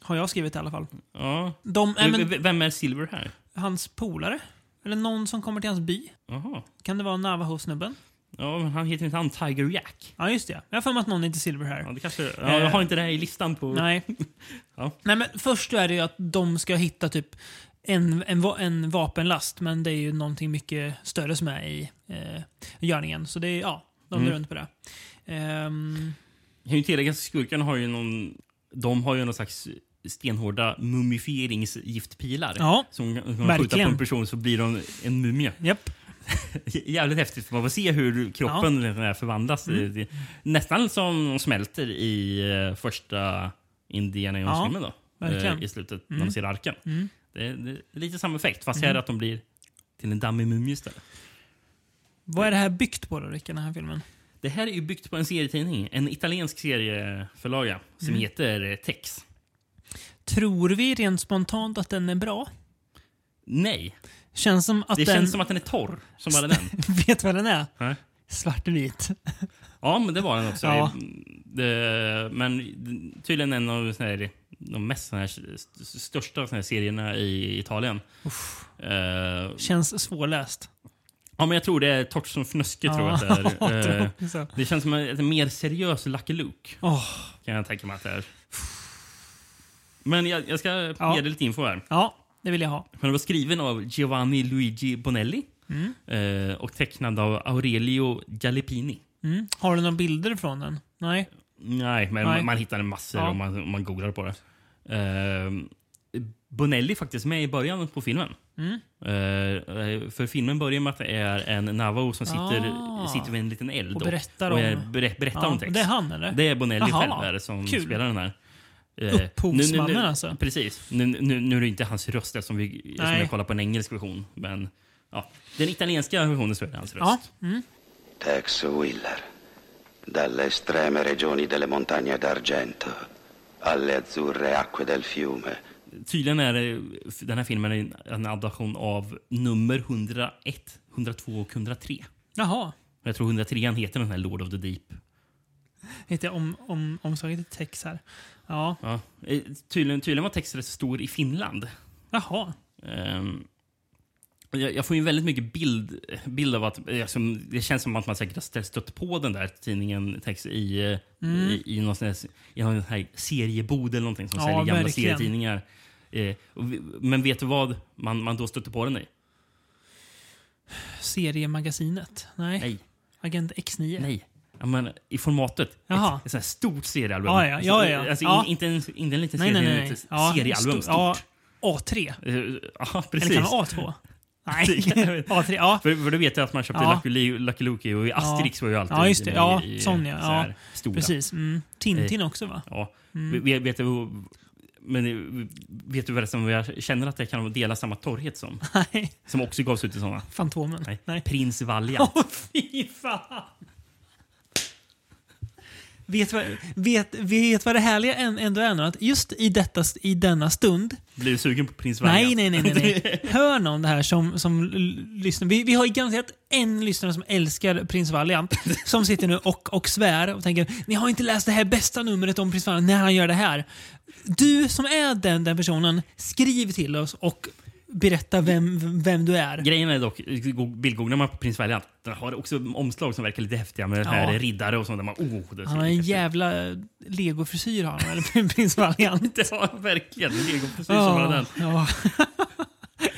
[SPEAKER 1] Har jag skrivit i alla fall.
[SPEAKER 2] Ja.
[SPEAKER 1] De, nej,
[SPEAKER 2] V-
[SPEAKER 1] men-
[SPEAKER 2] v- Vem är Silver här?
[SPEAKER 1] Hans polare? Eller någon som kommer till hans by?
[SPEAKER 2] Jaha.
[SPEAKER 1] Kan det vara Navajo-snubben?
[SPEAKER 2] Ja, men han heter inte han Tiger Jack?
[SPEAKER 1] Ja, just det. Jag har för mig att någon heter Silverhair.
[SPEAKER 2] Ja, det kanske, ja, jag har inte det här i listan på...
[SPEAKER 1] Eh, Nej.
[SPEAKER 2] Ja.
[SPEAKER 1] Nej, men först är det ju att de ska hitta typ en, en, va- en vapenlast, men det är ju någonting mycket större som är i eh, görningen. Så det är, ja, de går
[SPEAKER 2] Mm.
[SPEAKER 1] runt på det. Ehm,
[SPEAKER 2] Jag kan ju tillägga att skurkarna har ju någon... De har ju någon slags stenhårda mumifieringsgiftpilar.
[SPEAKER 1] Ja,
[SPEAKER 2] Som kan- kan man skjuta på
[SPEAKER 1] verkligen.
[SPEAKER 2] en person så blir de en mumie.
[SPEAKER 1] Japp.
[SPEAKER 2] Jävligt häftigt. för Man får se hur kroppen ja. förvandlas.
[SPEAKER 1] Mm.
[SPEAKER 2] Det- Nästan som de smälter i eh, första Indiana Jones-filmen.
[SPEAKER 1] Ja,
[SPEAKER 2] då,
[SPEAKER 1] verkligen.
[SPEAKER 2] eh, I slutet när
[SPEAKER 1] Mm.
[SPEAKER 2] de ser arken.
[SPEAKER 1] Mm.
[SPEAKER 2] Det, är- det är lite samma effekt fast här
[SPEAKER 1] Mm.
[SPEAKER 2] är att de blir till en dammig mumie istället.
[SPEAKER 1] vad är det här byggt på då, Rickard, den här filmen?
[SPEAKER 2] Det här är ju byggt på en serietidning. En italiensk serieförlaga som
[SPEAKER 1] Mm.
[SPEAKER 2] heter eh, Tex.
[SPEAKER 1] Tror vi rent spontant att den är bra?
[SPEAKER 2] Nej.
[SPEAKER 1] Känns som att
[SPEAKER 2] det
[SPEAKER 1] den...
[SPEAKER 2] känns som att den är torr, som bara den.
[SPEAKER 1] Vet vad den är?
[SPEAKER 2] Nej.
[SPEAKER 1] Svartvit.
[SPEAKER 2] Ja, men det var den också. Mm,
[SPEAKER 1] Ja.
[SPEAKER 2] Det, men tydligen en av såna här, de mest såna här, st- största såna här serierna i Italien. Eh,
[SPEAKER 1] Känns svårläst.
[SPEAKER 2] ja, men jag tror det är torrt som fnöske. Tror jag
[SPEAKER 1] Ja,
[SPEAKER 2] att det,
[SPEAKER 1] jag tror
[SPEAKER 2] är. Eh,
[SPEAKER 1] också.
[SPEAKER 2] det känns som en mer seriös Lucky Luke.
[SPEAKER 1] Åh.
[SPEAKER 2] Kan jag tänka mig att det är. Men jag, jag ska
[SPEAKER 1] Ja.
[SPEAKER 2] ge dig lite info här.
[SPEAKER 1] Ja, det vill jag ha.
[SPEAKER 2] Den var skriven av Giovanni Luigi Bonelli
[SPEAKER 1] Mm.
[SPEAKER 2] eh, och tecknad av Aurelio Gallipini.
[SPEAKER 1] Mm. Har du några bilder från den? Nej?
[SPEAKER 2] Nej, men
[SPEAKER 1] Nej.
[SPEAKER 2] man hittar massor
[SPEAKER 1] Ja.
[SPEAKER 2] om, man, om man googlar på det. Ehm, Bonelli är faktiskt med i början på filmen.
[SPEAKER 1] Mm.
[SPEAKER 2] Eh, för filmen börjar med att det är en Navajo som sitter,
[SPEAKER 1] Ah.
[SPEAKER 2] sitter vid en liten eld
[SPEAKER 1] Och berättar
[SPEAKER 2] och är-
[SPEAKER 1] om-
[SPEAKER 2] berä, berättar
[SPEAKER 1] Ja,
[SPEAKER 2] om text.
[SPEAKER 1] det är han, eller?
[SPEAKER 2] Det är Bonelli
[SPEAKER 1] Jaha,
[SPEAKER 2] själv där som
[SPEAKER 1] kul.
[SPEAKER 2] spelar den här. Eh,
[SPEAKER 1] Upphovsmannen,
[SPEAKER 2] nu, nu, nu,
[SPEAKER 1] alltså.
[SPEAKER 2] Precis. Nu, nu, nu är det inte hans röst eftersom vi som
[SPEAKER 1] Nej.
[SPEAKER 2] jag kollar på en engelsk version. Men ja, den italienska versionen så är det hans röst.
[SPEAKER 1] Ja. Mm.
[SPEAKER 13] Tex Wheeler, dalle estreme regioni delle montagne d'argento alle azzurre acque del fiume.
[SPEAKER 2] Tydligen är det, den här filmen en, en adaption av nummer 101, 102 och 103.
[SPEAKER 1] Jaha.
[SPEAKER 2] Jag tror 103 heter den här Lord of the Deep.
[SPEAKER 1] Vet jag om, om, omslaget i text här. Ja.
[SPEAKER 2] Ja. Eh, Tydligen, tydligen var texten rätt stor i Finland.
[SPEAKER 1] Jaha.
[SPEAKER 2] Ehm, och jag, jag får ju väldigt mycket bild, bild av att... eh, Som, det känns som att man säkert har stött- stött på den där tidningen text i, eh,
[SPEAKER 1] Mm.
[SPEAKER 2] i, i någon sån här, i någon sån här seriebod eller någonting som
[SPEAKER 1] Ja,
[SPEAKER 2] säljer gamla
[SPEAKER 1] verkligen.
[SPEAKER 2] serietidningar. Eh, och vi- men vet du vad man, man då stötte på den i?
[SPEAKER 1] Seriemagasinet? Nej.
[SPEAKER 2] Nej.
[SPEAKER 1] Agent X9?
[SPEAKER 2] Nej. Ja, men I formatet.
[SPEAKER 1] Jaha.
[SPEAKER 2] Ett, ett sånt här stort seriealbum.
[SPEAKER 1] Ja, ja, ja, ja.
[SPEAKER 2] Alltså, alltså,
[SPEAKER 1] Ja.
[SPEAKER 2] in- Inte, en, inte en liten
[SPEAKER 1] Nej, nej,
[SPEAKER 2] serie,
[SPEAKER 1] nej.
[SPEAKER 2] utan ett
[SPEAKER 1] Ja,
[SPEAKER 2] seriealbum.
[SPEAKER 1] stor- ja,
[SPEAKER 2] Stort.
[SPEAKER 1] A3.
[SPEAKER 2] Eh, Ja, precis.
[SPEAKER 1] Eller kan det vara A2? Nej. A3, ja.
[SPEAKER 2] För, för du vet jag att man köpte
[SPEAKER 1] Ja.
[SPEAKER 2] Lucky, Lu- Lucky Luke och i Asterix
[SPEAKER 1] ja.
[SPEAKER 2] var ju alltid
[SPEAKER 1] Ja, just det.
[SPEAKER 2] i-
[SPEAKER 1] Ja,
[SPEAKER 2] i- eh,
[SPEAKER 1] sån ja.
[SPEAKER 2] så här
[SPEAKER 1] ja.
[SPEAKER 2] stora.
[SPEAKER 1] Precis. Mm. Tintin
[SPEAKER 2] Eh,
[SPEAKER 1] också va?
[SPEAKER 2] Ja.
[SPEAKER 1] Mm.
[SPEAKER 2] Vi- vi- Vet du men eh, vet du vad som jag känner att jag kan dela samma torrhet som?
[SPEAKER 1] Nej.
[SPEAKER 2] Som också gavs ut i såna.
[SPEAKER 1] Fantomen?
[SPEAKER 2] Nej. Prins Valiant.
[SPEAKER 1] Åh, fy fan! Vet vad, vet, vet vad det härliga än- ändå är nu? Att just i, detta, i denna stund
[SPEAKER 2] Blir du sugen på Prins
[SPEAKER 1] Nej,
[SPEAKER 2] Valiant?
[SPEAKER 1] nej, nej. nej, nej. Hör någon det här som, som l- lyssnar? Vi, vi har ju garanterat en lyssnare som älskar Prins Valiant som sitter nu och, och svär och tänker ni har inte läst det här bästa numret om Prins Valiant när han gör det här. Du som är den, den personen, skriv till oss och berätta vem, vem du är.
[SPEAKER 2] Grejen är dock, bildgooglar man på Prins Valiant, den har också omslag som verkar lite häftiga med
[SPEAKER 1] Ja.
[SPEAKER 2] här riddare och sånt. Där man, oh, det
[SPEAKER 1] Han har en jävla legofrisyr har han, eller Prins Valiant.
[SPEAKER 2] det var verkligen legofrisyr som
[SPEAKER 1] Ja,
[SPEAKER 2] var den.
[SPEAKER 1] ja.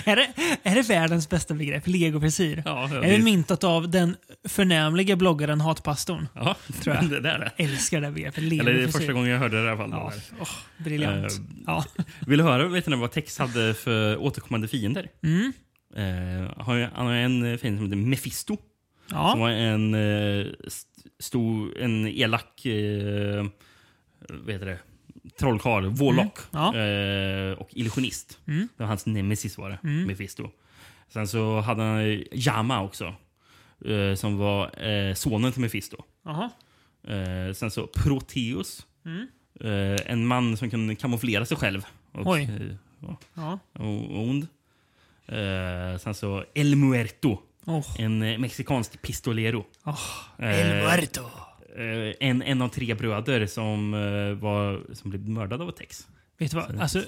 [SPEAKER 1] Är det, är det världens bästa begrepp? Legofrisyr?
[SPEAKER 2] Ja,
[SPEAKER 1] är
[SPEAKER 2] det-
[SPEAKER 1] det myntat av den förnämliga bloggaren Hatpastorn?
[SPEAKER 2] Ja,
[SPEAKER 1] tror jag.
[SPEAKER 2] det där är det.
[SPEAKER 1] Älskar det här begreppet.
[SPEAKER 2] Eller det är
[SPEAKER 1] legofrisyr.
[SPEAKER 2] första gången jag hörde det i alla fall.
[SPEAKER 1] Ja,
[SPEAKER 2] Det där.
[SPEAKER 1] åh, briljant.
[SPEAKER 2] Eh,
[SPEAKER 1] Ja.
[SPEAKER 2] Vill du höra vet ni, vad Tex hade för återkommande fiender?
[SPEAKER 1] Mm.
[SPEAKER 2] Eh, han har ju- han har en fiende som heter Mephisto.
[SPEAKER 1] Ja.
[SPEAKER 2] Som var en, eh, st- stor, en elak eh, vad heter det? trollkarl, Warlock
[SPEAKER 1] Mm,
[SPEAKER 2] eh, och illusionist.
[SPEAKER 1] Mm.
[SPEAKER 2] Det var hans nemesis var det,
[SPEAKER 1] Mm.
[SPEAKER 2] Mephisto. Sen så hade han Jama också. Eh, som var eh, sonen till Mephisto.
[SPEAKER 1] Jaha.
[SPEAKER 2] Eh, sen så Proteus.
[SPEAKER 1] Mm.
[SPEAKER 2] Eh, en man som kan kamouflera sig själv. Och,
[SPEAKER 1] Oj.
[SPEAKER 2] eh, ja.
[SPEAKER 1] Ja.
[SPEAKER 2] Och, och ond. Eh, sen så El Muerto.
[SPEAKER 1] Oh.
[SPEAKER 2] En eh, mexikansk pistolero.
[SPEAKER 1] Oh, El Muerto.
[SPEAKER 2] eh, en, en av tre bröder som, eh, var, som blev mördad av Tex.
[SPEAKER 1] Vet du
[SPEAKER 2] Så
[SPEAKER 1] vad?
[SPEAKER 2] det-
[SPEAKER 1] Alltså,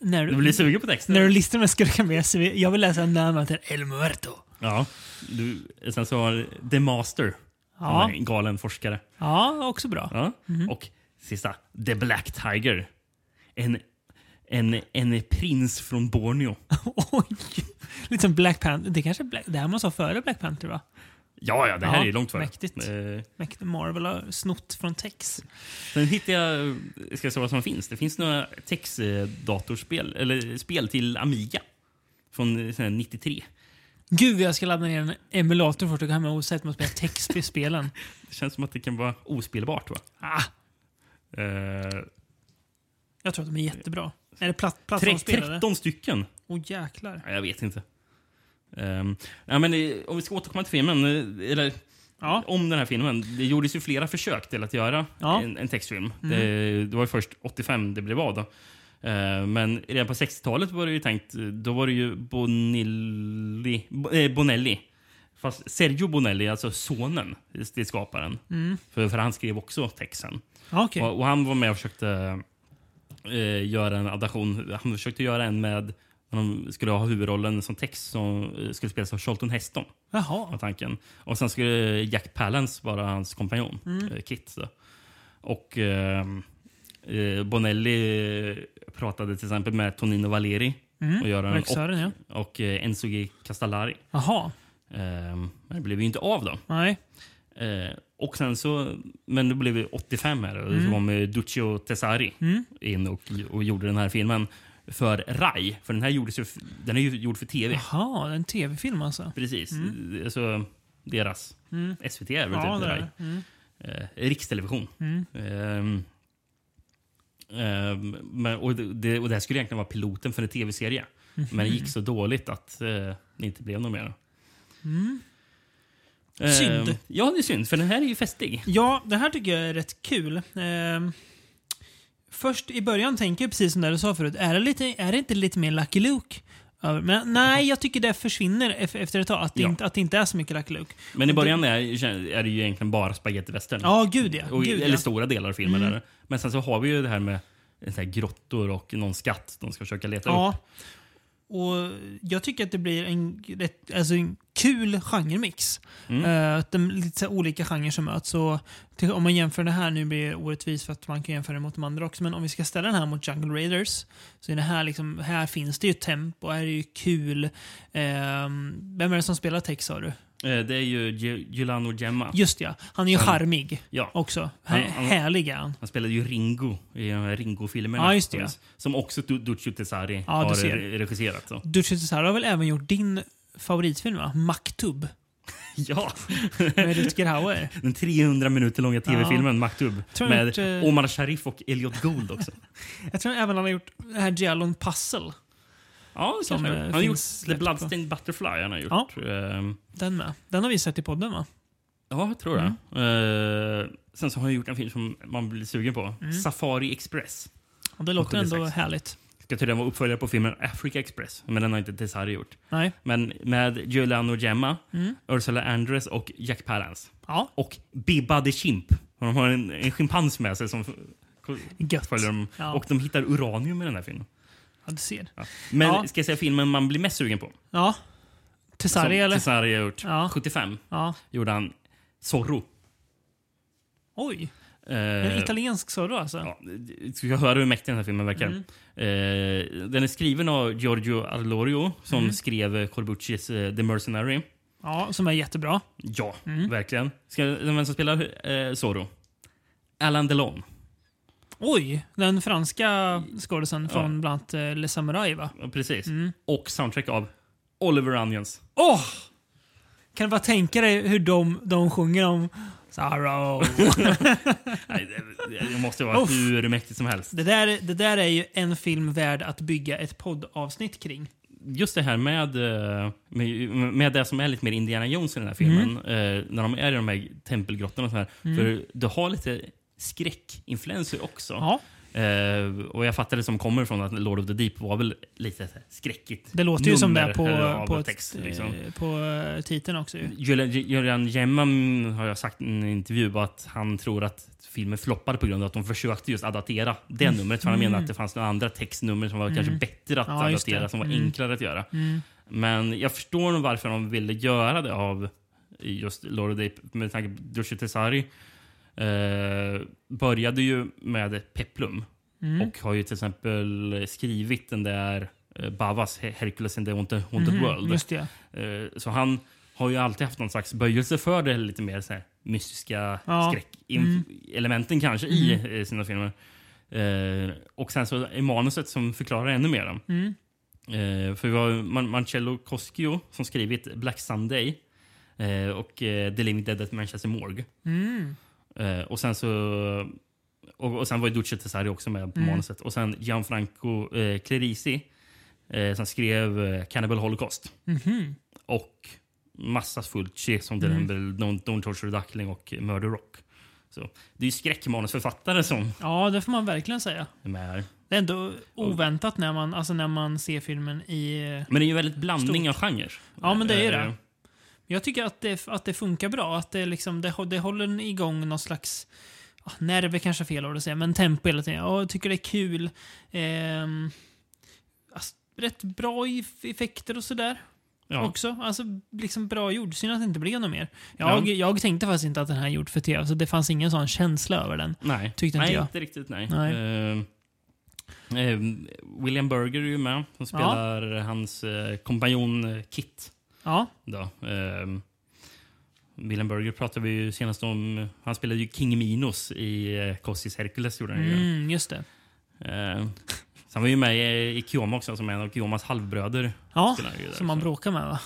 [SPEAKER 1] när du,
[SPEAKER 2] Du blir sugen på texten.
[SPEAKER 1] När du listar med skurkar med så vill- jag vill läsa namnet till El Muerto.
[SPEAKER 2] Ja. Du, sen så har The Master.
[SPEAKER 1] Ja.
[SPEAKER 2] En galen forskare.
[SPEAKER 1] Ja, också bra.
[SPEAKER 2] Ja.
[SPEAKER 1] Mhm.
[SPEAKER 2] Och sista, The Black Tiger. En, en, en prins från Borneo.
[SPEAKER 1] Lite som Black Panther. Det kanske är Black, det här måste vara före Black Panther va?
[SPEAKER 2] Ja, ja, det här är ju långt före.
[SPEAKER 1] Mäktigt.
[SPEAKER 2] Eh.
[SPEAKER 1] Mäktigt. Marvel har snott från Tex.
[SPEAKER 2] Sen hittade jag, ska jag säga vad som finns, det finns några Tex-datorspel, eller spel till Amiga. Från eh, sån här 93.
[SPEAKER 1] Gud, vad jag ska ladda ner en emulator för att gå hem och sätta mig och spela Tex i spelen.
[SPEAKER 2] Det känns som att det kan vara ospelbart va?
[SPEAKER 1] Ah,
[SPEAKER 2] Eh,
[SPEAKER 1] jag tror att de är jättebra. Är det platt,
[SPEAKER 2] tre-
[SPEAKER 1] plattformsspel? eller?
[SPEAKER 2] 13 stycken.
[SPEAKER 1] Åh jäklar.
[SPEAKER 2] Ja, jag vet inte. Ehm, ja, men, eh, om vi ska återkomma till filmen, eh, eller om den här filmen. Det gjordes ju flera försök till att göra
[SPEAKER 1] Ja.
[SPEAKER 2] en, en textfilm.
[SPEAKER 1] Mm.
[SPEAKER 2] Det, det var ju först 85 det blev av. Då. Eh, men redan på 60-talet var det ju tänkt, eh, då var det ju Bonelli, Bo- eh, Bonelli. Fast Sergio Bonelli, alltså sonen till skaparen.
[SPEAKER 1] Mm.
[SPEAKER 2] För, för han skrev också texten.
[SPEAKER 1] Ja, okej.
[SPEAKER 2] Och, och han var med och försökte eh, göra en adaption. Han försökte göra en med när de skulle ha huvudrollen som text som eh, skulle spelas av Charlton Heston.
[SPEAKER 1] Jaha.
[SPEAKER 2] Var tanken. Och sen skulle Jack Palance vara hans kompanjon,
[SPEAKER 1] Mm.
[SPEAKER 2] eh, Kit. Så. Och eh, eh, Bonelli eh, pratade till exempel med Tonino Valeri.
[SPEAKER 1] Mm,
[SPEAKER 2] Och, göra en,
[SPEAKER 1] regissören,
[SPEAKER 2] och, och eh, Enzo G. Castellari.
[SPEAKER 1] Jaha.
[SPEAKER 2] Ehm, men det blev ju inte av då.
[SPEAKER 1] Nej.
[SPEAKER 2] Eh, och sen så, men det blev ju 85 här och
[SPEAKER 1] Mm.
[SPEAKER 2] så kom eh, Duccio Tessari
[SPEAKER 1] Mm.
[SPEAKER 2] in och, och gjorde den här filmen för Rai. För den här gjordes ju, f- den är ju gjord för tv.
[SPEAKER 1] Jaha, en tv-film alltså?
[SPEAKER 2] Precis.
[SPEAKER 1] Ah. Mm.
[SPEAKER 2] Alltså, deras
[SPEAKER 1] Mm.
[SPEAKER 2] SVT är väl
[SPEAKER 1] Ja,
[SPEAKER 2] typ
[SPEAKER 1] det är
[SPEAKER 2] Rai.
[SPEAKER 1] det. Mm.
[SPEAKER 2] Eh, Rikstelevision.
[SPEAKER 1] Mm.
[SPEAKER 2] Ehm, ehm, men, och, det, och det här skulle egentligen vara piloten för en tv-serie. Men det gick så dåligt att eh, det inte blev något mer.
[SPEAKER 1] Mm.
[SPEAKER 2] Ehm,
[SPEAKER 1] Synd.
[SPEAKER 2] ja, det är synd. För den här är ju festig.
[SPEAKER 1] Ja, det här tycker jag är rätt kul. Ehm, först i början tänker jag precis som det du sa förut, är det, lite, är det inte lite mer Lucky Luke? över- Men nej, jag tycker det försvinner ef- efter ett tag. Att det,
[SPEAKER 2] Ja.
[SPEAKER 1] inte, att det inte är så mycket Lucky Luke.
[SPEAKER 2] Men i
[SPEAKER 1] Och
[SPEAKER 2] början är, är det ju egentligen bara spagettivästern.
[SPEAKER 1] Ja, gud ja.
[SPEAKER 2] Och,
[SPEAKER 1] Gud,
[SPEAKER 2] eller
[SPEAKER 1] ja.
[SPEAKER 2] stora delar av filmen.
[SPEAKER 1] Mm.
[SPEAKER 2] Är det. Men sen så har vi ju det här med eh, så här grottor och någon skatt de ska försöka leta
[SPEAKER 1] Ja.
[SPEAKER 2] upp.
[SPEAKER 1] Och jag tycker att det blir en, rätt, alltså en kul genremix.
[SPEAKER 2] Mm.
[SPEAKER 1] Eh, att de, lite så här olika genrer som möts. Så, till, om man jämför det här, nu blir det orättvist för att man kan jämföra det mot de andra också, men om vi ska ställa den här mot Jungle Raiders, så är det här, liksom, här finns det ju tempo, här är det ju kul. Eh, vem är det som spelar Tex sa du?
[SPEAKER 2] Eh, Det är ju Gi- Giuliano Gemma.
[SPEAKER 1] Just ja, han är ju
[SPEAKER 2] Han-
[SPEAKER 1] charmig
[SPEAKER 2] Ja.
[SPEAKER 1] också.
[SPEAKER 2] Han-
[SPEAKER 1] Här-
[SPEAKER 2] han-
[SPEAKER 1] Härlig är han.
[SPEAKER 2] Han spelade ju Ringo i de här Ringo-filmerna.
[SPEAKER 1] Ja, just det, ja.
[SPEAKER 2] Som också Du- Duccio Tessari
[SPEAKER 1] Ja, du
[SPEAKER 2] har
[SPEAKER 1] ser.
[SPEAKER 2] re- regisserat. Så.
[SPEAKER 1] Duccio Cesaro har väl även gjort din favoritfilm va? Maktub?
[SPEAKER 2] Ja.
[SPEAKER 1] Med Rutger Hauer.
[SPEAKER 2] Den 300 minuter långa tv-filmen
[SPEAKER 1] Ja.
[SPEAKER 2] Maktub
[SPEAKER 1] Tror
[SPEAKER 2] med
[SPEAKER 1] inte-
[SPEAKER 2] Omar Sharif och Elliot Gould också.
[SPEAKER 1] Jag tror även han har gjort det här Giallon Puzzle.
[SPEAKER 2] Ja,
[SPEAKER 1] Som,
[SPEAKER 2] som,
[SPEAKER 1] eh,
[SPEAKER 2] han har gjort
[SPEAKER 1] finns
[SPEAKER 2] The
[SPEAKER 1] släppt på-
[SPEAKER 2] Bloodstained Butterfly. Han har gjort. Ehm,
[SPEAKER 1] Den med. Den har vi sett i podden va?
[SPEAKER 2] Ja, jag tror det.
[SPEAKER 1] Mm.
[SPEAKER 2] Eh, sen så har jag gjort en film som man blir sugen på.
[SPEAKER 1] Mm.
[SPEAKER 2] Safari Express.
[SPEAKER 1] Ja, det låter ändå
[SPEAKER 2] 76.
[SPEAKER 1] härligt.
[SPEAKER 2] Ska tydligen vara uppföljare på filmen Africa Express, men den har inte Tessari gjort.
[SPEAKER 1] Nej.
[SPEAKER 2] Men med Giuliano Gemma,
[SPEAKER 1] Mm.
[SPEAKER 2] Ursula Andress och Jack Palance.
[SPEAKER 1] Ja.
[SPEAKER 2] Och Bibba the Chimp. Och De har en, en schimpans med sig som f-
[SPEAKER 1] Gött.
[SPEAKER 2] följer dem.
[SPEAKER 1] Ja.
[SPEAKER 2] Och de hittar uranium i den här filmen.
[SPEAKER 1] Ja, du ser.
[SPEAKER 2] Ja. Men
[SPEAKER 1] Ja.
[SPEAKER 2] ska jag säga filmen man blir mest sugen på?
[SPEAKER 1] Ja. Tessari
[SPEAKER 2] Som
[SPEAKER 1] eller?
[SPEAKER 2] Tessari har gjort.
[SPEAKER 1] Ja.
[SPEAKER 2] 75
[SPEAKER 1] Ja.
[SPEAKER 2] gjorde han Zorro.
[SPEAKER 1] Oj. En italiensk sa du alltså?
[SPEAKER 2] Eh. Ja, ska jag höra hur mäktig den här filmen verkar.
[SPEAKER 1] Mm.
[SPEAKER 2] Eh, den är skriven av Giorgio Arlorio som
[SPEAKER 1] Mm.
[SPEAKER 2] skrev eh, Corbuccis eh, The Mercenary.
[SPEAKER 1] Ja, som är jättebra.
[SPEAKER 2] Ja,
[SPEAKER 1] Mm.
[SPEAKER 2] verkligen. Ska, vem som spelar eh, Zorro? Alain Delon.
[SPEAKER 1] Oj, den franska skådisen från bland annat eh, Les Samurai va?
[SPEAKER 2] Ja, Precis.
[SPEAKER 1] Mm.
[SPEAKER 2] Och soundtrack av Oliver Onions.
[SPEAKER 1] Åh! Kan du bara tänka dig hur de, de sjunger om Sorrow?
[SPEAKER 2] Nej, det, Eh, det måste vara
[SPEAKER 1] Uff.
[SPEAKER 2] hur mäktigt som helst.
[SPEAKER 1] det, där, det där är ju en film värd att bygga ett poddavsnitt kring.
[SPEAKER 2] Just det här med, eh, med, med det som är lite mer Indiana Jones i den här filmen. Eh, när de är i de här tempelgrottorna och så här.
[SPEAKER 1] Mm.
[SPEAKER 2] För det har lite skräckinfluenser också.
[SPEAKER 1] Ja.
[SPEAKER 2] Eh, och jag fattar det som kommer från att Lord of the Deep var väl lite så här skräckigt.
[SPEAKER 1] Det låter ju som det
[SPEAKER 2] nummer
[SPEAKER 1] på,
[SPEAKER 2] av
[SPEAKER 1] på, ett-
[SPEAKER 2] text. Liksom. Mm.
[SPEAKER 1] eh, på eh, titeln också. ju.
[SPEAKER 2] Julian, Julian Jemman har jag sagt i en intervju att han tror att filmen floppade på grund av att de försökte just adaptera det
[SPEAKER 1] Mm.
[SPEAKER 2] numret. För han menar
[SPEAKER 1] Mm.
[SPEAKER 2] att det fanns några andra textnummer som var
[SPEAKER 1] Mm.
[SPEAKER 2] kanske bättre att
[SPEAKER 1] Ja, just det.
[SPEAKER 2] adaptera, som var
[SPEAKER 1] Mm.
[SPEAKER 2] enklare att göra.
[SPEAKER 1] Mm.
[SPEAKER 2] Men jag förstår nog varför de ville göra det av just Lord of the Ape, med tanke på Dushi Tesari. Eh, började ju med Peplum
[SPEAKER 1] Mm.
[SPEAKER 2] och har ju till exempel skrivit den där eh, Bavas Her- Hercules in the Haunted Haunted
[SPEAKER 1] Mhm,
[SPEAKER 2] World.
[SPEAKER 1] just det.
[SPEAKER 2] Eh, Så han har ju alltid haft någon slags böjelse för det lite mer så här mystiska
[SPEAKER 1] Ja. Mm.
[SPEAKER 2] skräckelementen kanske i eh, sina filmer. Eh, och sen så är manuset som förklarar ännu mer. Dem.
[SPEAKER 1] Mm.
[SPEAKER 2] Eh, för vi har Man- Marcello Coscio som skrivit Black Sunday eh, och eh, The Living Dead at Manchester Morgue.
[SPEAKER 1] Mm.
[SPEAKER 2] Eh, och sen så... Och, och sen var ju Duce Tesari också med på
[SPEAKER 1] Mm.
[SPEAKER 2] manuset. Och sen Gianfranco eh, Clerisi eh, som skrev eh, Cannibal Holocaust.
[SPEAKER 1] Mhm.
[SPEAKER 2] Och massa Fulci som till
[SPEAKER 1] Mm.
[SPEAKER 2] exempel Don't, Don't Torture the Duckling och Murder Rock. Så, det är ju skräckmanusförfattare som
[SPEAKER 1] Ja, det får man verkligen säga.
[SPEAKER 2] är med här.
[SPEAKER 1] Det är ändå oväntat när man, alltså när man ser filmen i...
[SPEAKER 2] Men det är ju väldigt blandning av genrer.
[SPEAKER 1] Ja, men det är ju
[SPEAKER 2] Eh,
[SPEAKER 1] det. Jag tycker att det, att det funkar bra. Att det, liksom, det, hå- det håller igång någon slags... ah, Nerver kanske är fel ord att säga, men tempo hela tiden. Ja, Jag tycker det är kul. Ehm, alltså, rätt bra i- effekter och sådär.
[SPEAKER 2] Ja.
[SPEAKER 1] Också. Alltså, liksom bra gjord. Synd att det inte blev något mer. Jag,
[SPEAKER 2] Ja.
[SPEAKER 1] jag tänkte faktiskt inte att den här är gjord för tv, så det fanns ingen sån känsla över den.
[SPEAKER 2] Nej,
[SPEAKER 1] Tyckte
[SPEAKER 2] nej
[SPEAKER 1] inte jag.
[SPEAKER 2] inte riktigt. Nej.
[SPEAKER 1] Nej.
[SPEAKER 2] Eh, eh, William Burger är ju med. Som spelar hans eh, kompanjon eh, Kit.
[SPEAKER 1] Ja.
[SPEAKER 2] Då. Eh, William Burger pratade vi ju senast om. Han spelade ju King Minos i eh, Kossis Hercules. Gjorde han ju.
[SPEAKER 1] Mm, just det.
[SPEAKER 2] Eh, så han var ju med i, i Kioma också, som en av Kiomas halvbröder.
[SPEAKER 1] Ja,
[SPEAKER 2] Spelade han ju där,
[SPEAKER 1] som man
[SPEAKER 2] så.
[SPEAKER 1] bråkar med va?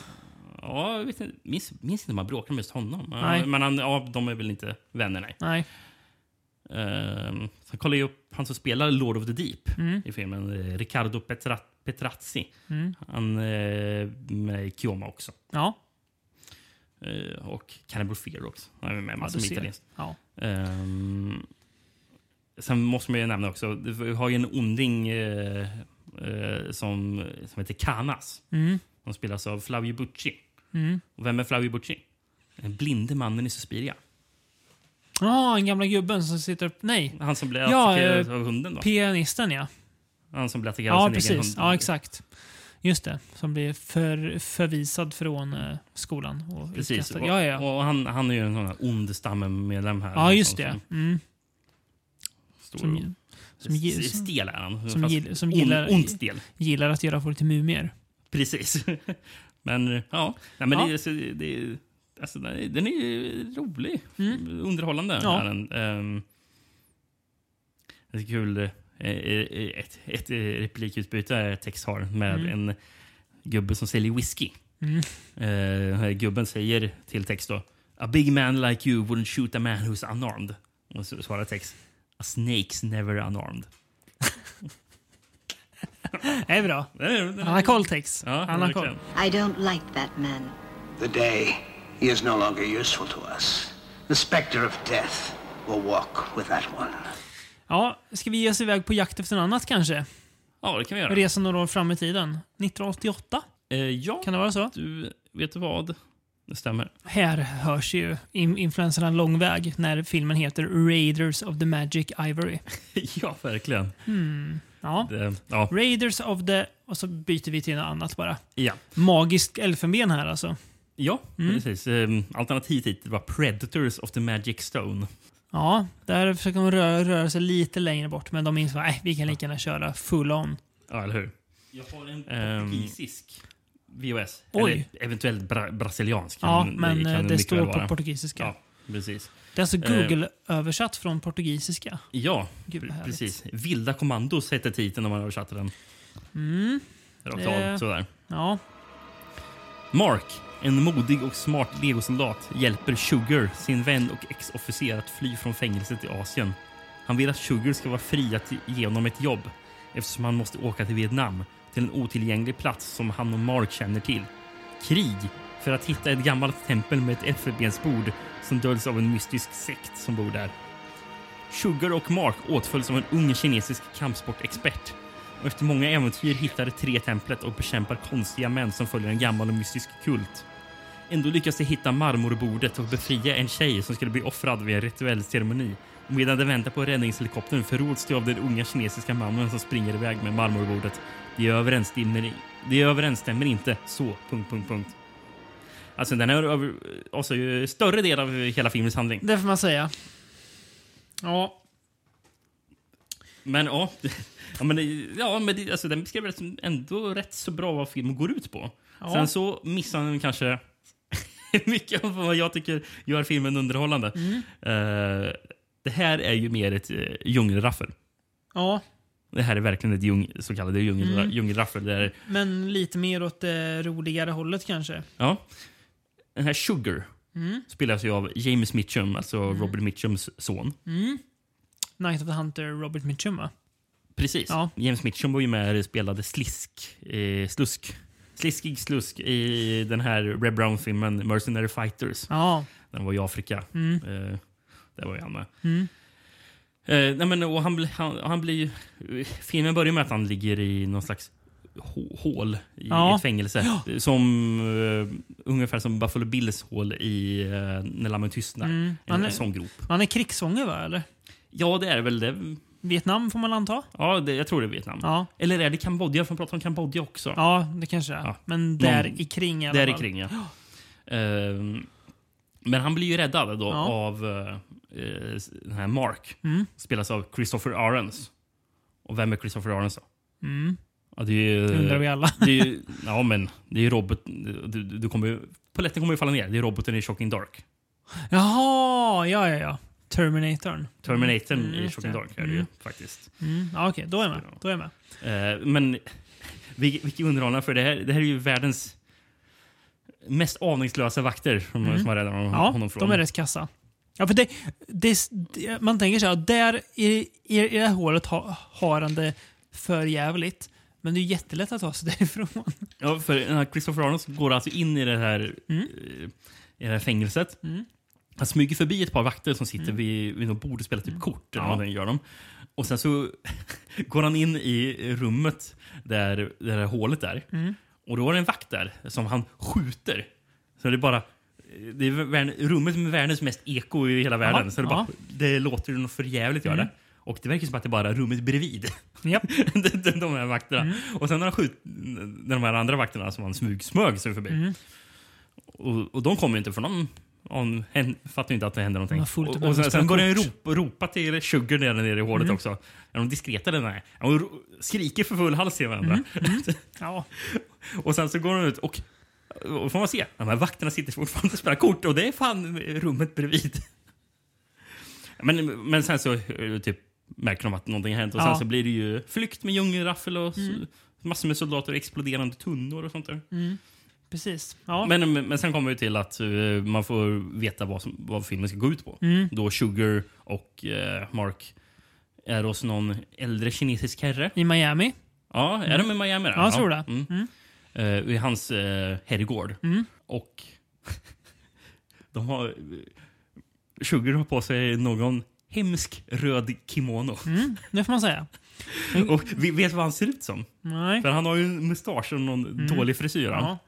[SPEAKER 2] Ja, jag vet inte, minns, minns inte om han bråkade med just honom.
[SPEAKER 1] Nej.
[SPEAKER 2] Men han, ja, de är väl inte vänner, nej.
[SPEAKER 1] Nej.
[SPEAKER 2] Ehm, sen kollar jag upp han som spelar Lord of the Deep
[SPEAKER 1] Mm.
[SPEAKER 2] i filmen. eh, Riccardo Petra, Petrazzi.
[SPEAKER 1] Mm.
[SPEAKER 2] Han eh, med i Kioma också.
[SPEAKER 1] Ja.
[SPEAKER 2] Eh, och Cannibal Fear också. Han är med
[SPEAKER 1] Ja,
[SPEAKER 2] som
[SPEAKER 1] du ser.
[SPEAKER 2] italiensk.
[SPEAKER 1] Ja.
[SPEAKER 2] Ehm, sen måste man ju nämna också, vi har ju en onding eh, eh, som, som heter Canas.
[SPEAKER 1] Mm.
[SPEAKER 2] Som spelas av Flavio Bucci.
[SPEAKER 1] Mm.
[SPEAKER 2] Och vem är Flavio Bucci? Den blinde mannen i Suspiria.
[SPEAKER 1] Ja, den gamla gubben som sitter upp... Nej.
[SPEAKER 2] Han som blev
[SPEAKER 1] ja,
[SPEAKER 2] attackerad
[SPEAKER 1] eh,
[SPEAKER 2] av hunden, va?
[SPEAKER 1] Pianisten, ja.
[SPEAKER 2] Han som blir attackerad
[SPEAKER 1] Ja,
[SPEAKER 2] av sin egen
[SPEAKER 1] precis.
[SPEAKER 2] hund.
[SPEAKER 1] Ja, exakt. Just det. Som blir för, förvisad från eh, skolan. Och
[SPEAKER 2] Precis.
[SPEAKER 1] utkastad.
[SPEAKER 2] Och,
[SPEAKER 1] Ja, ja.
[SPEAKER 2] och han, han är ju en sån här ond stammmedlem här.
[SPEAKER 1] ja, just
[SPEAKER 2] Som-
[SPEAKER 1] det. Mm.
[SPEAKER 2] Stor
[SPEAKER 1] Som,
[SPEAKER 2] och-
[SPEAKER 1] som, gi-
[SPEAKER 2] s- stel är han.
[SPEAKER 1] Som,
[SPEAKER 2] Fast
[SPEAKER 1] gill, som
[SPEAKER 2] ond-
[SPEAKER 1] gillar,
[SPEAKER 2] Ont stel.
[SPEAKER 1] gillar att göra folk till mumier.
[SPEAKER 2] Precis. men ja, Nej, men
[SPEAKER 1] Ja.
[SPEAKER 2] Det, är- så det, det, alltså, den är- den är ju rolig. Underhållande.
[SPEAKER 1] Mm. Ja.
[SPEAKER 2] Är den. Ehm, det är kul. eh, eh, Ett, ett eh, replikutbyte Tex har med
[SPEAKER 1] Mm.
[SPEAKER 2] en gubbe som säljer whisky.
[SPEAKER 1] Mm.
[SPEAKER 2] Eh, den här gubben säger till Tex då A big man like you wouldn't shoot a man who's unarmed. Och så svarar Tex A snake's never unarmed.
[SPEAKER 1] Det är bra.
[SPEAKER 2] Han
[SPEAKER 1] har koll, Tex.
[SPEAKER 2] Ja,
[SPEAKER 1] Han har koll.
[SPEAKER 14] I don't like that man.
[SPEAKER 9] The day he is no longer useful to us, the specter of death will walk with that one.
[SPEAKER 1] Ja, ska vi ge oss iväg på jakt efter något annat kanske?
[SPEAKER 2] Ja, det kan vi göra. Eh,
[SPEAKER 1] Resa några år fram i tiden. 1988?
[SPEAKER 2] ja.
[SPEAKER 1] Kan det vara så?
[SPEAKER 2] Du, vet du vad? Det stämmer.
[SPEAKER 1] Här hörs ju in- influenserna lång väg när filmen heter Raiders of the Magic Ivory.
[SPEAKER 2] ja, verkligen.
[SPEAKER 1] Hmm. Ja.
[SPEAKER 2] Det, ja.
[SPEAKER 1] Raiders of the... Och så byter vi till något annat bara.
[SPEAKER 2] Ja.
[SPEAKER 1] Magiskt elfenben här alltså.
[SPEAKER 2] Ja,
[SPEAKER 1] Mm.
[SPEAKER 2] precis. Ehm, Alternativ titel var Predators of the Magic Stone.
[SPEAKER 1] Ja, där försöker de röra, röra sig lite längre bort, men de insåg att vi kan lika gärna köra full on.
[SPEAKER 2] Ja, eller hur? Ehm, Jag har en portugisisk VHS.
[SPEAKER 1] Oj.
[SPEAKER 2] Eller eventuellt bra, brasiliansk. kan-
[SPEAKER 1] Ja, men
[SPEAKER 2] Mm, kan
[SPEAKER 1] eh, det
[SPEAKER 2] mycket väl
[SPEAKER 1] står på
[SPEAKER 2] vara.
[SPEAKER 1] portugisiska.
[SPEAKER 2] Ja, precis.
[SPEAKER 1] Det är alltså
[SPEAKER 2] Eh,
[SPEAKER 1] Google-översatt från portugisiska.
[SPEAKER 2] Ja,
[SPEAKER 1] Gud, vad
[SPEAKER 2] pre-
[SPEAKER 1] härligt.
[SPEAKER 2] precis. Vilda kommandos hette titeln när man översatte den.
[SPEAKER 1] Mm.
[SPEAKER 2] Rakt
[SPEAKER 1] Det-
[SPEAKER 2] av, sådär.
[SPEAKER 1] Ja.
[SPEAKER 2] Mark, en modig och smart legosoldat, hjälper Sugar, sin vän och ex-officer, att fly från fängelset i Asien. Han vill att Sugar ska vara fri att ge honom ett jobb eftersom han måste åka till Vietnam, till en otillgänglig plats som han och Mark känner till. Krig för att hitta ett gammalt tempel med ett elfenbensbord som döljs av en mystisk sekt som bor där. Sugar och Mark åtföljs av en ung kinesisk kampsportexpert. Och efter många äventyr hittar de tre templet och bekämpar konstiga män som följer en gammal och mystisk kult. Ändå lyckas de hitta marmorbordet och befria en tjej som skulle bli offrad vid en rituell ceremoni. Och medan de väntar på räddningshelikoptern förråds de av den unga kinesiska mannen som springer iväg med marmorbordet. Det överensstämmer, det överensstämmer inte, så... Punkt, punkt, punkt. Alltså den här över- avser ju större del av hela filmens handling.
[SPEAKER 1] Det får man säga. Ja.
[SPEAKER 2] Men ja, ja men, det- ja, men det, alltså, den beskrev rätt- ändå rätt så bra vad filmen går ut på.
[SPEAKER 1] Ja.
[SPEAKER 2] Sen så missar den kanske mycket av vad jag tycker gör filmen underhållande.
[SPEAKER 1] Mm.
[SPEAKER 2] Eh, det här är ju mer ett uh, djungelraffel.
[SPEAKER 1] Ja,
[SPEAKER 2] Det här är verkligen ett djung, så kallade djungel,
[SPEAKER 1] Mm.
[SPEAKER 2] djungelraffel. Där,
[SPEAKER 1] men lite mer åt det roligare hållet kanske.
[SPEAKER 2] ja. Den här Sugar
[SPEAKER 1] Mm.
[SPEAKER 2] spelas ju av James Mitchum, alltså Robert Mitchums son.
[SPEAKER 1] Mm. Night of the Hunter, Robert Mitchum va?
[SPEAKER 2] Precis. James Mitchum var ju med och spelade slisk, eh, slusk. Sliskig slusk i den här Red Brown-filmen Mercenary Fighters.
[SPEAKER 1] Ja.
[SPEAKER 2] Den var i Afrika.
[SPEAKER 1] Mm.
[SPEAKER 2] Eh, där var ju han med.
[SPEAKER 1] Mm.
[SPEAKER 2] Eh, nej men, och han, bli- han, han blir ju- Filmen börjar med att han ligger i någon slags hå- hål i
[SPEAKER 1] Ja.
[SPEAKER 2] ett fängelse.
[SPEAKER 1] Ja.
[SPEAKER 2] Som, eh, ungefär som Buffalo Bills hål i eh, När lammen tystnar.
[SPEAKER 1] Mm.
[SPEAKER 2] En,
[SPEAKER 1] Han är-
[SPEAKER 2] en sån grop.
[SPEAKER 1] Han är krigsfånge va, eller?
[SPEAKER 2] Ja, det är väl det.
[SPEAKER 1] Vietnam får man anta?
[SPEAKER 2] Ja, det, jag tror det är Vietnam.
[SPEAKER 1] Ja.
[SPEAKER 2] Eller är det Kambodja? För de pratar om Kambodja också.
[SPEAKER 1] Ja, det kanske är. Men där
[SPEAKER 2] Någon-
[SPEAKER 1] i kring i alla
[SPEAKER 2] Där i
[SPEAKER 1] fall.
[SPEAKER 2] kring, ja. Ehm, men han blir ju räddad då
[SPEAKER 1] Ja.
[SPEAKER 2] av eh, eh, den här Mark.
[SPEAKER 1] Mm.
[SPEAKER 2] Spelas av Christopher Arons. Och vem är Christopher Arons då?
[SPEAKER 1] Mm.
[SPEAKER 2] Ja, det, är ju,
[SPEAKER 1] Det undrar vi alla.
[SPEAKER 2] det är ju, ja, men det är ju robot... Du, du kommer ju, paletten kommer ju falla ner. Det är roboten i Shocking Dark.
[SPEAKER 1] Jaha, ja, ja, ja. Terminatorn.
[SPEAKER 2] Terminatorn
[SPEAKER 1] Mm,
[SPEAKER 2] i
[SPEAKER 1] just
[SPEAKER 2] Shocking
[SPEAKER 1] det.
[SPEAKER 2] Dark är det ju
[SPEAKER 1] Mm.
[SPEAKER 2] faktiskt.
[SPEAKER 1] Mm. Ja, Okej, då är jag med. Då är jag med.
[SPEAKER 2] Eh, men vil- vilken underhållande, för det här, det här är ju världens mest aningslösa vakter som,
[SPEAKER 1] Mm.
[SPEAKER 2] som har räddat honom,
[SPEAKER 1] ja,
[SPEAKER 2] honom från.
[SPEAKER 1] de är rätt kassa. Ja, för det, det, det, man tänker så här, där i, i, i det här hålet ha, har han det för jävligt. Men det är ju jättelätt att ta sig därifrån.
[SPEAKER 2] Ja, för den här Christopher Arnold går alltså in i det här, eh, i det här fängelset.
[SPEAKER 1] Mm.
[SPEAKER 2] Han smyger förbi ett par vakter som sitter vid, vid något bord och
[SPEAKER 1] Mm.
[SPEAKER 2] spelar typ kort. Eller vad den gör dem. Och sen så går han in i rummet där, där det här hålet är.
[SPEAKER 1] Mm.
[SPEAKER 2] Och då är det en vakt där som han skjuter. Så det är bara... Det är världen, rummet med världens mest eko i hela världen.
[SPEAKER 1] Ja,
[SPEAKER 2] så det, bara,
[SPEAKER 1] ja.
[SPEAKER 2] det låter ju något förjävligt gör det.
[SPEAKER 1] Mm.
[SPEAKER 2] Och det verkar som att det är bara rummet bredvid.
[SPEAKER 1] Japp. Mm.
[SPEAKER 2] de, de, de här vakterna. Och sen när han skjut, när de här andra vakterna som han smygsmög sig förbi.
[SPEAKER 1] Mm.
[SPEAKER 2] Och, och de kommer ju inte för de om, hän, fattar ju inte att det händer
[SPEAKER 1] De
[SPEAKER 2] någonting.
[SPEAKER 1] har fullt upp
[SPEAKER 2] och
[SPEAKER 1] med
[SPEAKER 2] och sen,
[SPEAKER 1] att
[SPEAKER 2] sen
[SPEAKER 1] spela
[SPEAKER 2] börjar han
[SPEAKER 1] kort.
[SPEAKER 2] ropa, ropa till Sugar där nere i hålet
[SPEAKER 1] Mm.
[SPEAKER 2] också. Är de diskreta den här? De ro- skriker för full hals till varandra.
[SPEAKER 1] Mm, Ja.
[SPEAKER 2] Och sen så går de ut och, och får man se, de här vakterna sitter fortfarande och spelar kort och det är fan rummet bredvid. Men, men sen så eh, typ, märker de att någonting har hänt och
[SPEAKER 1] Ja.
[SPEAKER 2] sen så blir det ju flykt med djungelraffel och s-
[SPEAKER 1] Mm.
[SPEAKER 2] massor med soldater och exploderande tunnor och sånt där.
[SPEAKER 1] Mm. Precis. Ja.
[SPEAKER 2] Men, men men sen kommer vi till att eh, man får veta vad, som, vad filmen ska gå ut på.
[SPEAKER 1] Mm.
[SPEAKER 2] Då Sugar och eh, Mark är hos någon äldre kinesisk herre.
[SPEAKER 1] I Miami.
[SPEAKER 2] Ja, är
[SPEAKER 1] Mm.
[SPEAKER 2] de i Miami? där?
[SPEAKER 1] Ja, jag tror det.
[SPEAKER 2] Mm. Eh, I hans uh, herrgård.
[SPEAKER 1] Mm.
[SPEAKER 2] Och de har... eh, Sugar har på sig någon hemsk röd kimono.
[SPEAKER 1] Mm. Det får man säga.
[SPEAKER 2] Och vi vet du vad han ser ut som?
[SPEAKER 1] Nej.
[SPEAKER 2] För han har ju en mustasch och någon
[SPEAKER 1] Mm.
[SPEAKER 2] dålig frisyr. Han.
[SPEAKER 1] Ja.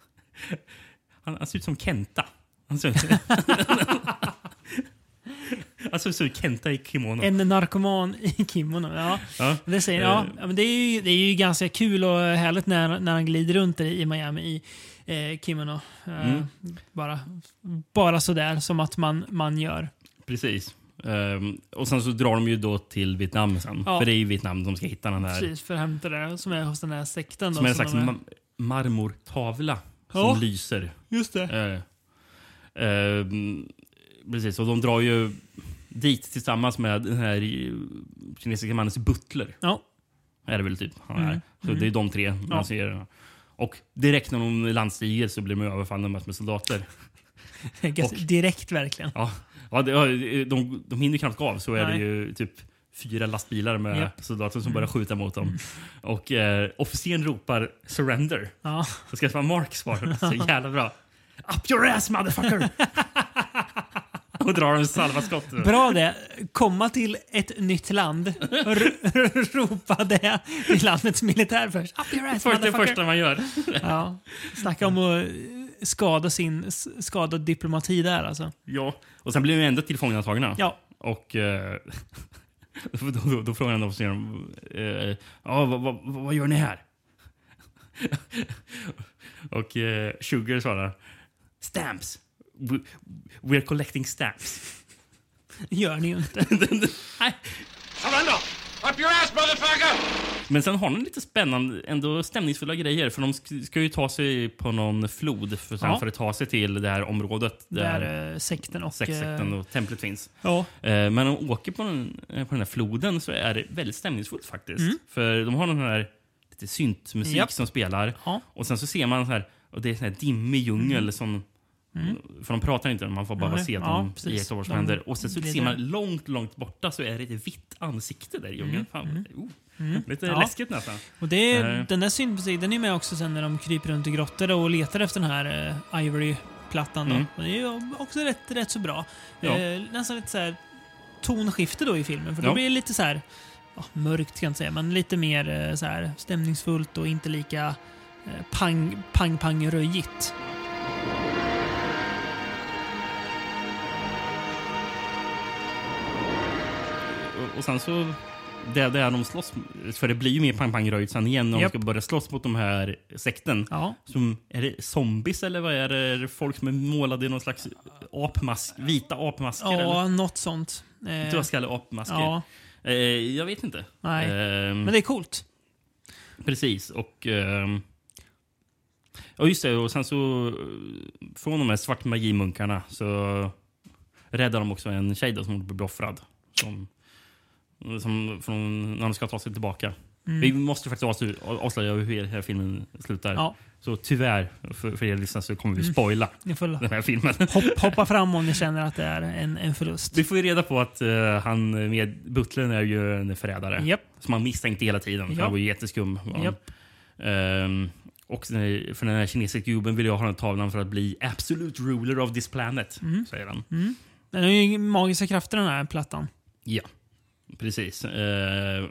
[SPEAKER 2] Han, han ser ut som Kenta. Han ser, han ser ut som Kenta i kimono.
[SPEAKER 1] En narkoman i kimono. Ja.
[SPEAKER 2] Ja.
[SPEAKER 1] Det, säger, ja,
[SPEAKER 2] Eh.
[SPEAKER 1] ja, men det, är ju, det är ju ganska kul och härligt när, när han glider runt i i Miami i eh, kimono. Eh,
[SPEAKER 2] Mm.
[SPEAKER 1] bara, bara sådär som att man, man gör.
[SPEAKER 2] Precis. Ehm, och sen så drar de ju då till Vietnam sen.
[SPEAKER 1] Ja.
[SPEAKER 2] För det är ju Vietnam de ska hitta den här
[SPEAKER 1] Precis, för att hämta det där som är hos den här sekten. då,
[SPEAKER 2] Som är en slags
[SPEAKER 1] de
[SPEAKER 2] ma- marmortavla
[SPEAKER 1] Ja,
[SPEAKER 2] som lyser.
[SPEAKER 1] just
[SPEAKER 2] Eh, ehm, precis, och de drar ju dit tillsammans med den här eh, kinesiska mannens butler.
[SPEAKER 1] Ja.
[SPEAKER 2] Är det väl typ han
[SPEAKER 1] Mm,
[SPEAKER 2] är. Så
[SPEAKER 1] mm.
[SPEAKER 2] det är de tre man
[SPEAKER 1] Ja.
[SPEAKER 2] ser. Och direkt när de landstiger så blir de överfallna med med soldater.
[SPEAKER 1] Ganska Direkt verkligen.
[SPEAKER 2] Ja, ja, det, ja de, de hinner knappt gå av så är
[SPEAKER 1] Nej.
[SPEAKER 2] det ju typ fyra lastbilar med
[SPEAKER 1] Japp.
[SPEAKER 2] soldater som
[SPEAKER 1] Mm.
[SPEAKER 2] börjar skjuta mot dem. Och eh, officeren ropar “surrender”.
[SPEAKER 1] Ja.
[SPEAKER 2] Då ska jag vara Mark svar. Så jävla bra. Up your ass motherfucker! Och drar en salva skott.
[SPEAKER 1] Bra det. Komma till ett nytt land. R- ropa det till landets militär först. Up your ass,
[SPEAKER 2] Först- det
[SPEAKER 1] motherfucker.
[SPEAKER 2] första man gör.
[SPEAKER 1] Ja. Snacka om att skada sin s- skada diplomati där alltså.
[SPEAKER 2] Ja, och sen blir de ändå tillfångatagna.
[SPEAKER 1] Ja.
[SPEAKER 2] Och eh, då, då, då frågar han officeren, eh, ja, vad, vad, vad gör ni här? och eh, Sugar svarar, stamps. We, we're collecting stamps.
[SPEAKER 1] gör ni ju inte.
[SPEAKER 2] Nej.
[SPEAKER 3] Surrender! Up your ass, motherfucker!
[SPEAKER 2] Men sen har de lite spännande, ändå stämningsfulla grejer. För de sk- ska ju ta sig på någon flod för, sen
[SPEAKER 1] Ja.
[SPEAKER 2] för att ta sig till det här området
[SPEAKER 1] Där,
[SPEAKER 2] där,
[SPEAKER 1] eh, sekten och, eh,
[SPEAKER 2] sex- sekten och templet finns.
[SPEAKER 1] Ja.
[SPEAKER 2] Eh, Men om de åker på den, eh, på den här floden så är det väldigt stämningsfullt faktiskt.
[SPEAKER 1] Mm.
[SPEAKER 2] För de har den här lite syntmusik
[SPEAKER 1] Japp.
[SPEAKER 2] som spelar. Och sen så ser man så här, och det är sån här dimmig djungel
[SPEAKER 1] Mm.
[SPEAKER 2] som
[SPEAKER 1] Mm.
[SPEAKER 2] För de pratar inte, man får bara
[SPEAKER 1] Nej.
[SPEAKER 2] se att
[SPEAKER 1] Ja,
[SPEAKER 2] de
[SPEAKER 1] precis.
[SPEAKER 2] iakttar vad som
[SPEAKER 1] De
[SPEAKER 2] händer. Och sen så
[SPEAKER 1] blir
[SPEAKER 2] ser man
[SPEAKER 1] där.
[SPEAKER 2] långt, långt borta så är det ett vitt ansikte där i djungeln.
[SPEAKER 1] Mm.
[SPEAKER 2] Fan, oh,
[SPEAKER 1] Mm.
[SPEAKER 2] Lite
[SPEAKER 1] Ja.
[SPEAKER 2] läskigt nästan.
[SPEAKER 1] Och det är,
[SPEAKER 2] Eh,
[SPEAKER 1] Den där syntmusiken den är med också sen när de kryper runt i grottor och letar efter den här eh, Ivory-plattan. då.
[SPEAKER 2] Mm.
[SPEAKER 1] Och Det är ju också rätt, rätt så bra.
[SPEAKER 2] Ja.
[SPEAKER 1] Eh, nästan lite så här tonskifte då i filmen. För då
[SPEAKER 2] Ja.
[SPEAKER 1] blir det lite så här ja, mörkt kan jag inte säga, men lite mer eh, så här stämningsfullt och inte lika eh, pang, pang, pang röjigt.
[SPEAKER 2] Och, och sen så... Det, det är de slåss För det blir ju mer pang-pang-röjt sen igen när
[SPEAKER 1] Japp.
[SPEAKER 2] de ska börja slåss mot de här sekten. Som, är det zombies eller vad är det? Är det Folk som är målade i någon slags apmask, vita apmasker?
[SPEAKER 1] Ja,
[SPEAKER 2] eller?
[SPEAKER 1] något sånt. Eh,
[SPEAKER 2] Dödskalle-apmasker?
[SPEAKER 1] Ja.
[SPEAKER 2] Eh, jag vet inte.
[SPEAKER 1] Nej.
[SPEAKER 2] Ehm,
[SPEAKER 1] Men det är coolt.
[SPEAKER 2] Precis. Och... ehm, Ja, just det. Och sen så... eh, Från de här svartmagimunkarna så räddar de också en tjej då, som håller på att bli offrad. Som, som från, när de ska ta sig tillbaka.
[SPEAKER 1] Mm.
[SPEAKER 2] Vi måste faktiskt avslu- avslöja hur den här filmen slutar.
[SPEAKER 1] Ja.
[SPEAKER 2] Så tyvärr, för, för er lyssnare, så kommer vi
[SPEAKER 1] Mm.
[SPEAKER 2] spoila
[SPEAKER 1] Ni får
[SPEAKER 2] den här filmen.
[SPEAKER 1] hopp, hoppa fram om ni känner att det är en, en förlust.
[SPEAKER 2] Vi får ju reda på att eh, han med butlern är ju en förrädare.
[SPEAKER 1] Japp.
[SPEAKER 2] Som man misstänkte hela tiden. För
[SPEAKER 1] Ja.
[SPEAKER 2] Han var ju jätteskum. var han.
[SPEAKER 1] Japp.
[SPEAKER 2] Ehm, och den här- för den här kinesiska gubben vill jag ha den här tavlan för att bli absolute ruler of this planet.
[SPEAKER 1] Mm.
[SPEAKER 2] Säger han.
[SPEAKER 1] Mm. Den har ju magiska krafter den här plattan.
[SPEAKER 2] Ja, precis. Eh,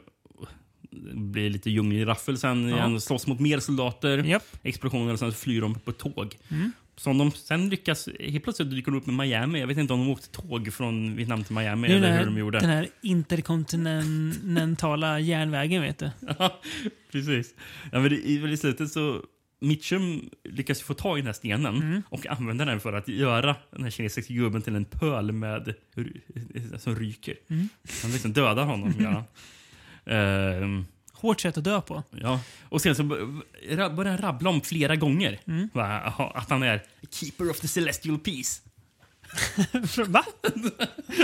[SPEAKER 2] det blir lite djunglig raffel sen.
[SPEAKER 1] Ja.
[SPEAKER 2] Han slåss mot mer soldater. Explosioner och sen så flyr de på tåg.
[SPEAKER 1] Mm.
[SPEAKER 2] Som de sen lyckas... Helt plötsligt dyker de upp med Miami. Jag vet inte om de åkte tåg från Vietnam till Miami
[SPEAKER 1] Det är
[SPEAKER 2] eller
[SPEAKER 1] den här,
[SPEAKER 2] hur de gjorde.
[SPEAKER 1] den här interkontinentala järnvägen vet du.
[SPEAKER 2] Ja, Precis. Ja, men i, I slutet så... Mitchum lyckas ju få tag i den här stenen
[SPEAKER 1] Mm.
[SPEAKER 2] och använda den för att göra den här kinesiska gubben till en pöl med, ry- som ryker.
[SPEAKER 1] Mm.
[SPEAKER 2] Han liksom dödar honom. gör han. Ehm,
[SPEAKER 1] Hårt sätt att dö på.
[SPEAKER 2] Ja. Och sen så bör- ra- börjar han rabbla om flera gånger
[SPEAKER 1] Mm.
[SPEAKER 2] va, att han är keeper of the celestial peace.
[SPEAKER 1] Va?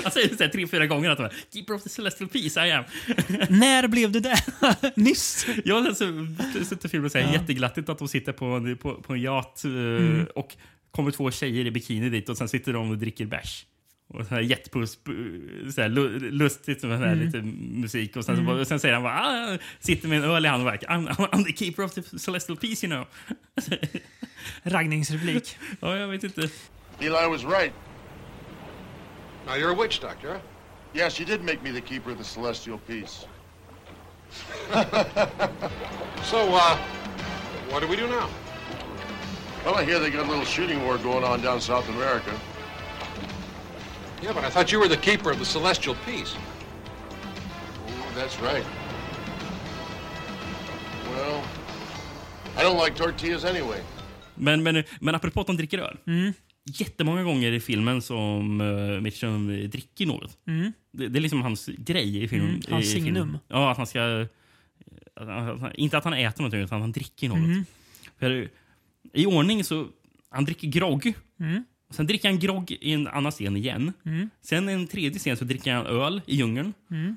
[SPEAKER 2] Han säger det tre, fyra gånger att han är keeper of the celestial peace I am.
[SPEAKER 1] När blev det där? Nyss?
[SPEAKER 2] Jag har sett- sett en film och säger
[SPEAKER 1] Ja.
[SPEAKER 2] jätteglattigt att de sitter på en, på, på en yacht eh,
[SPEAKER 1] Mm.
[SPEAKER 2] och kommer två tjejer i bikini dit och sen sitter de och dricker bärs. Och sån här jetpuss, eh, så här lu- lustigt med sån här
[SPEAKER 1] Mm.
[SPEAKER 2] lite musik. Och sen, så
[SPEAKER 1] Mm.
[SPEAKER 2] bara, och sen säger han bara, ah, sitter med en öl i handen och bara, I'm, I'm the keeper of the celestial peace you know.
[SPEAKER 1] Raggningsreplik.
[SPEAKER 2] ja, jag vet inte.
[SPEAKER 14] Eli was right. Now you're a witch doctor, huh? Yes, you did make me the keeper of the celestial peace.
[SPEAKER 3] So, uh, what do we do now?
[SPEAKER 14] Well, I hear they got a little shooting war going on down South America.
[SPEAKER 3] Yeah, but I thought you were the keeper of the celestial peace.
[SPEAKER 14] Oh, that's right. Well, I don't like tortillas anyway.
[SPEAKER 1] Mm.
[SPEAKER 2] Men, men, men apropå att de dricker öl. jättemånga gånger i filmen som uh, Mitchum dricker något.
[SPEAKER 1] Mm.
[SPEAKER 2] Det, det är liksom hans grej i filmen.
[SPEAKER 1] Mm, hans
[SPEAKER 2] i filmen.
[SPEAKER 1] signum.
[SPEAKER 2] Ja, att han ska... Att han, inte att han äter någonting, utan att han dricker något.
[SPEAKER 1] Mm.
[SPEAKER 2] För, I ordning så... Han dricker grogg.
[SPEAKER 1] Mm.
[SPEAKER 2] Sen dricker han grogg i en annan scen igen.
[SPEAKER 1] Mm.
[SPEAKER 2] Sen i en tredje scen så dricker han öl i djungeln.
[SPEAKER 1] Mm.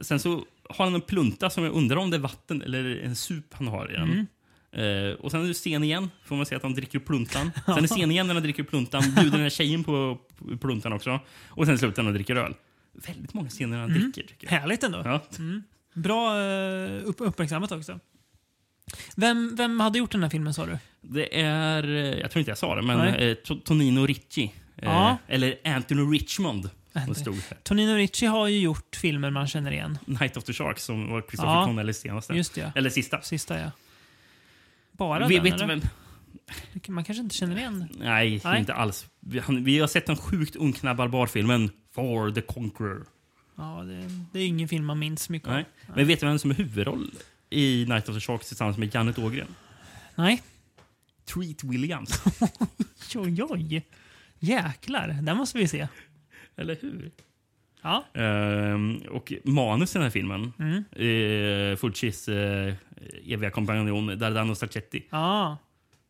[SPEAKER 2] Sen så har han en plunta som jag undrar om det är vatten eller en sup han har i den.
[SPEAKER 1] Mm.
[SPEAKER 2] Eh, och sen är det scen igen, får man se att han dricker upp pluntan. Sen är det scen igen när han dricker upp pluntan, bjuder den här tjejen på på pluntan också. Och sen slutar han och dricker öl. Väldigt många scener när han
[SPEAKER 1] Mm.
[SPEAKER 2] dricker. Tycker jag.
[SPEAKER 1] Härligt ändå.
[SPEAKER 2] Ja.
[SPEAKER 1] Mm. Bra eh, upp, uppmärksammat också. Vem, vem hade gjort den här filmen sa du?
[SPEAKER 2] Det är, eh, jag tror inte jag sa det, men
[SPEAKER 1] Nej.
[SPEAKER 2] eh, To- Tonino Ricci. Eh,
[SPEAKER 1] Ja.
[SPEAKER 2] Eller Anthony Richmond. Som stod Mm. här.
[SPEAKER 1] Tonino Ricci har ju gjort filmer man känner igen.
[SPEAKER 2] Night of the Sharks som var Christopher
[SPEAKER 1] Ja.
[SPEAKER 2] Connellys senaste.
[SPEAKER 1] Just det, ja.
[SPEAKER 2] Eller sista.
[SPEAKER 1] Sista ja. Bara
[SPEAKER 2] Vi-
[SPEAKER 1] den
[SPEAKER 2] vet
[SPEAKER 1] eller?
[SPEAKER 2] vem-
[SPEAKER 1] Man kanske inte känner igen
[SPEAKER 2] Nej,
[SPEAKER 1] Nej.
[SPEAKER 2] inte alls. Vi, han, vi har sett den sjukt unkna barbarfilmen For the Conqueror.
[SPEAKER 1] Ja, det, det är ingen film man minns mycket av.
[SPEAKER 2] Nej. Men vet du vem som är huvudroll i Night of the Sharks tillsammans med Janet Ågren?
[SPEAKER 1] Nej.
[SPEAKER 2] Treat Williams.
[SPEAKER 1] oj, oj. Jäklar, den måste vi se.
[SPEAKER 2] Eller hur?
[SPEAKER 1] Ja.
[SPEAKER 2] Ehm, och manus i den här filmen,
[SPEAKER 1] Mm.
[SPEAKER 2] eh, Fulcis eh, eviga kompanjon Dardano Sacchetti.
[SPEAKER 1] Ja.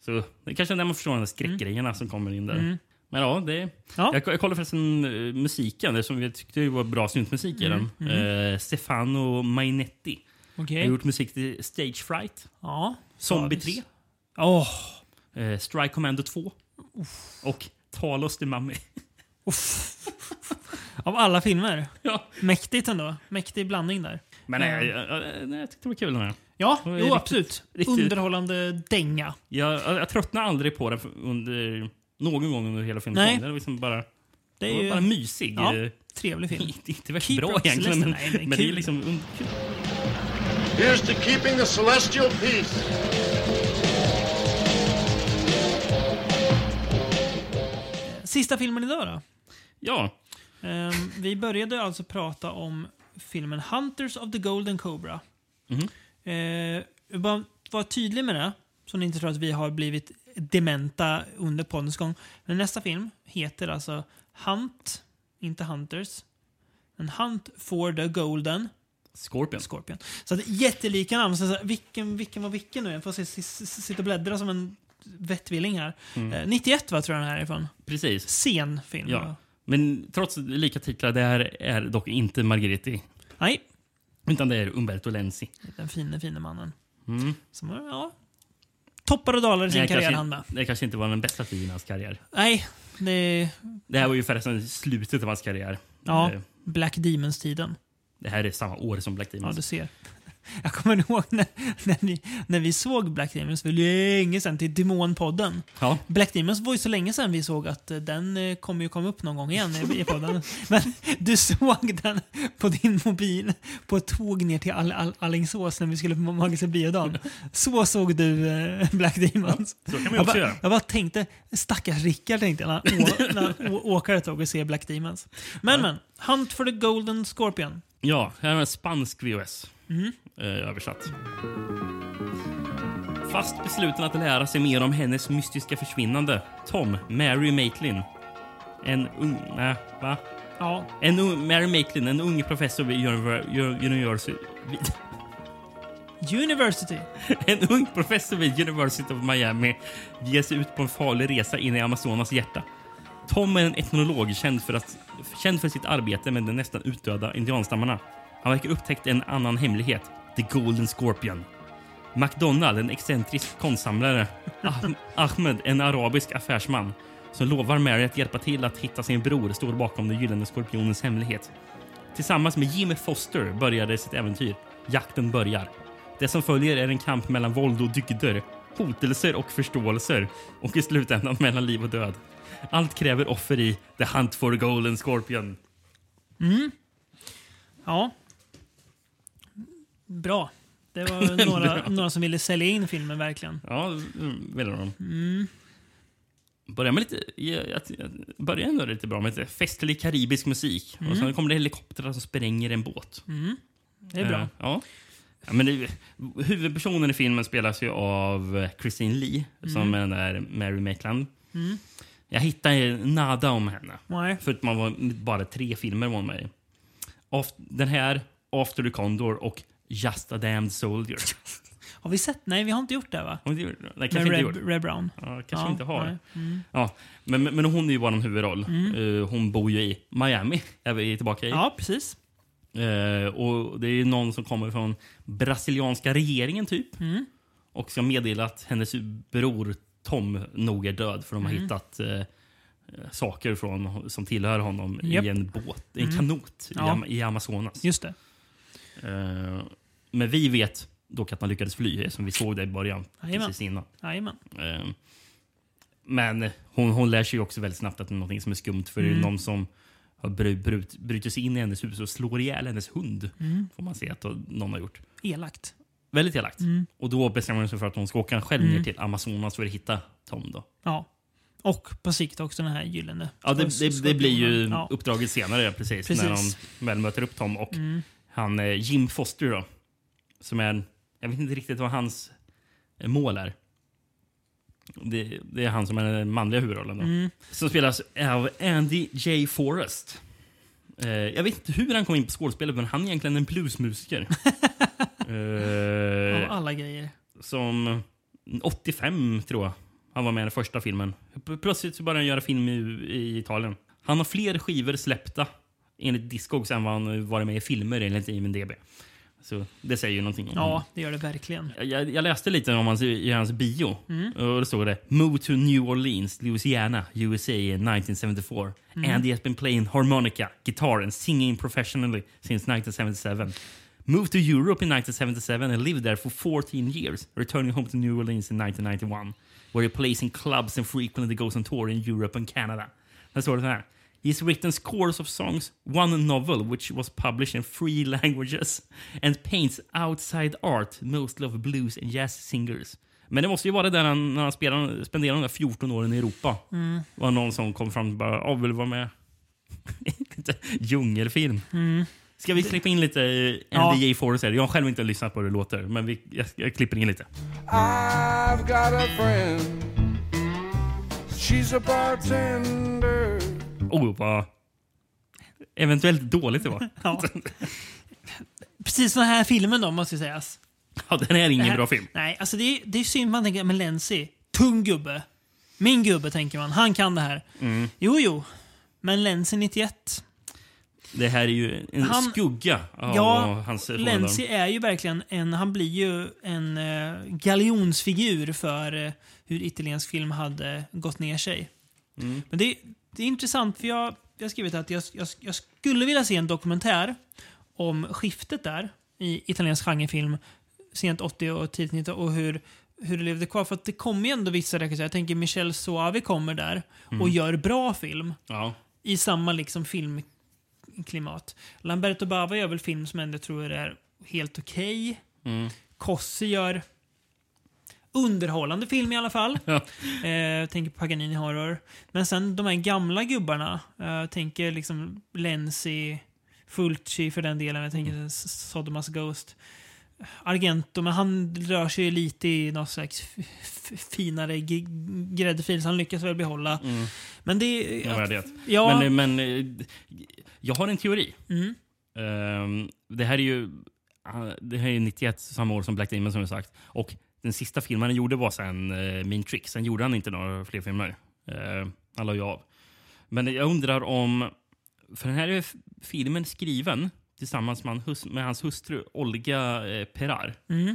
[SPEAKER 2] Så det är kanske är där man förstår de där skräckgrejerna som kommer in där.
[SPEAKER 1] Mm.
[SPEAKER 2] Men ja, det, Jag, jag kollade förresten eh, musiken, det som jag tyckte var bra syntmusik i
[SPEAKER 1] Mm,
[SPEAKER 2] den. Eh, Stefano Mainetti.
[SPEAKER 1] Okej.
[SPEAKER 2] Jag har gjort musik till Stage Fright,
[SPEAKER 1] Ja.
[SPEAKER 2] Zombie
[SPEAKER 1] Davis.
[SPEAKER 2] 3,
[SPEAKER 1] Åh.
[SPEAKER 2] eh, Strike Commando 2 och Talos the Mummy.
[SPEAKER 1] Av alla filmer.
[SPEAKER 2] Ja.
[SPEAKER 1] Mäktigt ändå. Mäktig blandning där.
[SPEAKER 2] Men nej,
[SPEAKER 1] Eh,
[SPEAKER 2] jag, jag, nej, jag tyckte det var kul den här.
[SPEAKER 1] Ja,
[SPEAKER 2] Det var
[SPEAKER 1] jo,
[SPEAKER 2] riktigt-
[SPEAKER 1] absolut.
[SPEAKER 2] riktigt-
[SPEAKER 1] Underhållande dänga.
[SPEAKER 2] Jag, jag, jag tröttnade aldrig på den för- under, någon gång under hela filmen.
[SPEAKER 1] Nej.
[SPEAKER 2] Det var liksom bara,
[SPEAKER 1] Det
[SPEAKER 2] det
[SPEAKER 1] är
[SPEAKER 2] var
[SPEAKER 1] ju-
[SPEAKER 2] bara mysig.
[SPEAKER 1] Ja,
[SPEAKER 2] eh,
[SPEAKER 1] trevlig film.
[SPEAKER 2] Inte, inte väldigt
[SPEAKER 1] Keep
[SPEAKER 2] bra
[SPEAKER 1] Rocks
[SPEAKER 2] egentligen, men,
[SPEAKER 1] Lesson. Nej, men
[SPEAKER 2] men det är
[SPEAKER 1] kul.
[SPEAKER 2] liksom un- kul.
[SPEAKER 14] Here's to keeping the celestial peace.
[SPEAKER 1] Sista filmen idag då?
[SPEAKER 2] Ja.
[SPEAKER 1] Ehm, vi började alltså prata om filmen Hunters of the Golden Cobra.
[SPEAKER 2] Mhm.
[SPEAKER 1] Eh, jag bara var tydlig med det, så ni inte tror att vi har blivit dementa under poddens gång. Men nästa film heter alltså Hunt, inte Hunters. En Hunt for the Golden
[SPEAKER 2] Scorpion.
[SPEAKER 1] Scorpion. Så att, jättelika namn. Så, så, här, vilken, vilken var vilken nu? Jag får se- s- s- sitta och bläddra som en vettvilling här.
[SPEAKER 2] Mm.
[SPEAKER 1] Eh, 91 va, tror jag den här är ifrån.
[SPEAKER 2] Precis.
[SPEAKER 1] Sen film.
[SPEAKER 2] Ja.
[SPEAKER 1] va?
[SPEAKER 2] Men trots lika titlar, det här är dock inte Margheriti.
[SPEAKER 1] Nej.
[SPEAKER 2] Utan det är Umberto Lenzi.
[SPEAKER 1] Den fine, fine mannen.
[SPEAKER 2] Mm.
[SPEAKER 1] Som var, ja, toppar och dalar i sin
[SPEAKER 2] Nej,
[SPEAKER 1] karriär
[SPEAKER 2] kanske-
[SPEAKER 1] han med.
[SPEAKER 2] Det kanske inte var den bästa tiden i hans karriär.
[SPEAKER 1] Nej, det
[SPEAKER 2] Det här var ju förresten slutet av hans karriär.
[SPEAKER 1] Ja,
[SPEAKER 2] Eh,
[SPEAKER 1] Black Demons-tiden.
[SPEAKER 2] Det här är samma år som Black
[SPEAKER 1] Ja,
[SPEAKER 2] Demons.
[SPEAKER 1] du ser. Jag kommer ihåg när, när, vi, när vi såg Black Demons för länge sedan till Demonpodden.
[SPEAKER 2] Ja.
[SPEAKER 1] Black Demons var ju så länge sedan vi såg att eh, den eh, kommer ju komma upp någon gång igen i- i podden. Men du såg den på din mobil på ett tåg ner till All- All- Alingsås när vi skulle på Magiska Biodagen. Så såg du eh, Black Demons.
[SPEAKER 2] så kan man ju
[SPEAKER 1] jag,
[SPEAKER 2] också
[SPEAKER 1] bara,
[SPEAKER 2] göra.
[SPEAKER 1] jag bara tänkte, stackars Rickard tänkte jag när han å- när han å- åker ett tåg och ser Black Demons. Men men, Hunt for the Golden Scorpion.
[SPEAKER 2] Ja, här är en spansk VOS.
[SPEAKER 1] Mm.
[SPEAKER 2] Eh, översatt. Fast besluten att lära sig mer om hennes mystiska försvinnande. Tom, Mary Maitland. En ung... Nej, va?
[SPEAKER 1] Ja.
[SPEAKER 2] En ung, Mary Maitland, en ung professor vid Univer- University... Vid,
[SPEAKER 1] University.
[SPEAKER 2] En ung professor vid University of Miami ger sig ut på en farlig resa in i Amazonas hjärta. Tom är en etnolog känd för, att, känd för sitt arbete med de nästan utdöda indianstammarna. Han verkar ha upptäckt en annan hemlighet, The Golden Scorpion. McDonald, en excentrisk konstsamlare. Ah- Ahmed, en arabisk affärsman som lovar Mary att hjälpa till att hitta sin bror, står bakom den gyllene skorpionens hemlighet. Tillsammans med Jimmy Foster började sitt äventyr. Jakten börjar. Det som följer är en kamp mellan våld och dygder, hotelser och förståelser och i slutändan mellan liv och död. Allt kräver offer i The Hunt for the Golden Scorpion.
[SPEAKER 1] Mm. Ja. Bra. Det var några, några som ville sälja in filmen verkligen.
[SPEAKER 2] Ja, mm, väljer de.
[SPEAKER 1] Mm.
[SPEAKER 2] Börjar med lite, jag, jag, jag börjar ändå lite bra med lite festlig karibisk musik.
[SPEAKER 1] Mm.
[SPEAKER 2] Och sen kommer det helikoptrar som spränger en båt.
[SPEAKER 1] Mm. Det är bra.
[SPEAKER 2] Eh, ja. Ja, men det, huvudpersonen i filmen spelas ju av Christine Lee, som
[SPEAKER 1] Mm.
[SPEAKER 2] är den där Mary Maitland.
[SPEAKER 1] Mm.
[SPEAKER 2] Jag hittade nada om henne.
[SPEAKER 1] Nej.
[SPEAKER 2] För att man var bara tre filmer var hon med i. Aft- Den här, After the Condor och Just a Damned Soldier.
[SPEAKER 1] Har vi sett? Nej, vi har inte gjort det va?
[SPEAKER 2] Har vi inte gjort det? Nej,
[SPEAKER 1] Med
[SPEAKER 2] kanske inte
[SPEAKER 1] Red,
[SPEAKER 2] gjort.
[SPEAKER 1] Red Brown.
[SPEAKER 2] Ja, kanske vi inte har.
[SPEAKER 1] nej. Mm.
[SPEAKER 2] Ja, men, men men hon är ju vår huvudroll.
[SPEAKER 1] Mm.
[SPEAKER 2] Eh, hon bor ju i Miami, är vi tillbaka i.
[SPEAKER 1] Ja, precis.
[SPEAKER 2] Eh, och Det är ju någon som kommer från brasilianska regeringen typ.
[SPEAKER 1] Mm.
[SPEAKER 2] Och ska meddela att hennes bror Tom nog är död för de har
[SPEAKER 1] Mm.
[SPEAKER 2] hittat eh, saker från, som tillhör honom
[SPEAKER 1] Japp.
[SPEAKER 2] i en båt, i en
[SPEAKER 1] Mm.
[SPEAKER 2] kanot i,
[SPEAKER 1] Ja.
[SPEAKER 2] Am- i Amazonas.
[SPEAKER 1] Just det.
[SPEAKER 2] Eh, men vi vet dock att man lyckades fly som vi såg det i början.
[SPEAKER 1] Jajamän.
[SPEAKER 2] Precis innan.
[SPEAKER 1] Jajamän.
[SPEAKER 2] Eh, Men hon, hon lär sig ju också väldigt snabbt att det är någonting som är skumt. För det är
[SPEAKER 1] Mm.
[SPEAKER 2] ju någon som har bru- brut, brutit sig in i hennes hus och slår ihjäl hennes hund.
[SPEAKER 1] Mm.
[SPEAKER 2] Får man se att någon har gjort.
[SPEAKER 1] Elakt.
[SPEAKER 2] Väldigt elakt.
[SPEAKER 1] Mm.
[SPEAKER 2] Och då bestämmer hon sig för att hon ska åka själv
[SPEAKER 1] Mm.
[SPEAKER 2] ner till Amazonas för att hitta Tom. Då.
[SPEAKER 1] Ja. Och på sikt också den här gyllene.
[SPEAKER 2] Ja, det, det, det blir ju
[SPEAKER 1] Ja.
[SPEAKER 2] uppdraget senare, ja, precis,
[SPEAKER 1] Precis.
[SPEAKER 2] När de väl möter upp Tom och
[SPEAKER 1] Mm.
[SPEAKER 2] han, eh, Jim Foster. Då, som är, jag vet inte riktigt vad hans eh, mål är. Det, det är han som är den manliga huvudrollen. Då,
[SPEAKER 1] Mm.
[SPEAKER 2] Som spelas av Andy J. Forrest. Eh, jag vet inte hur han kom in på skådespelet, men han är egentligen en bluesmusiker. eh,
[SPEAKER 1] Av alla grejer.
[SPEAKER 2] som 85 tror jag. Han var med i den första filmen. P- Plötsligt så började han göra film i, i Italien. Han har fler skivor släppta enligt Discogs än vad han varit med i filmer enligt IMDB. Så det säger ju någonting om honom.
[SPEAKER 1] Ja, det gör det verkligen.
[SPEAKER 2] jag, jag läste lite om hans, i hans bio.
[SPEAKER 1] Mm.
[SPEAKER 2] Och då stod det “Move to New Orleans, Louisiana, USA in 1974.
[SPEAKER 1] Mm.
[SPEAKER 2] Andy has been playing harmonica, guitar and singing professionally since 1977. Moved to Europe in 1977 and lived there for 14 years, returning home to New Orleans in 1991, where he plays in clubs and frequently goes on tour in Europe and Canada. Där står det så här. He's written scores of songs, one novel which was published in three languages and paints outside art, mostly of blues and jazz singers. Men det måste ju vara där han, när han spelade, spenderade de där 14 åren i Europa.
[SPEAKER 1] Mm.
[SPEAKER 2] Det var någon som kom fram och bara "Ja, vill du vara med?” Djungelfilm.
[SPEAKER 1] Mm.
[SPEAKER 2] Ska vi klippa in lite eh, Andy J. Forrest? här? Jag har själv inte lyssnat på hur det låter, men vi, jag, jag klipper in lite.
[SPEAKER 15] I've got a friend. She's a bartender.
[SPEAKER 2] Oh, vad eventuellt dåligt det var.
[SPEAKER 1] Ja. Precis den här filmen då, måste ju sägas.
[SPEAKER 2] Ja, den här är ingen
[SPEAKER 1] Det här-
[SPEAKER 2] bra film.
[SPEAKER 1] Nej, alltså det är, det är synd man tänker, men Lenzi, tung gubbe. Min gubbe, tänker man. Han kan det här.
[SPEAKER 2] Mm.
[SPEAKER 1] Jo, jo. Men Lenzi 91.
[SPEAKER 2] Det här är ju en
[SPEAKER 1] Han-
[SPEAKER 2] skugga av
[SPEAKER 1] ja,
[SPEAKER 2] hans
[SPEAKER 1] Lenzi är ju verkligen en, han blir ju en eh, galjonsfigur för eh, hur italiensk film hade gått ner sig.
[SPEAKER 2] Mm.
[SPEAKER 1] Men det, det är intressant för jag, jag har skrivit att jag, jag, jag skulle vilja se en dokumentär om skiftet där i italiensk genrefilm sent 80 och tidigt 90 och hur, hur det levde kvar. För att det kommer ju ändå vissa regissörer. Jag tänker Michel Soavi kommer där och
[SPEAKER 2] Mm.
[SPEAKER 1] gör bra film
[SPEAKER 2] Ja.
[SPEAKER 1] i samma liksom filmklimat. Lamberto Bava gör väl film som ändå tror är helt okej.
[SPEAKER 2] Mm.
[SPEAKER 1] Kossi gör underhållande film i alla fall.
[SPEAKER 2] Ja.
[SPEAKER 1] eh, jag tänker på Paganini Horror. Men sen de här gamla gubbarna. eh, Jag tänker liksom Lenzi, Fulci för den delen. Jag
[SPEAKER 2] Mm.
[SPEAKER 1] tänker S- Sodomas Ghost. Argento, men han rör sig ju lite i någon slags f- f- finare g- gräddfil, så han lyckas väl behålla.
[SPEAKER 2] Mm.
[SPEAKER 1] Men det...
[SPEAKER 2] Ja, det.
[SPEAKER 1] Ja.
[SPEAKER 2] Men, eh, men eh, jag har en teori.
[SPEAKER 1] Mm.
[SPEAKER 2] Ehm, det här är ju ah, det här är ju 91, samma år som Black Demon som jag sagt. Och den sista filmen han gjorde var sen eh, Mean Tricks. Sen gjorde han inte några fler filmer. Uh, han la ju av. Men jag undrar om... För den här är f- filmen skriven tillsammans med, han hus, med hans hustru Olga eh, Perar.
[SPEAKER 1] Mm.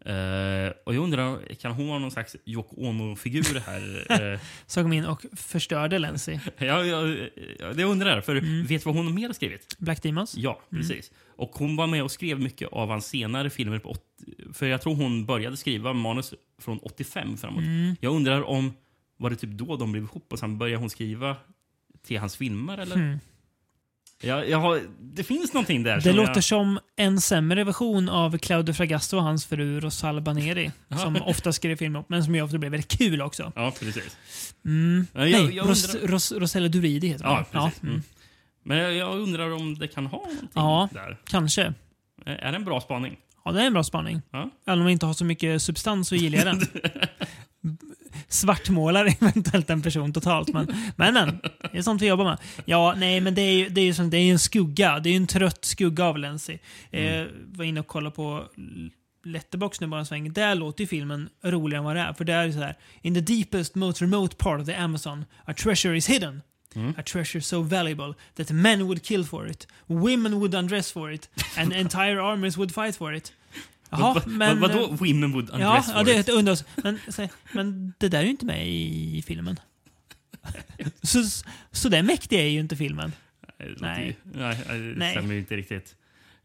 [SPEAKER 2] Eh, och jag undrar, kan hon vara någon slags Yoko Ono-figur här? Eh,
[SPEAKER 1] Så kom in och förstörde Lenzi.
[SPEAKER 2] Ja, ja, ja, det undrar jag. För vet du vad hon mer har skrivit?
[SPEAKER 1] Black Demons?
[SPEAKER 2] Ja,
[SPEAKER 1] Mm.
[SPEAKER 2] precis. Och hon var med och skrev mycket av hans senare filmer på 80 För jag tror hon började skriva manus från 85 framåt.
[SPEAKER 1] Mm.
[SPEAKER 2] Jag undrar om, var det typ då de blev ihop och sen började hon skriva till hans filmer eller?
[SPEAKER 1] Mm.
[SPEAKER 2] Jag, jag har, det finns någonting där.
[SPEAKER 1] Det
[SPEAKER 2] som
[SPEAKER 1] låter
[SPEAKER 2] jag,
[SPEAKER 1] som en sämre version av Claudio Fragasso och hans fru Rosalba Baneri.
[SPEAKER 2] Ja.
[SPEAKER 1] som ofta skrev filmer men som ju ofta blev väldigt kul också.
[SPEAKER 2] Ja, precis.
[SPEAKER 1] Mm.
[SPEAKER 2] Ja, jag-
[SPEAKER 1] Nej,
[SPEAKER 2] jag
[SPEAKER 1] Ros,
[SPEAKER 2] undrar-
[SPEAKER 1] Ros, Rosella Duridi heter hon.
[SPEAKER 2] Ja, precis.
[SPEAKER 1] Ja,
[SPEAKER 2] Mm. Men jag, jag undrar om det kan ha någonting
[SPEAKER 1] ja
[SPEAKER 2] där.
[SPEAKER 1] kanske.
[SPEAKER 2] Är det en bra spaning?
[SPEAKER 1] Ja, det är en bra spaning.
[SPEAKER 2] Ja.
[SPEAKER 1] Även om den inte har så mycket substans så gillar jag den. svartmålar eventuellt en person totalt. Men, men, men det är sånt vi jobbar med. Ja, nej, men det är ju det är ju som, det är ju en skugga. Det är ju en trött skugga av Lenzi. Eh, var inne och kollade på Letterbox nu bara en sväng. Där låter ju filmen roligare än vad det är. För där är det så här. In the deepest, most remote part of the Amazon, a treasure is hidden. A treasure so valuable that men would kill for it, women would undress for it, and entire armies would fight for it. Jaha,
[SPEAKER 2] Vad- vad-
[SPEAKER 1] men... eh,
[SPEAKER 2] vadå women would undress
[SPEAKER 1] ja,
[SPEAKER 2] for
[SPEAKER 1] Ja, det är
[SPEAKER 2] it?
[SPEAKER 1] ett unders. Men, se, men det där är ju inte med i filmen. så, så där mäktig är ju inte filmen.
[SPEAKER 2] Nej. Nej, det
[SPEAKER 1] Nej.
[SPEAKER 2] stämmer ju inte riktigt.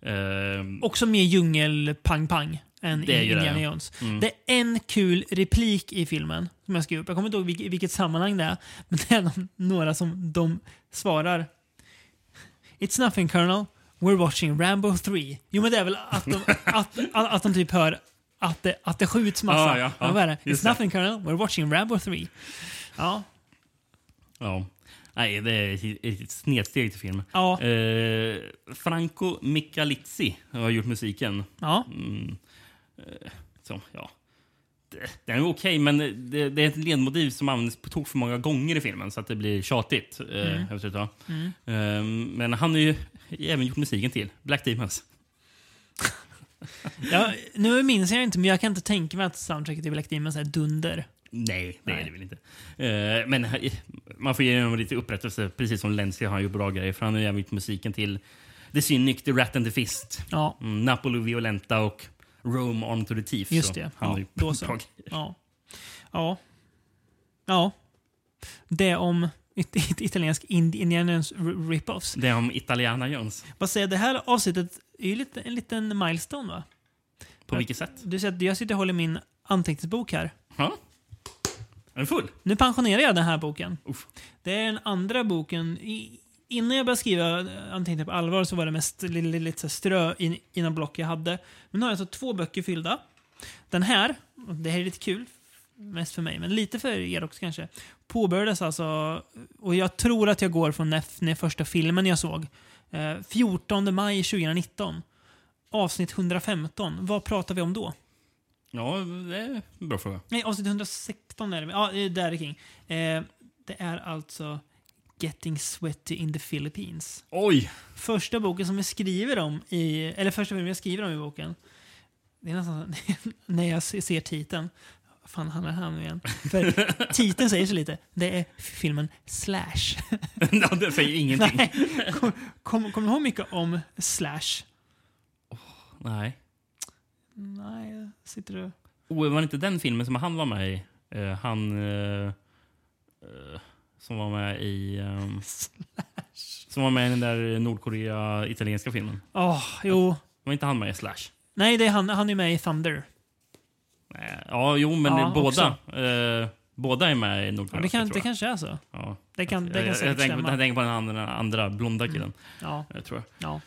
[SPEAKER 2] Ehm,
[SPEAKER 1] Också mer djungel-pang-pang än
[SPEAKER 2] Det är ju det,
[SPEAKER 1] Indiana
[SPEAKER 2] ja.
[SPEAKER 1] Jones.
[SPEAKER 2] Mm.
[SPEAKER 1] Det är en kul replik i filmen som jag skrev upp. Jag kommer inte ihåg vilket, vilket sammanhang det är, men det är de, några som de svarar. It's nothing Colonel, we're watching Rambo 3. Jo men det är väl att de, att, att, att de typ hör att det, att det skjuts massa.
[SPEAKER 2] Ah, Ja, ja, ja.
[SPEAKER 1] vad är det?
[SPEAKER 2] Just
[SPEAKER 1] It's
[SPEAKER 2] det.
[SPEAKER 1] nothing Colonel, we're watching Rambo 3. Ja,
[SPEAKER 2] Ja. Nej, det är ett- ett snedsteg till film.
[SPEAKER 1] Ja.
[SPEAKER 2] Eh, Franco Michalizzi har gjort musiken.
[SPEAKER 1] Ja.
[SPEAKER 2] Mm. Eh, så, ja. Det- Den är okej, men det, det är ett ledmotiv som används på tok för många gånger i filmen så att det blir tjatigt. Eh,
[SPEAKER 1] Mm.
[SPEAKER 2] efter ett tag.
[SPEAKER 1] Mm.
[SPEAKER 2] Eh, men han har ju även gjort musiken till Black Demons.
[SPEAKER 1] Ja, nu minns jag inte, men jag kan inte tänka mig att soundtracket i Black Demons är dunder.
[SPEAKER 2] Nej, det är det väl inte. Eh, men eh, man får ge honom lite upprättelse, precis som Lenzi har gjort bra grejer. För han har ju även gjort musiken till The Cynic, The Rat and the Fist,
[SPEAKER 1] Ja.
[SPEAKER 2] mm, Napoli Violenta och Rome Armed to the Thief.
[SPEAKER 1] Just
[SPEAKER 2] så
[SPEAKER 1] det.
[SPEAKER 2] Han
[SPEAKER 1] Ja,
[SPEAKER 2] har ju
[SPEAKER 1] då så.
[SPEAKER 2] bra
[SPEAKER 1] Ja. ja. Ja. Det om it- it- italiensk ind- Indiana Jones r- rip-offs.
[SPEAKER 2] Det är om Italiana Jones.
[SPEAKER 1] Vad säger jag, det här avsnittet är ju lite, en liten milestone va?
[SPEAKER 2] På vilket sätt?
[SPEAKER 1] Du ser att jag sitter och håller min anteckningsbok här.
[SPEAKER 2] Ja. Är den full?
[SPEAKER 1] Nu pensionerar jag den här boken. Det är den andra boken. I, innan jag började skriva eh, anteckningar på allvar så var det mest li- li- lite så här strö in, innan block jag hade. Men nu har jag alltså två böcker fyllda. Den här, och det här är lite kul, mest för mig, men lite för er också kanske, påbörjades alltså, och jag tror att jag går från när, när första filmen jag såg, eh, 14 maj 2019. Avsnitt 115. Vad pratar vi om då?
[SPEAKER 2] Ja, det är en bra fråga.
[SPEAKER 1] Nej, avsnitt 116 är det. Ja, det är där det är kring. Eh, det är alltså Getting Sweaty in the Philippines.
[SPEAKER 2] Oj!
[SPEAKER 1] Första boken som jag skriver om i, eller första filmen jag skriver om i boken. Det är nästan när jag se- ser titeln. Fan, han är här nu igen. För titeln säger så lite. Det är filmen Slash.
[SPEAKER 2] Ja, det säger ingenting.
[SPEAKER 1] Nej. Kom- Kommer kom du ihåg mycket om Slash?
[SPEAKER 2] Nej.
[SPEAKER 1] Nej, sitter du...
[SPEAKER 2] Oh, var det inte den filmen som han var med i? Eh, han eh, eh, som var med i... ehm, som var med i den där Nordkorea-italienska filmen.
[SPEAKER 1] Åh, jo.
[SPEAKER 2] Var inte han med i Slash?
[SPEAKER 1] Nej, det är han, han är med i Thunder.
[SPEAKER 2] Nej, Ja, jo, men
[SPEAKER 1] Ja,
[SPEAKER 2] båda. Eh, båda är med i Nordkorea.
[SPEAKER 1] Ja, det, kan,
[SPEAKER 2] tror
[SPEAKER 1] det
[SPEAKER 2] jag.
[SPEAKER 1] kanske är så.
[SPEAKER 2] Ja.
[SPEAKER 1] Det kan, det
[SPEAKER 2] jag,
[SPEAKER 1] kan
[SPEAKER 2] jag,
[SPEAKER 1] säkert
[SPEAKER 2] jag, tänker,
[SPEAKER 1] stämma.
[SPEAKER 2] jag tänker på den andra, andra blonda killen.
[SPEAKER 1] Ja.
[SPEAKER 2] Jag tror jag.
[SPEAKER 1] Ja.
[SPEAKER 2] Om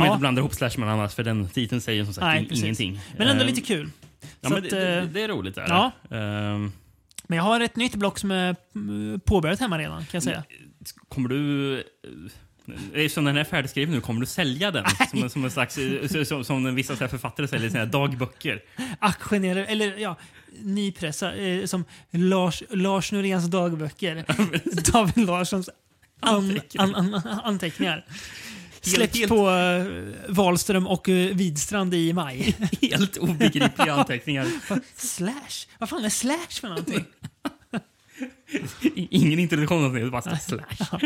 [SPEAKER 2] jag
[SPEAKER 1] Ja.
[SPEAKER 2] inte blandar ihop Slash med någon annars, för den titeln säger som sagt
[SPEAKER 1] Nej,
[SPEAKER 2] in-
[SPEAKER 1] precis.
[SPEAKER 2] ingenting.
[SPEAKER 1] Men ändå
[SPEAKER 2] Eh,
[SPEAKER 1] lite kul.
[SPEAKER 2] Ja,
[SPEAKER 1] Så
[SPEAKER 2] men
[SPEAKER 1] att,
[SPEAKER 2] det, det,
[SPEAKER 1] eh,
[SPEAKER 2] det är roligt. Där.
[SPEAKER 1] ja.
[SPEAKER 2] Ehm,
[SPEAKER 1] Men jag har ett nytt block som är mm, påbörjat hemma redan, kan jag säga.
[SPEAKER 2] Kommer du... eh, Eftersom den är färdigskriven nu, kommer du sälja den? Som, som, en slags, eh, så- som, som vissa så här författare säljer sina dagböcker.
[SPEAKER 1] Aktionerar, eller ja, nypressa, eh, som Lars, Lars Noréns dagböcker. David Larssons an, an, an, anteckningar. Släpps
[SPEAKER 2] helt-
[SPEAKER 1] på eh, Wahlström och eh, Widstrand i maj.
[SPEAKER 2] Helt obegripliga anteckningar.
[SPEAKER 1] slash? Vad fan är slash för någonting?
[SPEAKER 2] Ingen introduktion av det, det bara står slash.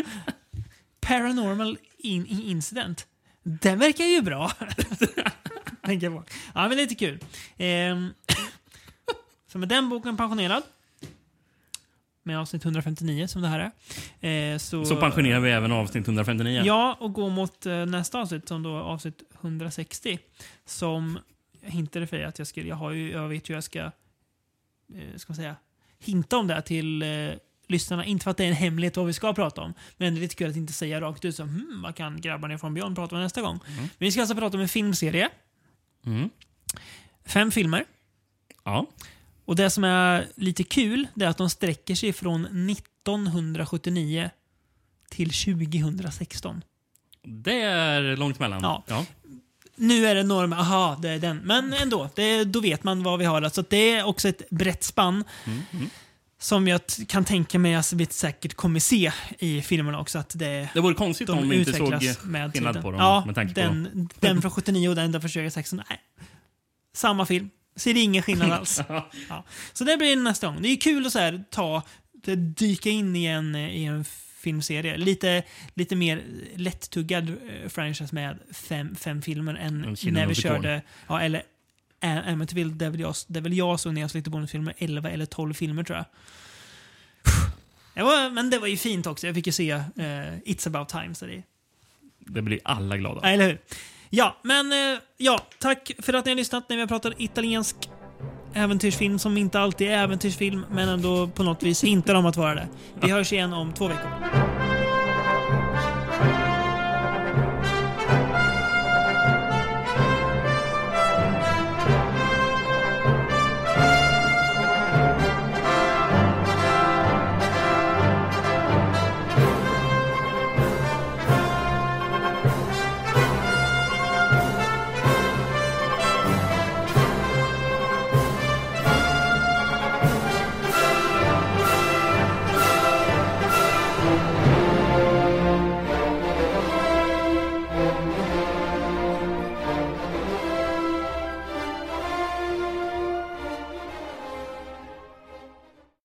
[SPEAKER 1] Paranormal in in- Incident. Den verkar ju bra. Tänker jag på. Ja, men lite kul. Ehm, så med den boken pensionerad. Med avsnitt 159 som det här är. Eh, så,
[SPEAKER 2] Så pensionerar vi även avsnitt 159.
[SPEAKER 1] Ja, och går mot eh, nästa avsnitt som då är avsnitt 160. Som jag hintade för er att jag skulle, jag har ju, jag vet ju hur jag ska, eh, ska man säga, hinta om det här till eh, lyssnarna. Inte för att det är en hemlighet vad vi ska prata om, men det är lite kul att inte säga rakt ut så, hmm, vad kan grabbarna från Beyond prata om nästa gång? Men vi ska alltså prata om en filmserie.
[SPEAKER 2] Mm.
[SPEAKER 1] Fem filmer.
[SPEAKER 2] Ja.
[SPEAKER 1] Och det som är lite kul, det är att de sträcker sig från 1979 till 2016.
[SPEAKER 2] Det är långt mellan.
[SPEAKER 1] Ja. Nu är det normen, aha, Alltså, det är den. Men ändå, det, då vet man vad vi har. Så att det är också ett brett spann.
[SPEAKER 2] Mm. Mm.
[SPEAKER 1] som jag t- kan tänka mig att vi säkert kommer se i filmerna också. Att det,
[SPEAKER 2] Det vore konstigt
[SPEAKER 1] de
[SPEAKER 2] om vi inte
[SPEAKER 1] utvecklas
[SPEAKER 2] såg
[SPEAKER 1] med
[SPEAKER 2] skillnad
[SPEAKER 1] tiden.
[SPEAKER 2] på dem,
[SPEAKER 1] Ja,
[SPEAKER 2] med tanke på
[SPEAKER 1] den, den från 79 och den där från 2016. Nej. Samma film. Ser ingen skillnad alls. ja. Så det blir nästa gång. Det är kul att så här, ta, dyka in i en, i en filmserie. Lite, lite mer lättuggad eh, franchise med fem, fem filmer än
[SPEAKER 2] Kingdom
[SPEAKER 1] när
[SPEAKER 2] of
[SPEAKER 1] vi
[SPEAKER 2] the
[SPEAKER 1] körde ja, eller Ä- Amityville, där väl jag, där väl jag såg när jag släckte bonusfilmer 11 eller 12 filmer tror jag. Det var, men det var ju fint också. Jag fick ju se eh, It's about time. Så det,
[SPEAKER 2] Det blir alla glada.
[SPEAKER 1] Ja, Eller hur? Ja, men eh, ja, tack för att ni har lyssnat när vi har pratat italiensk äventyrsfilm som inte alltid är äventyrsfilm, men ändå på något vis hintar om att vara det. Vi hörs igen om två veckor.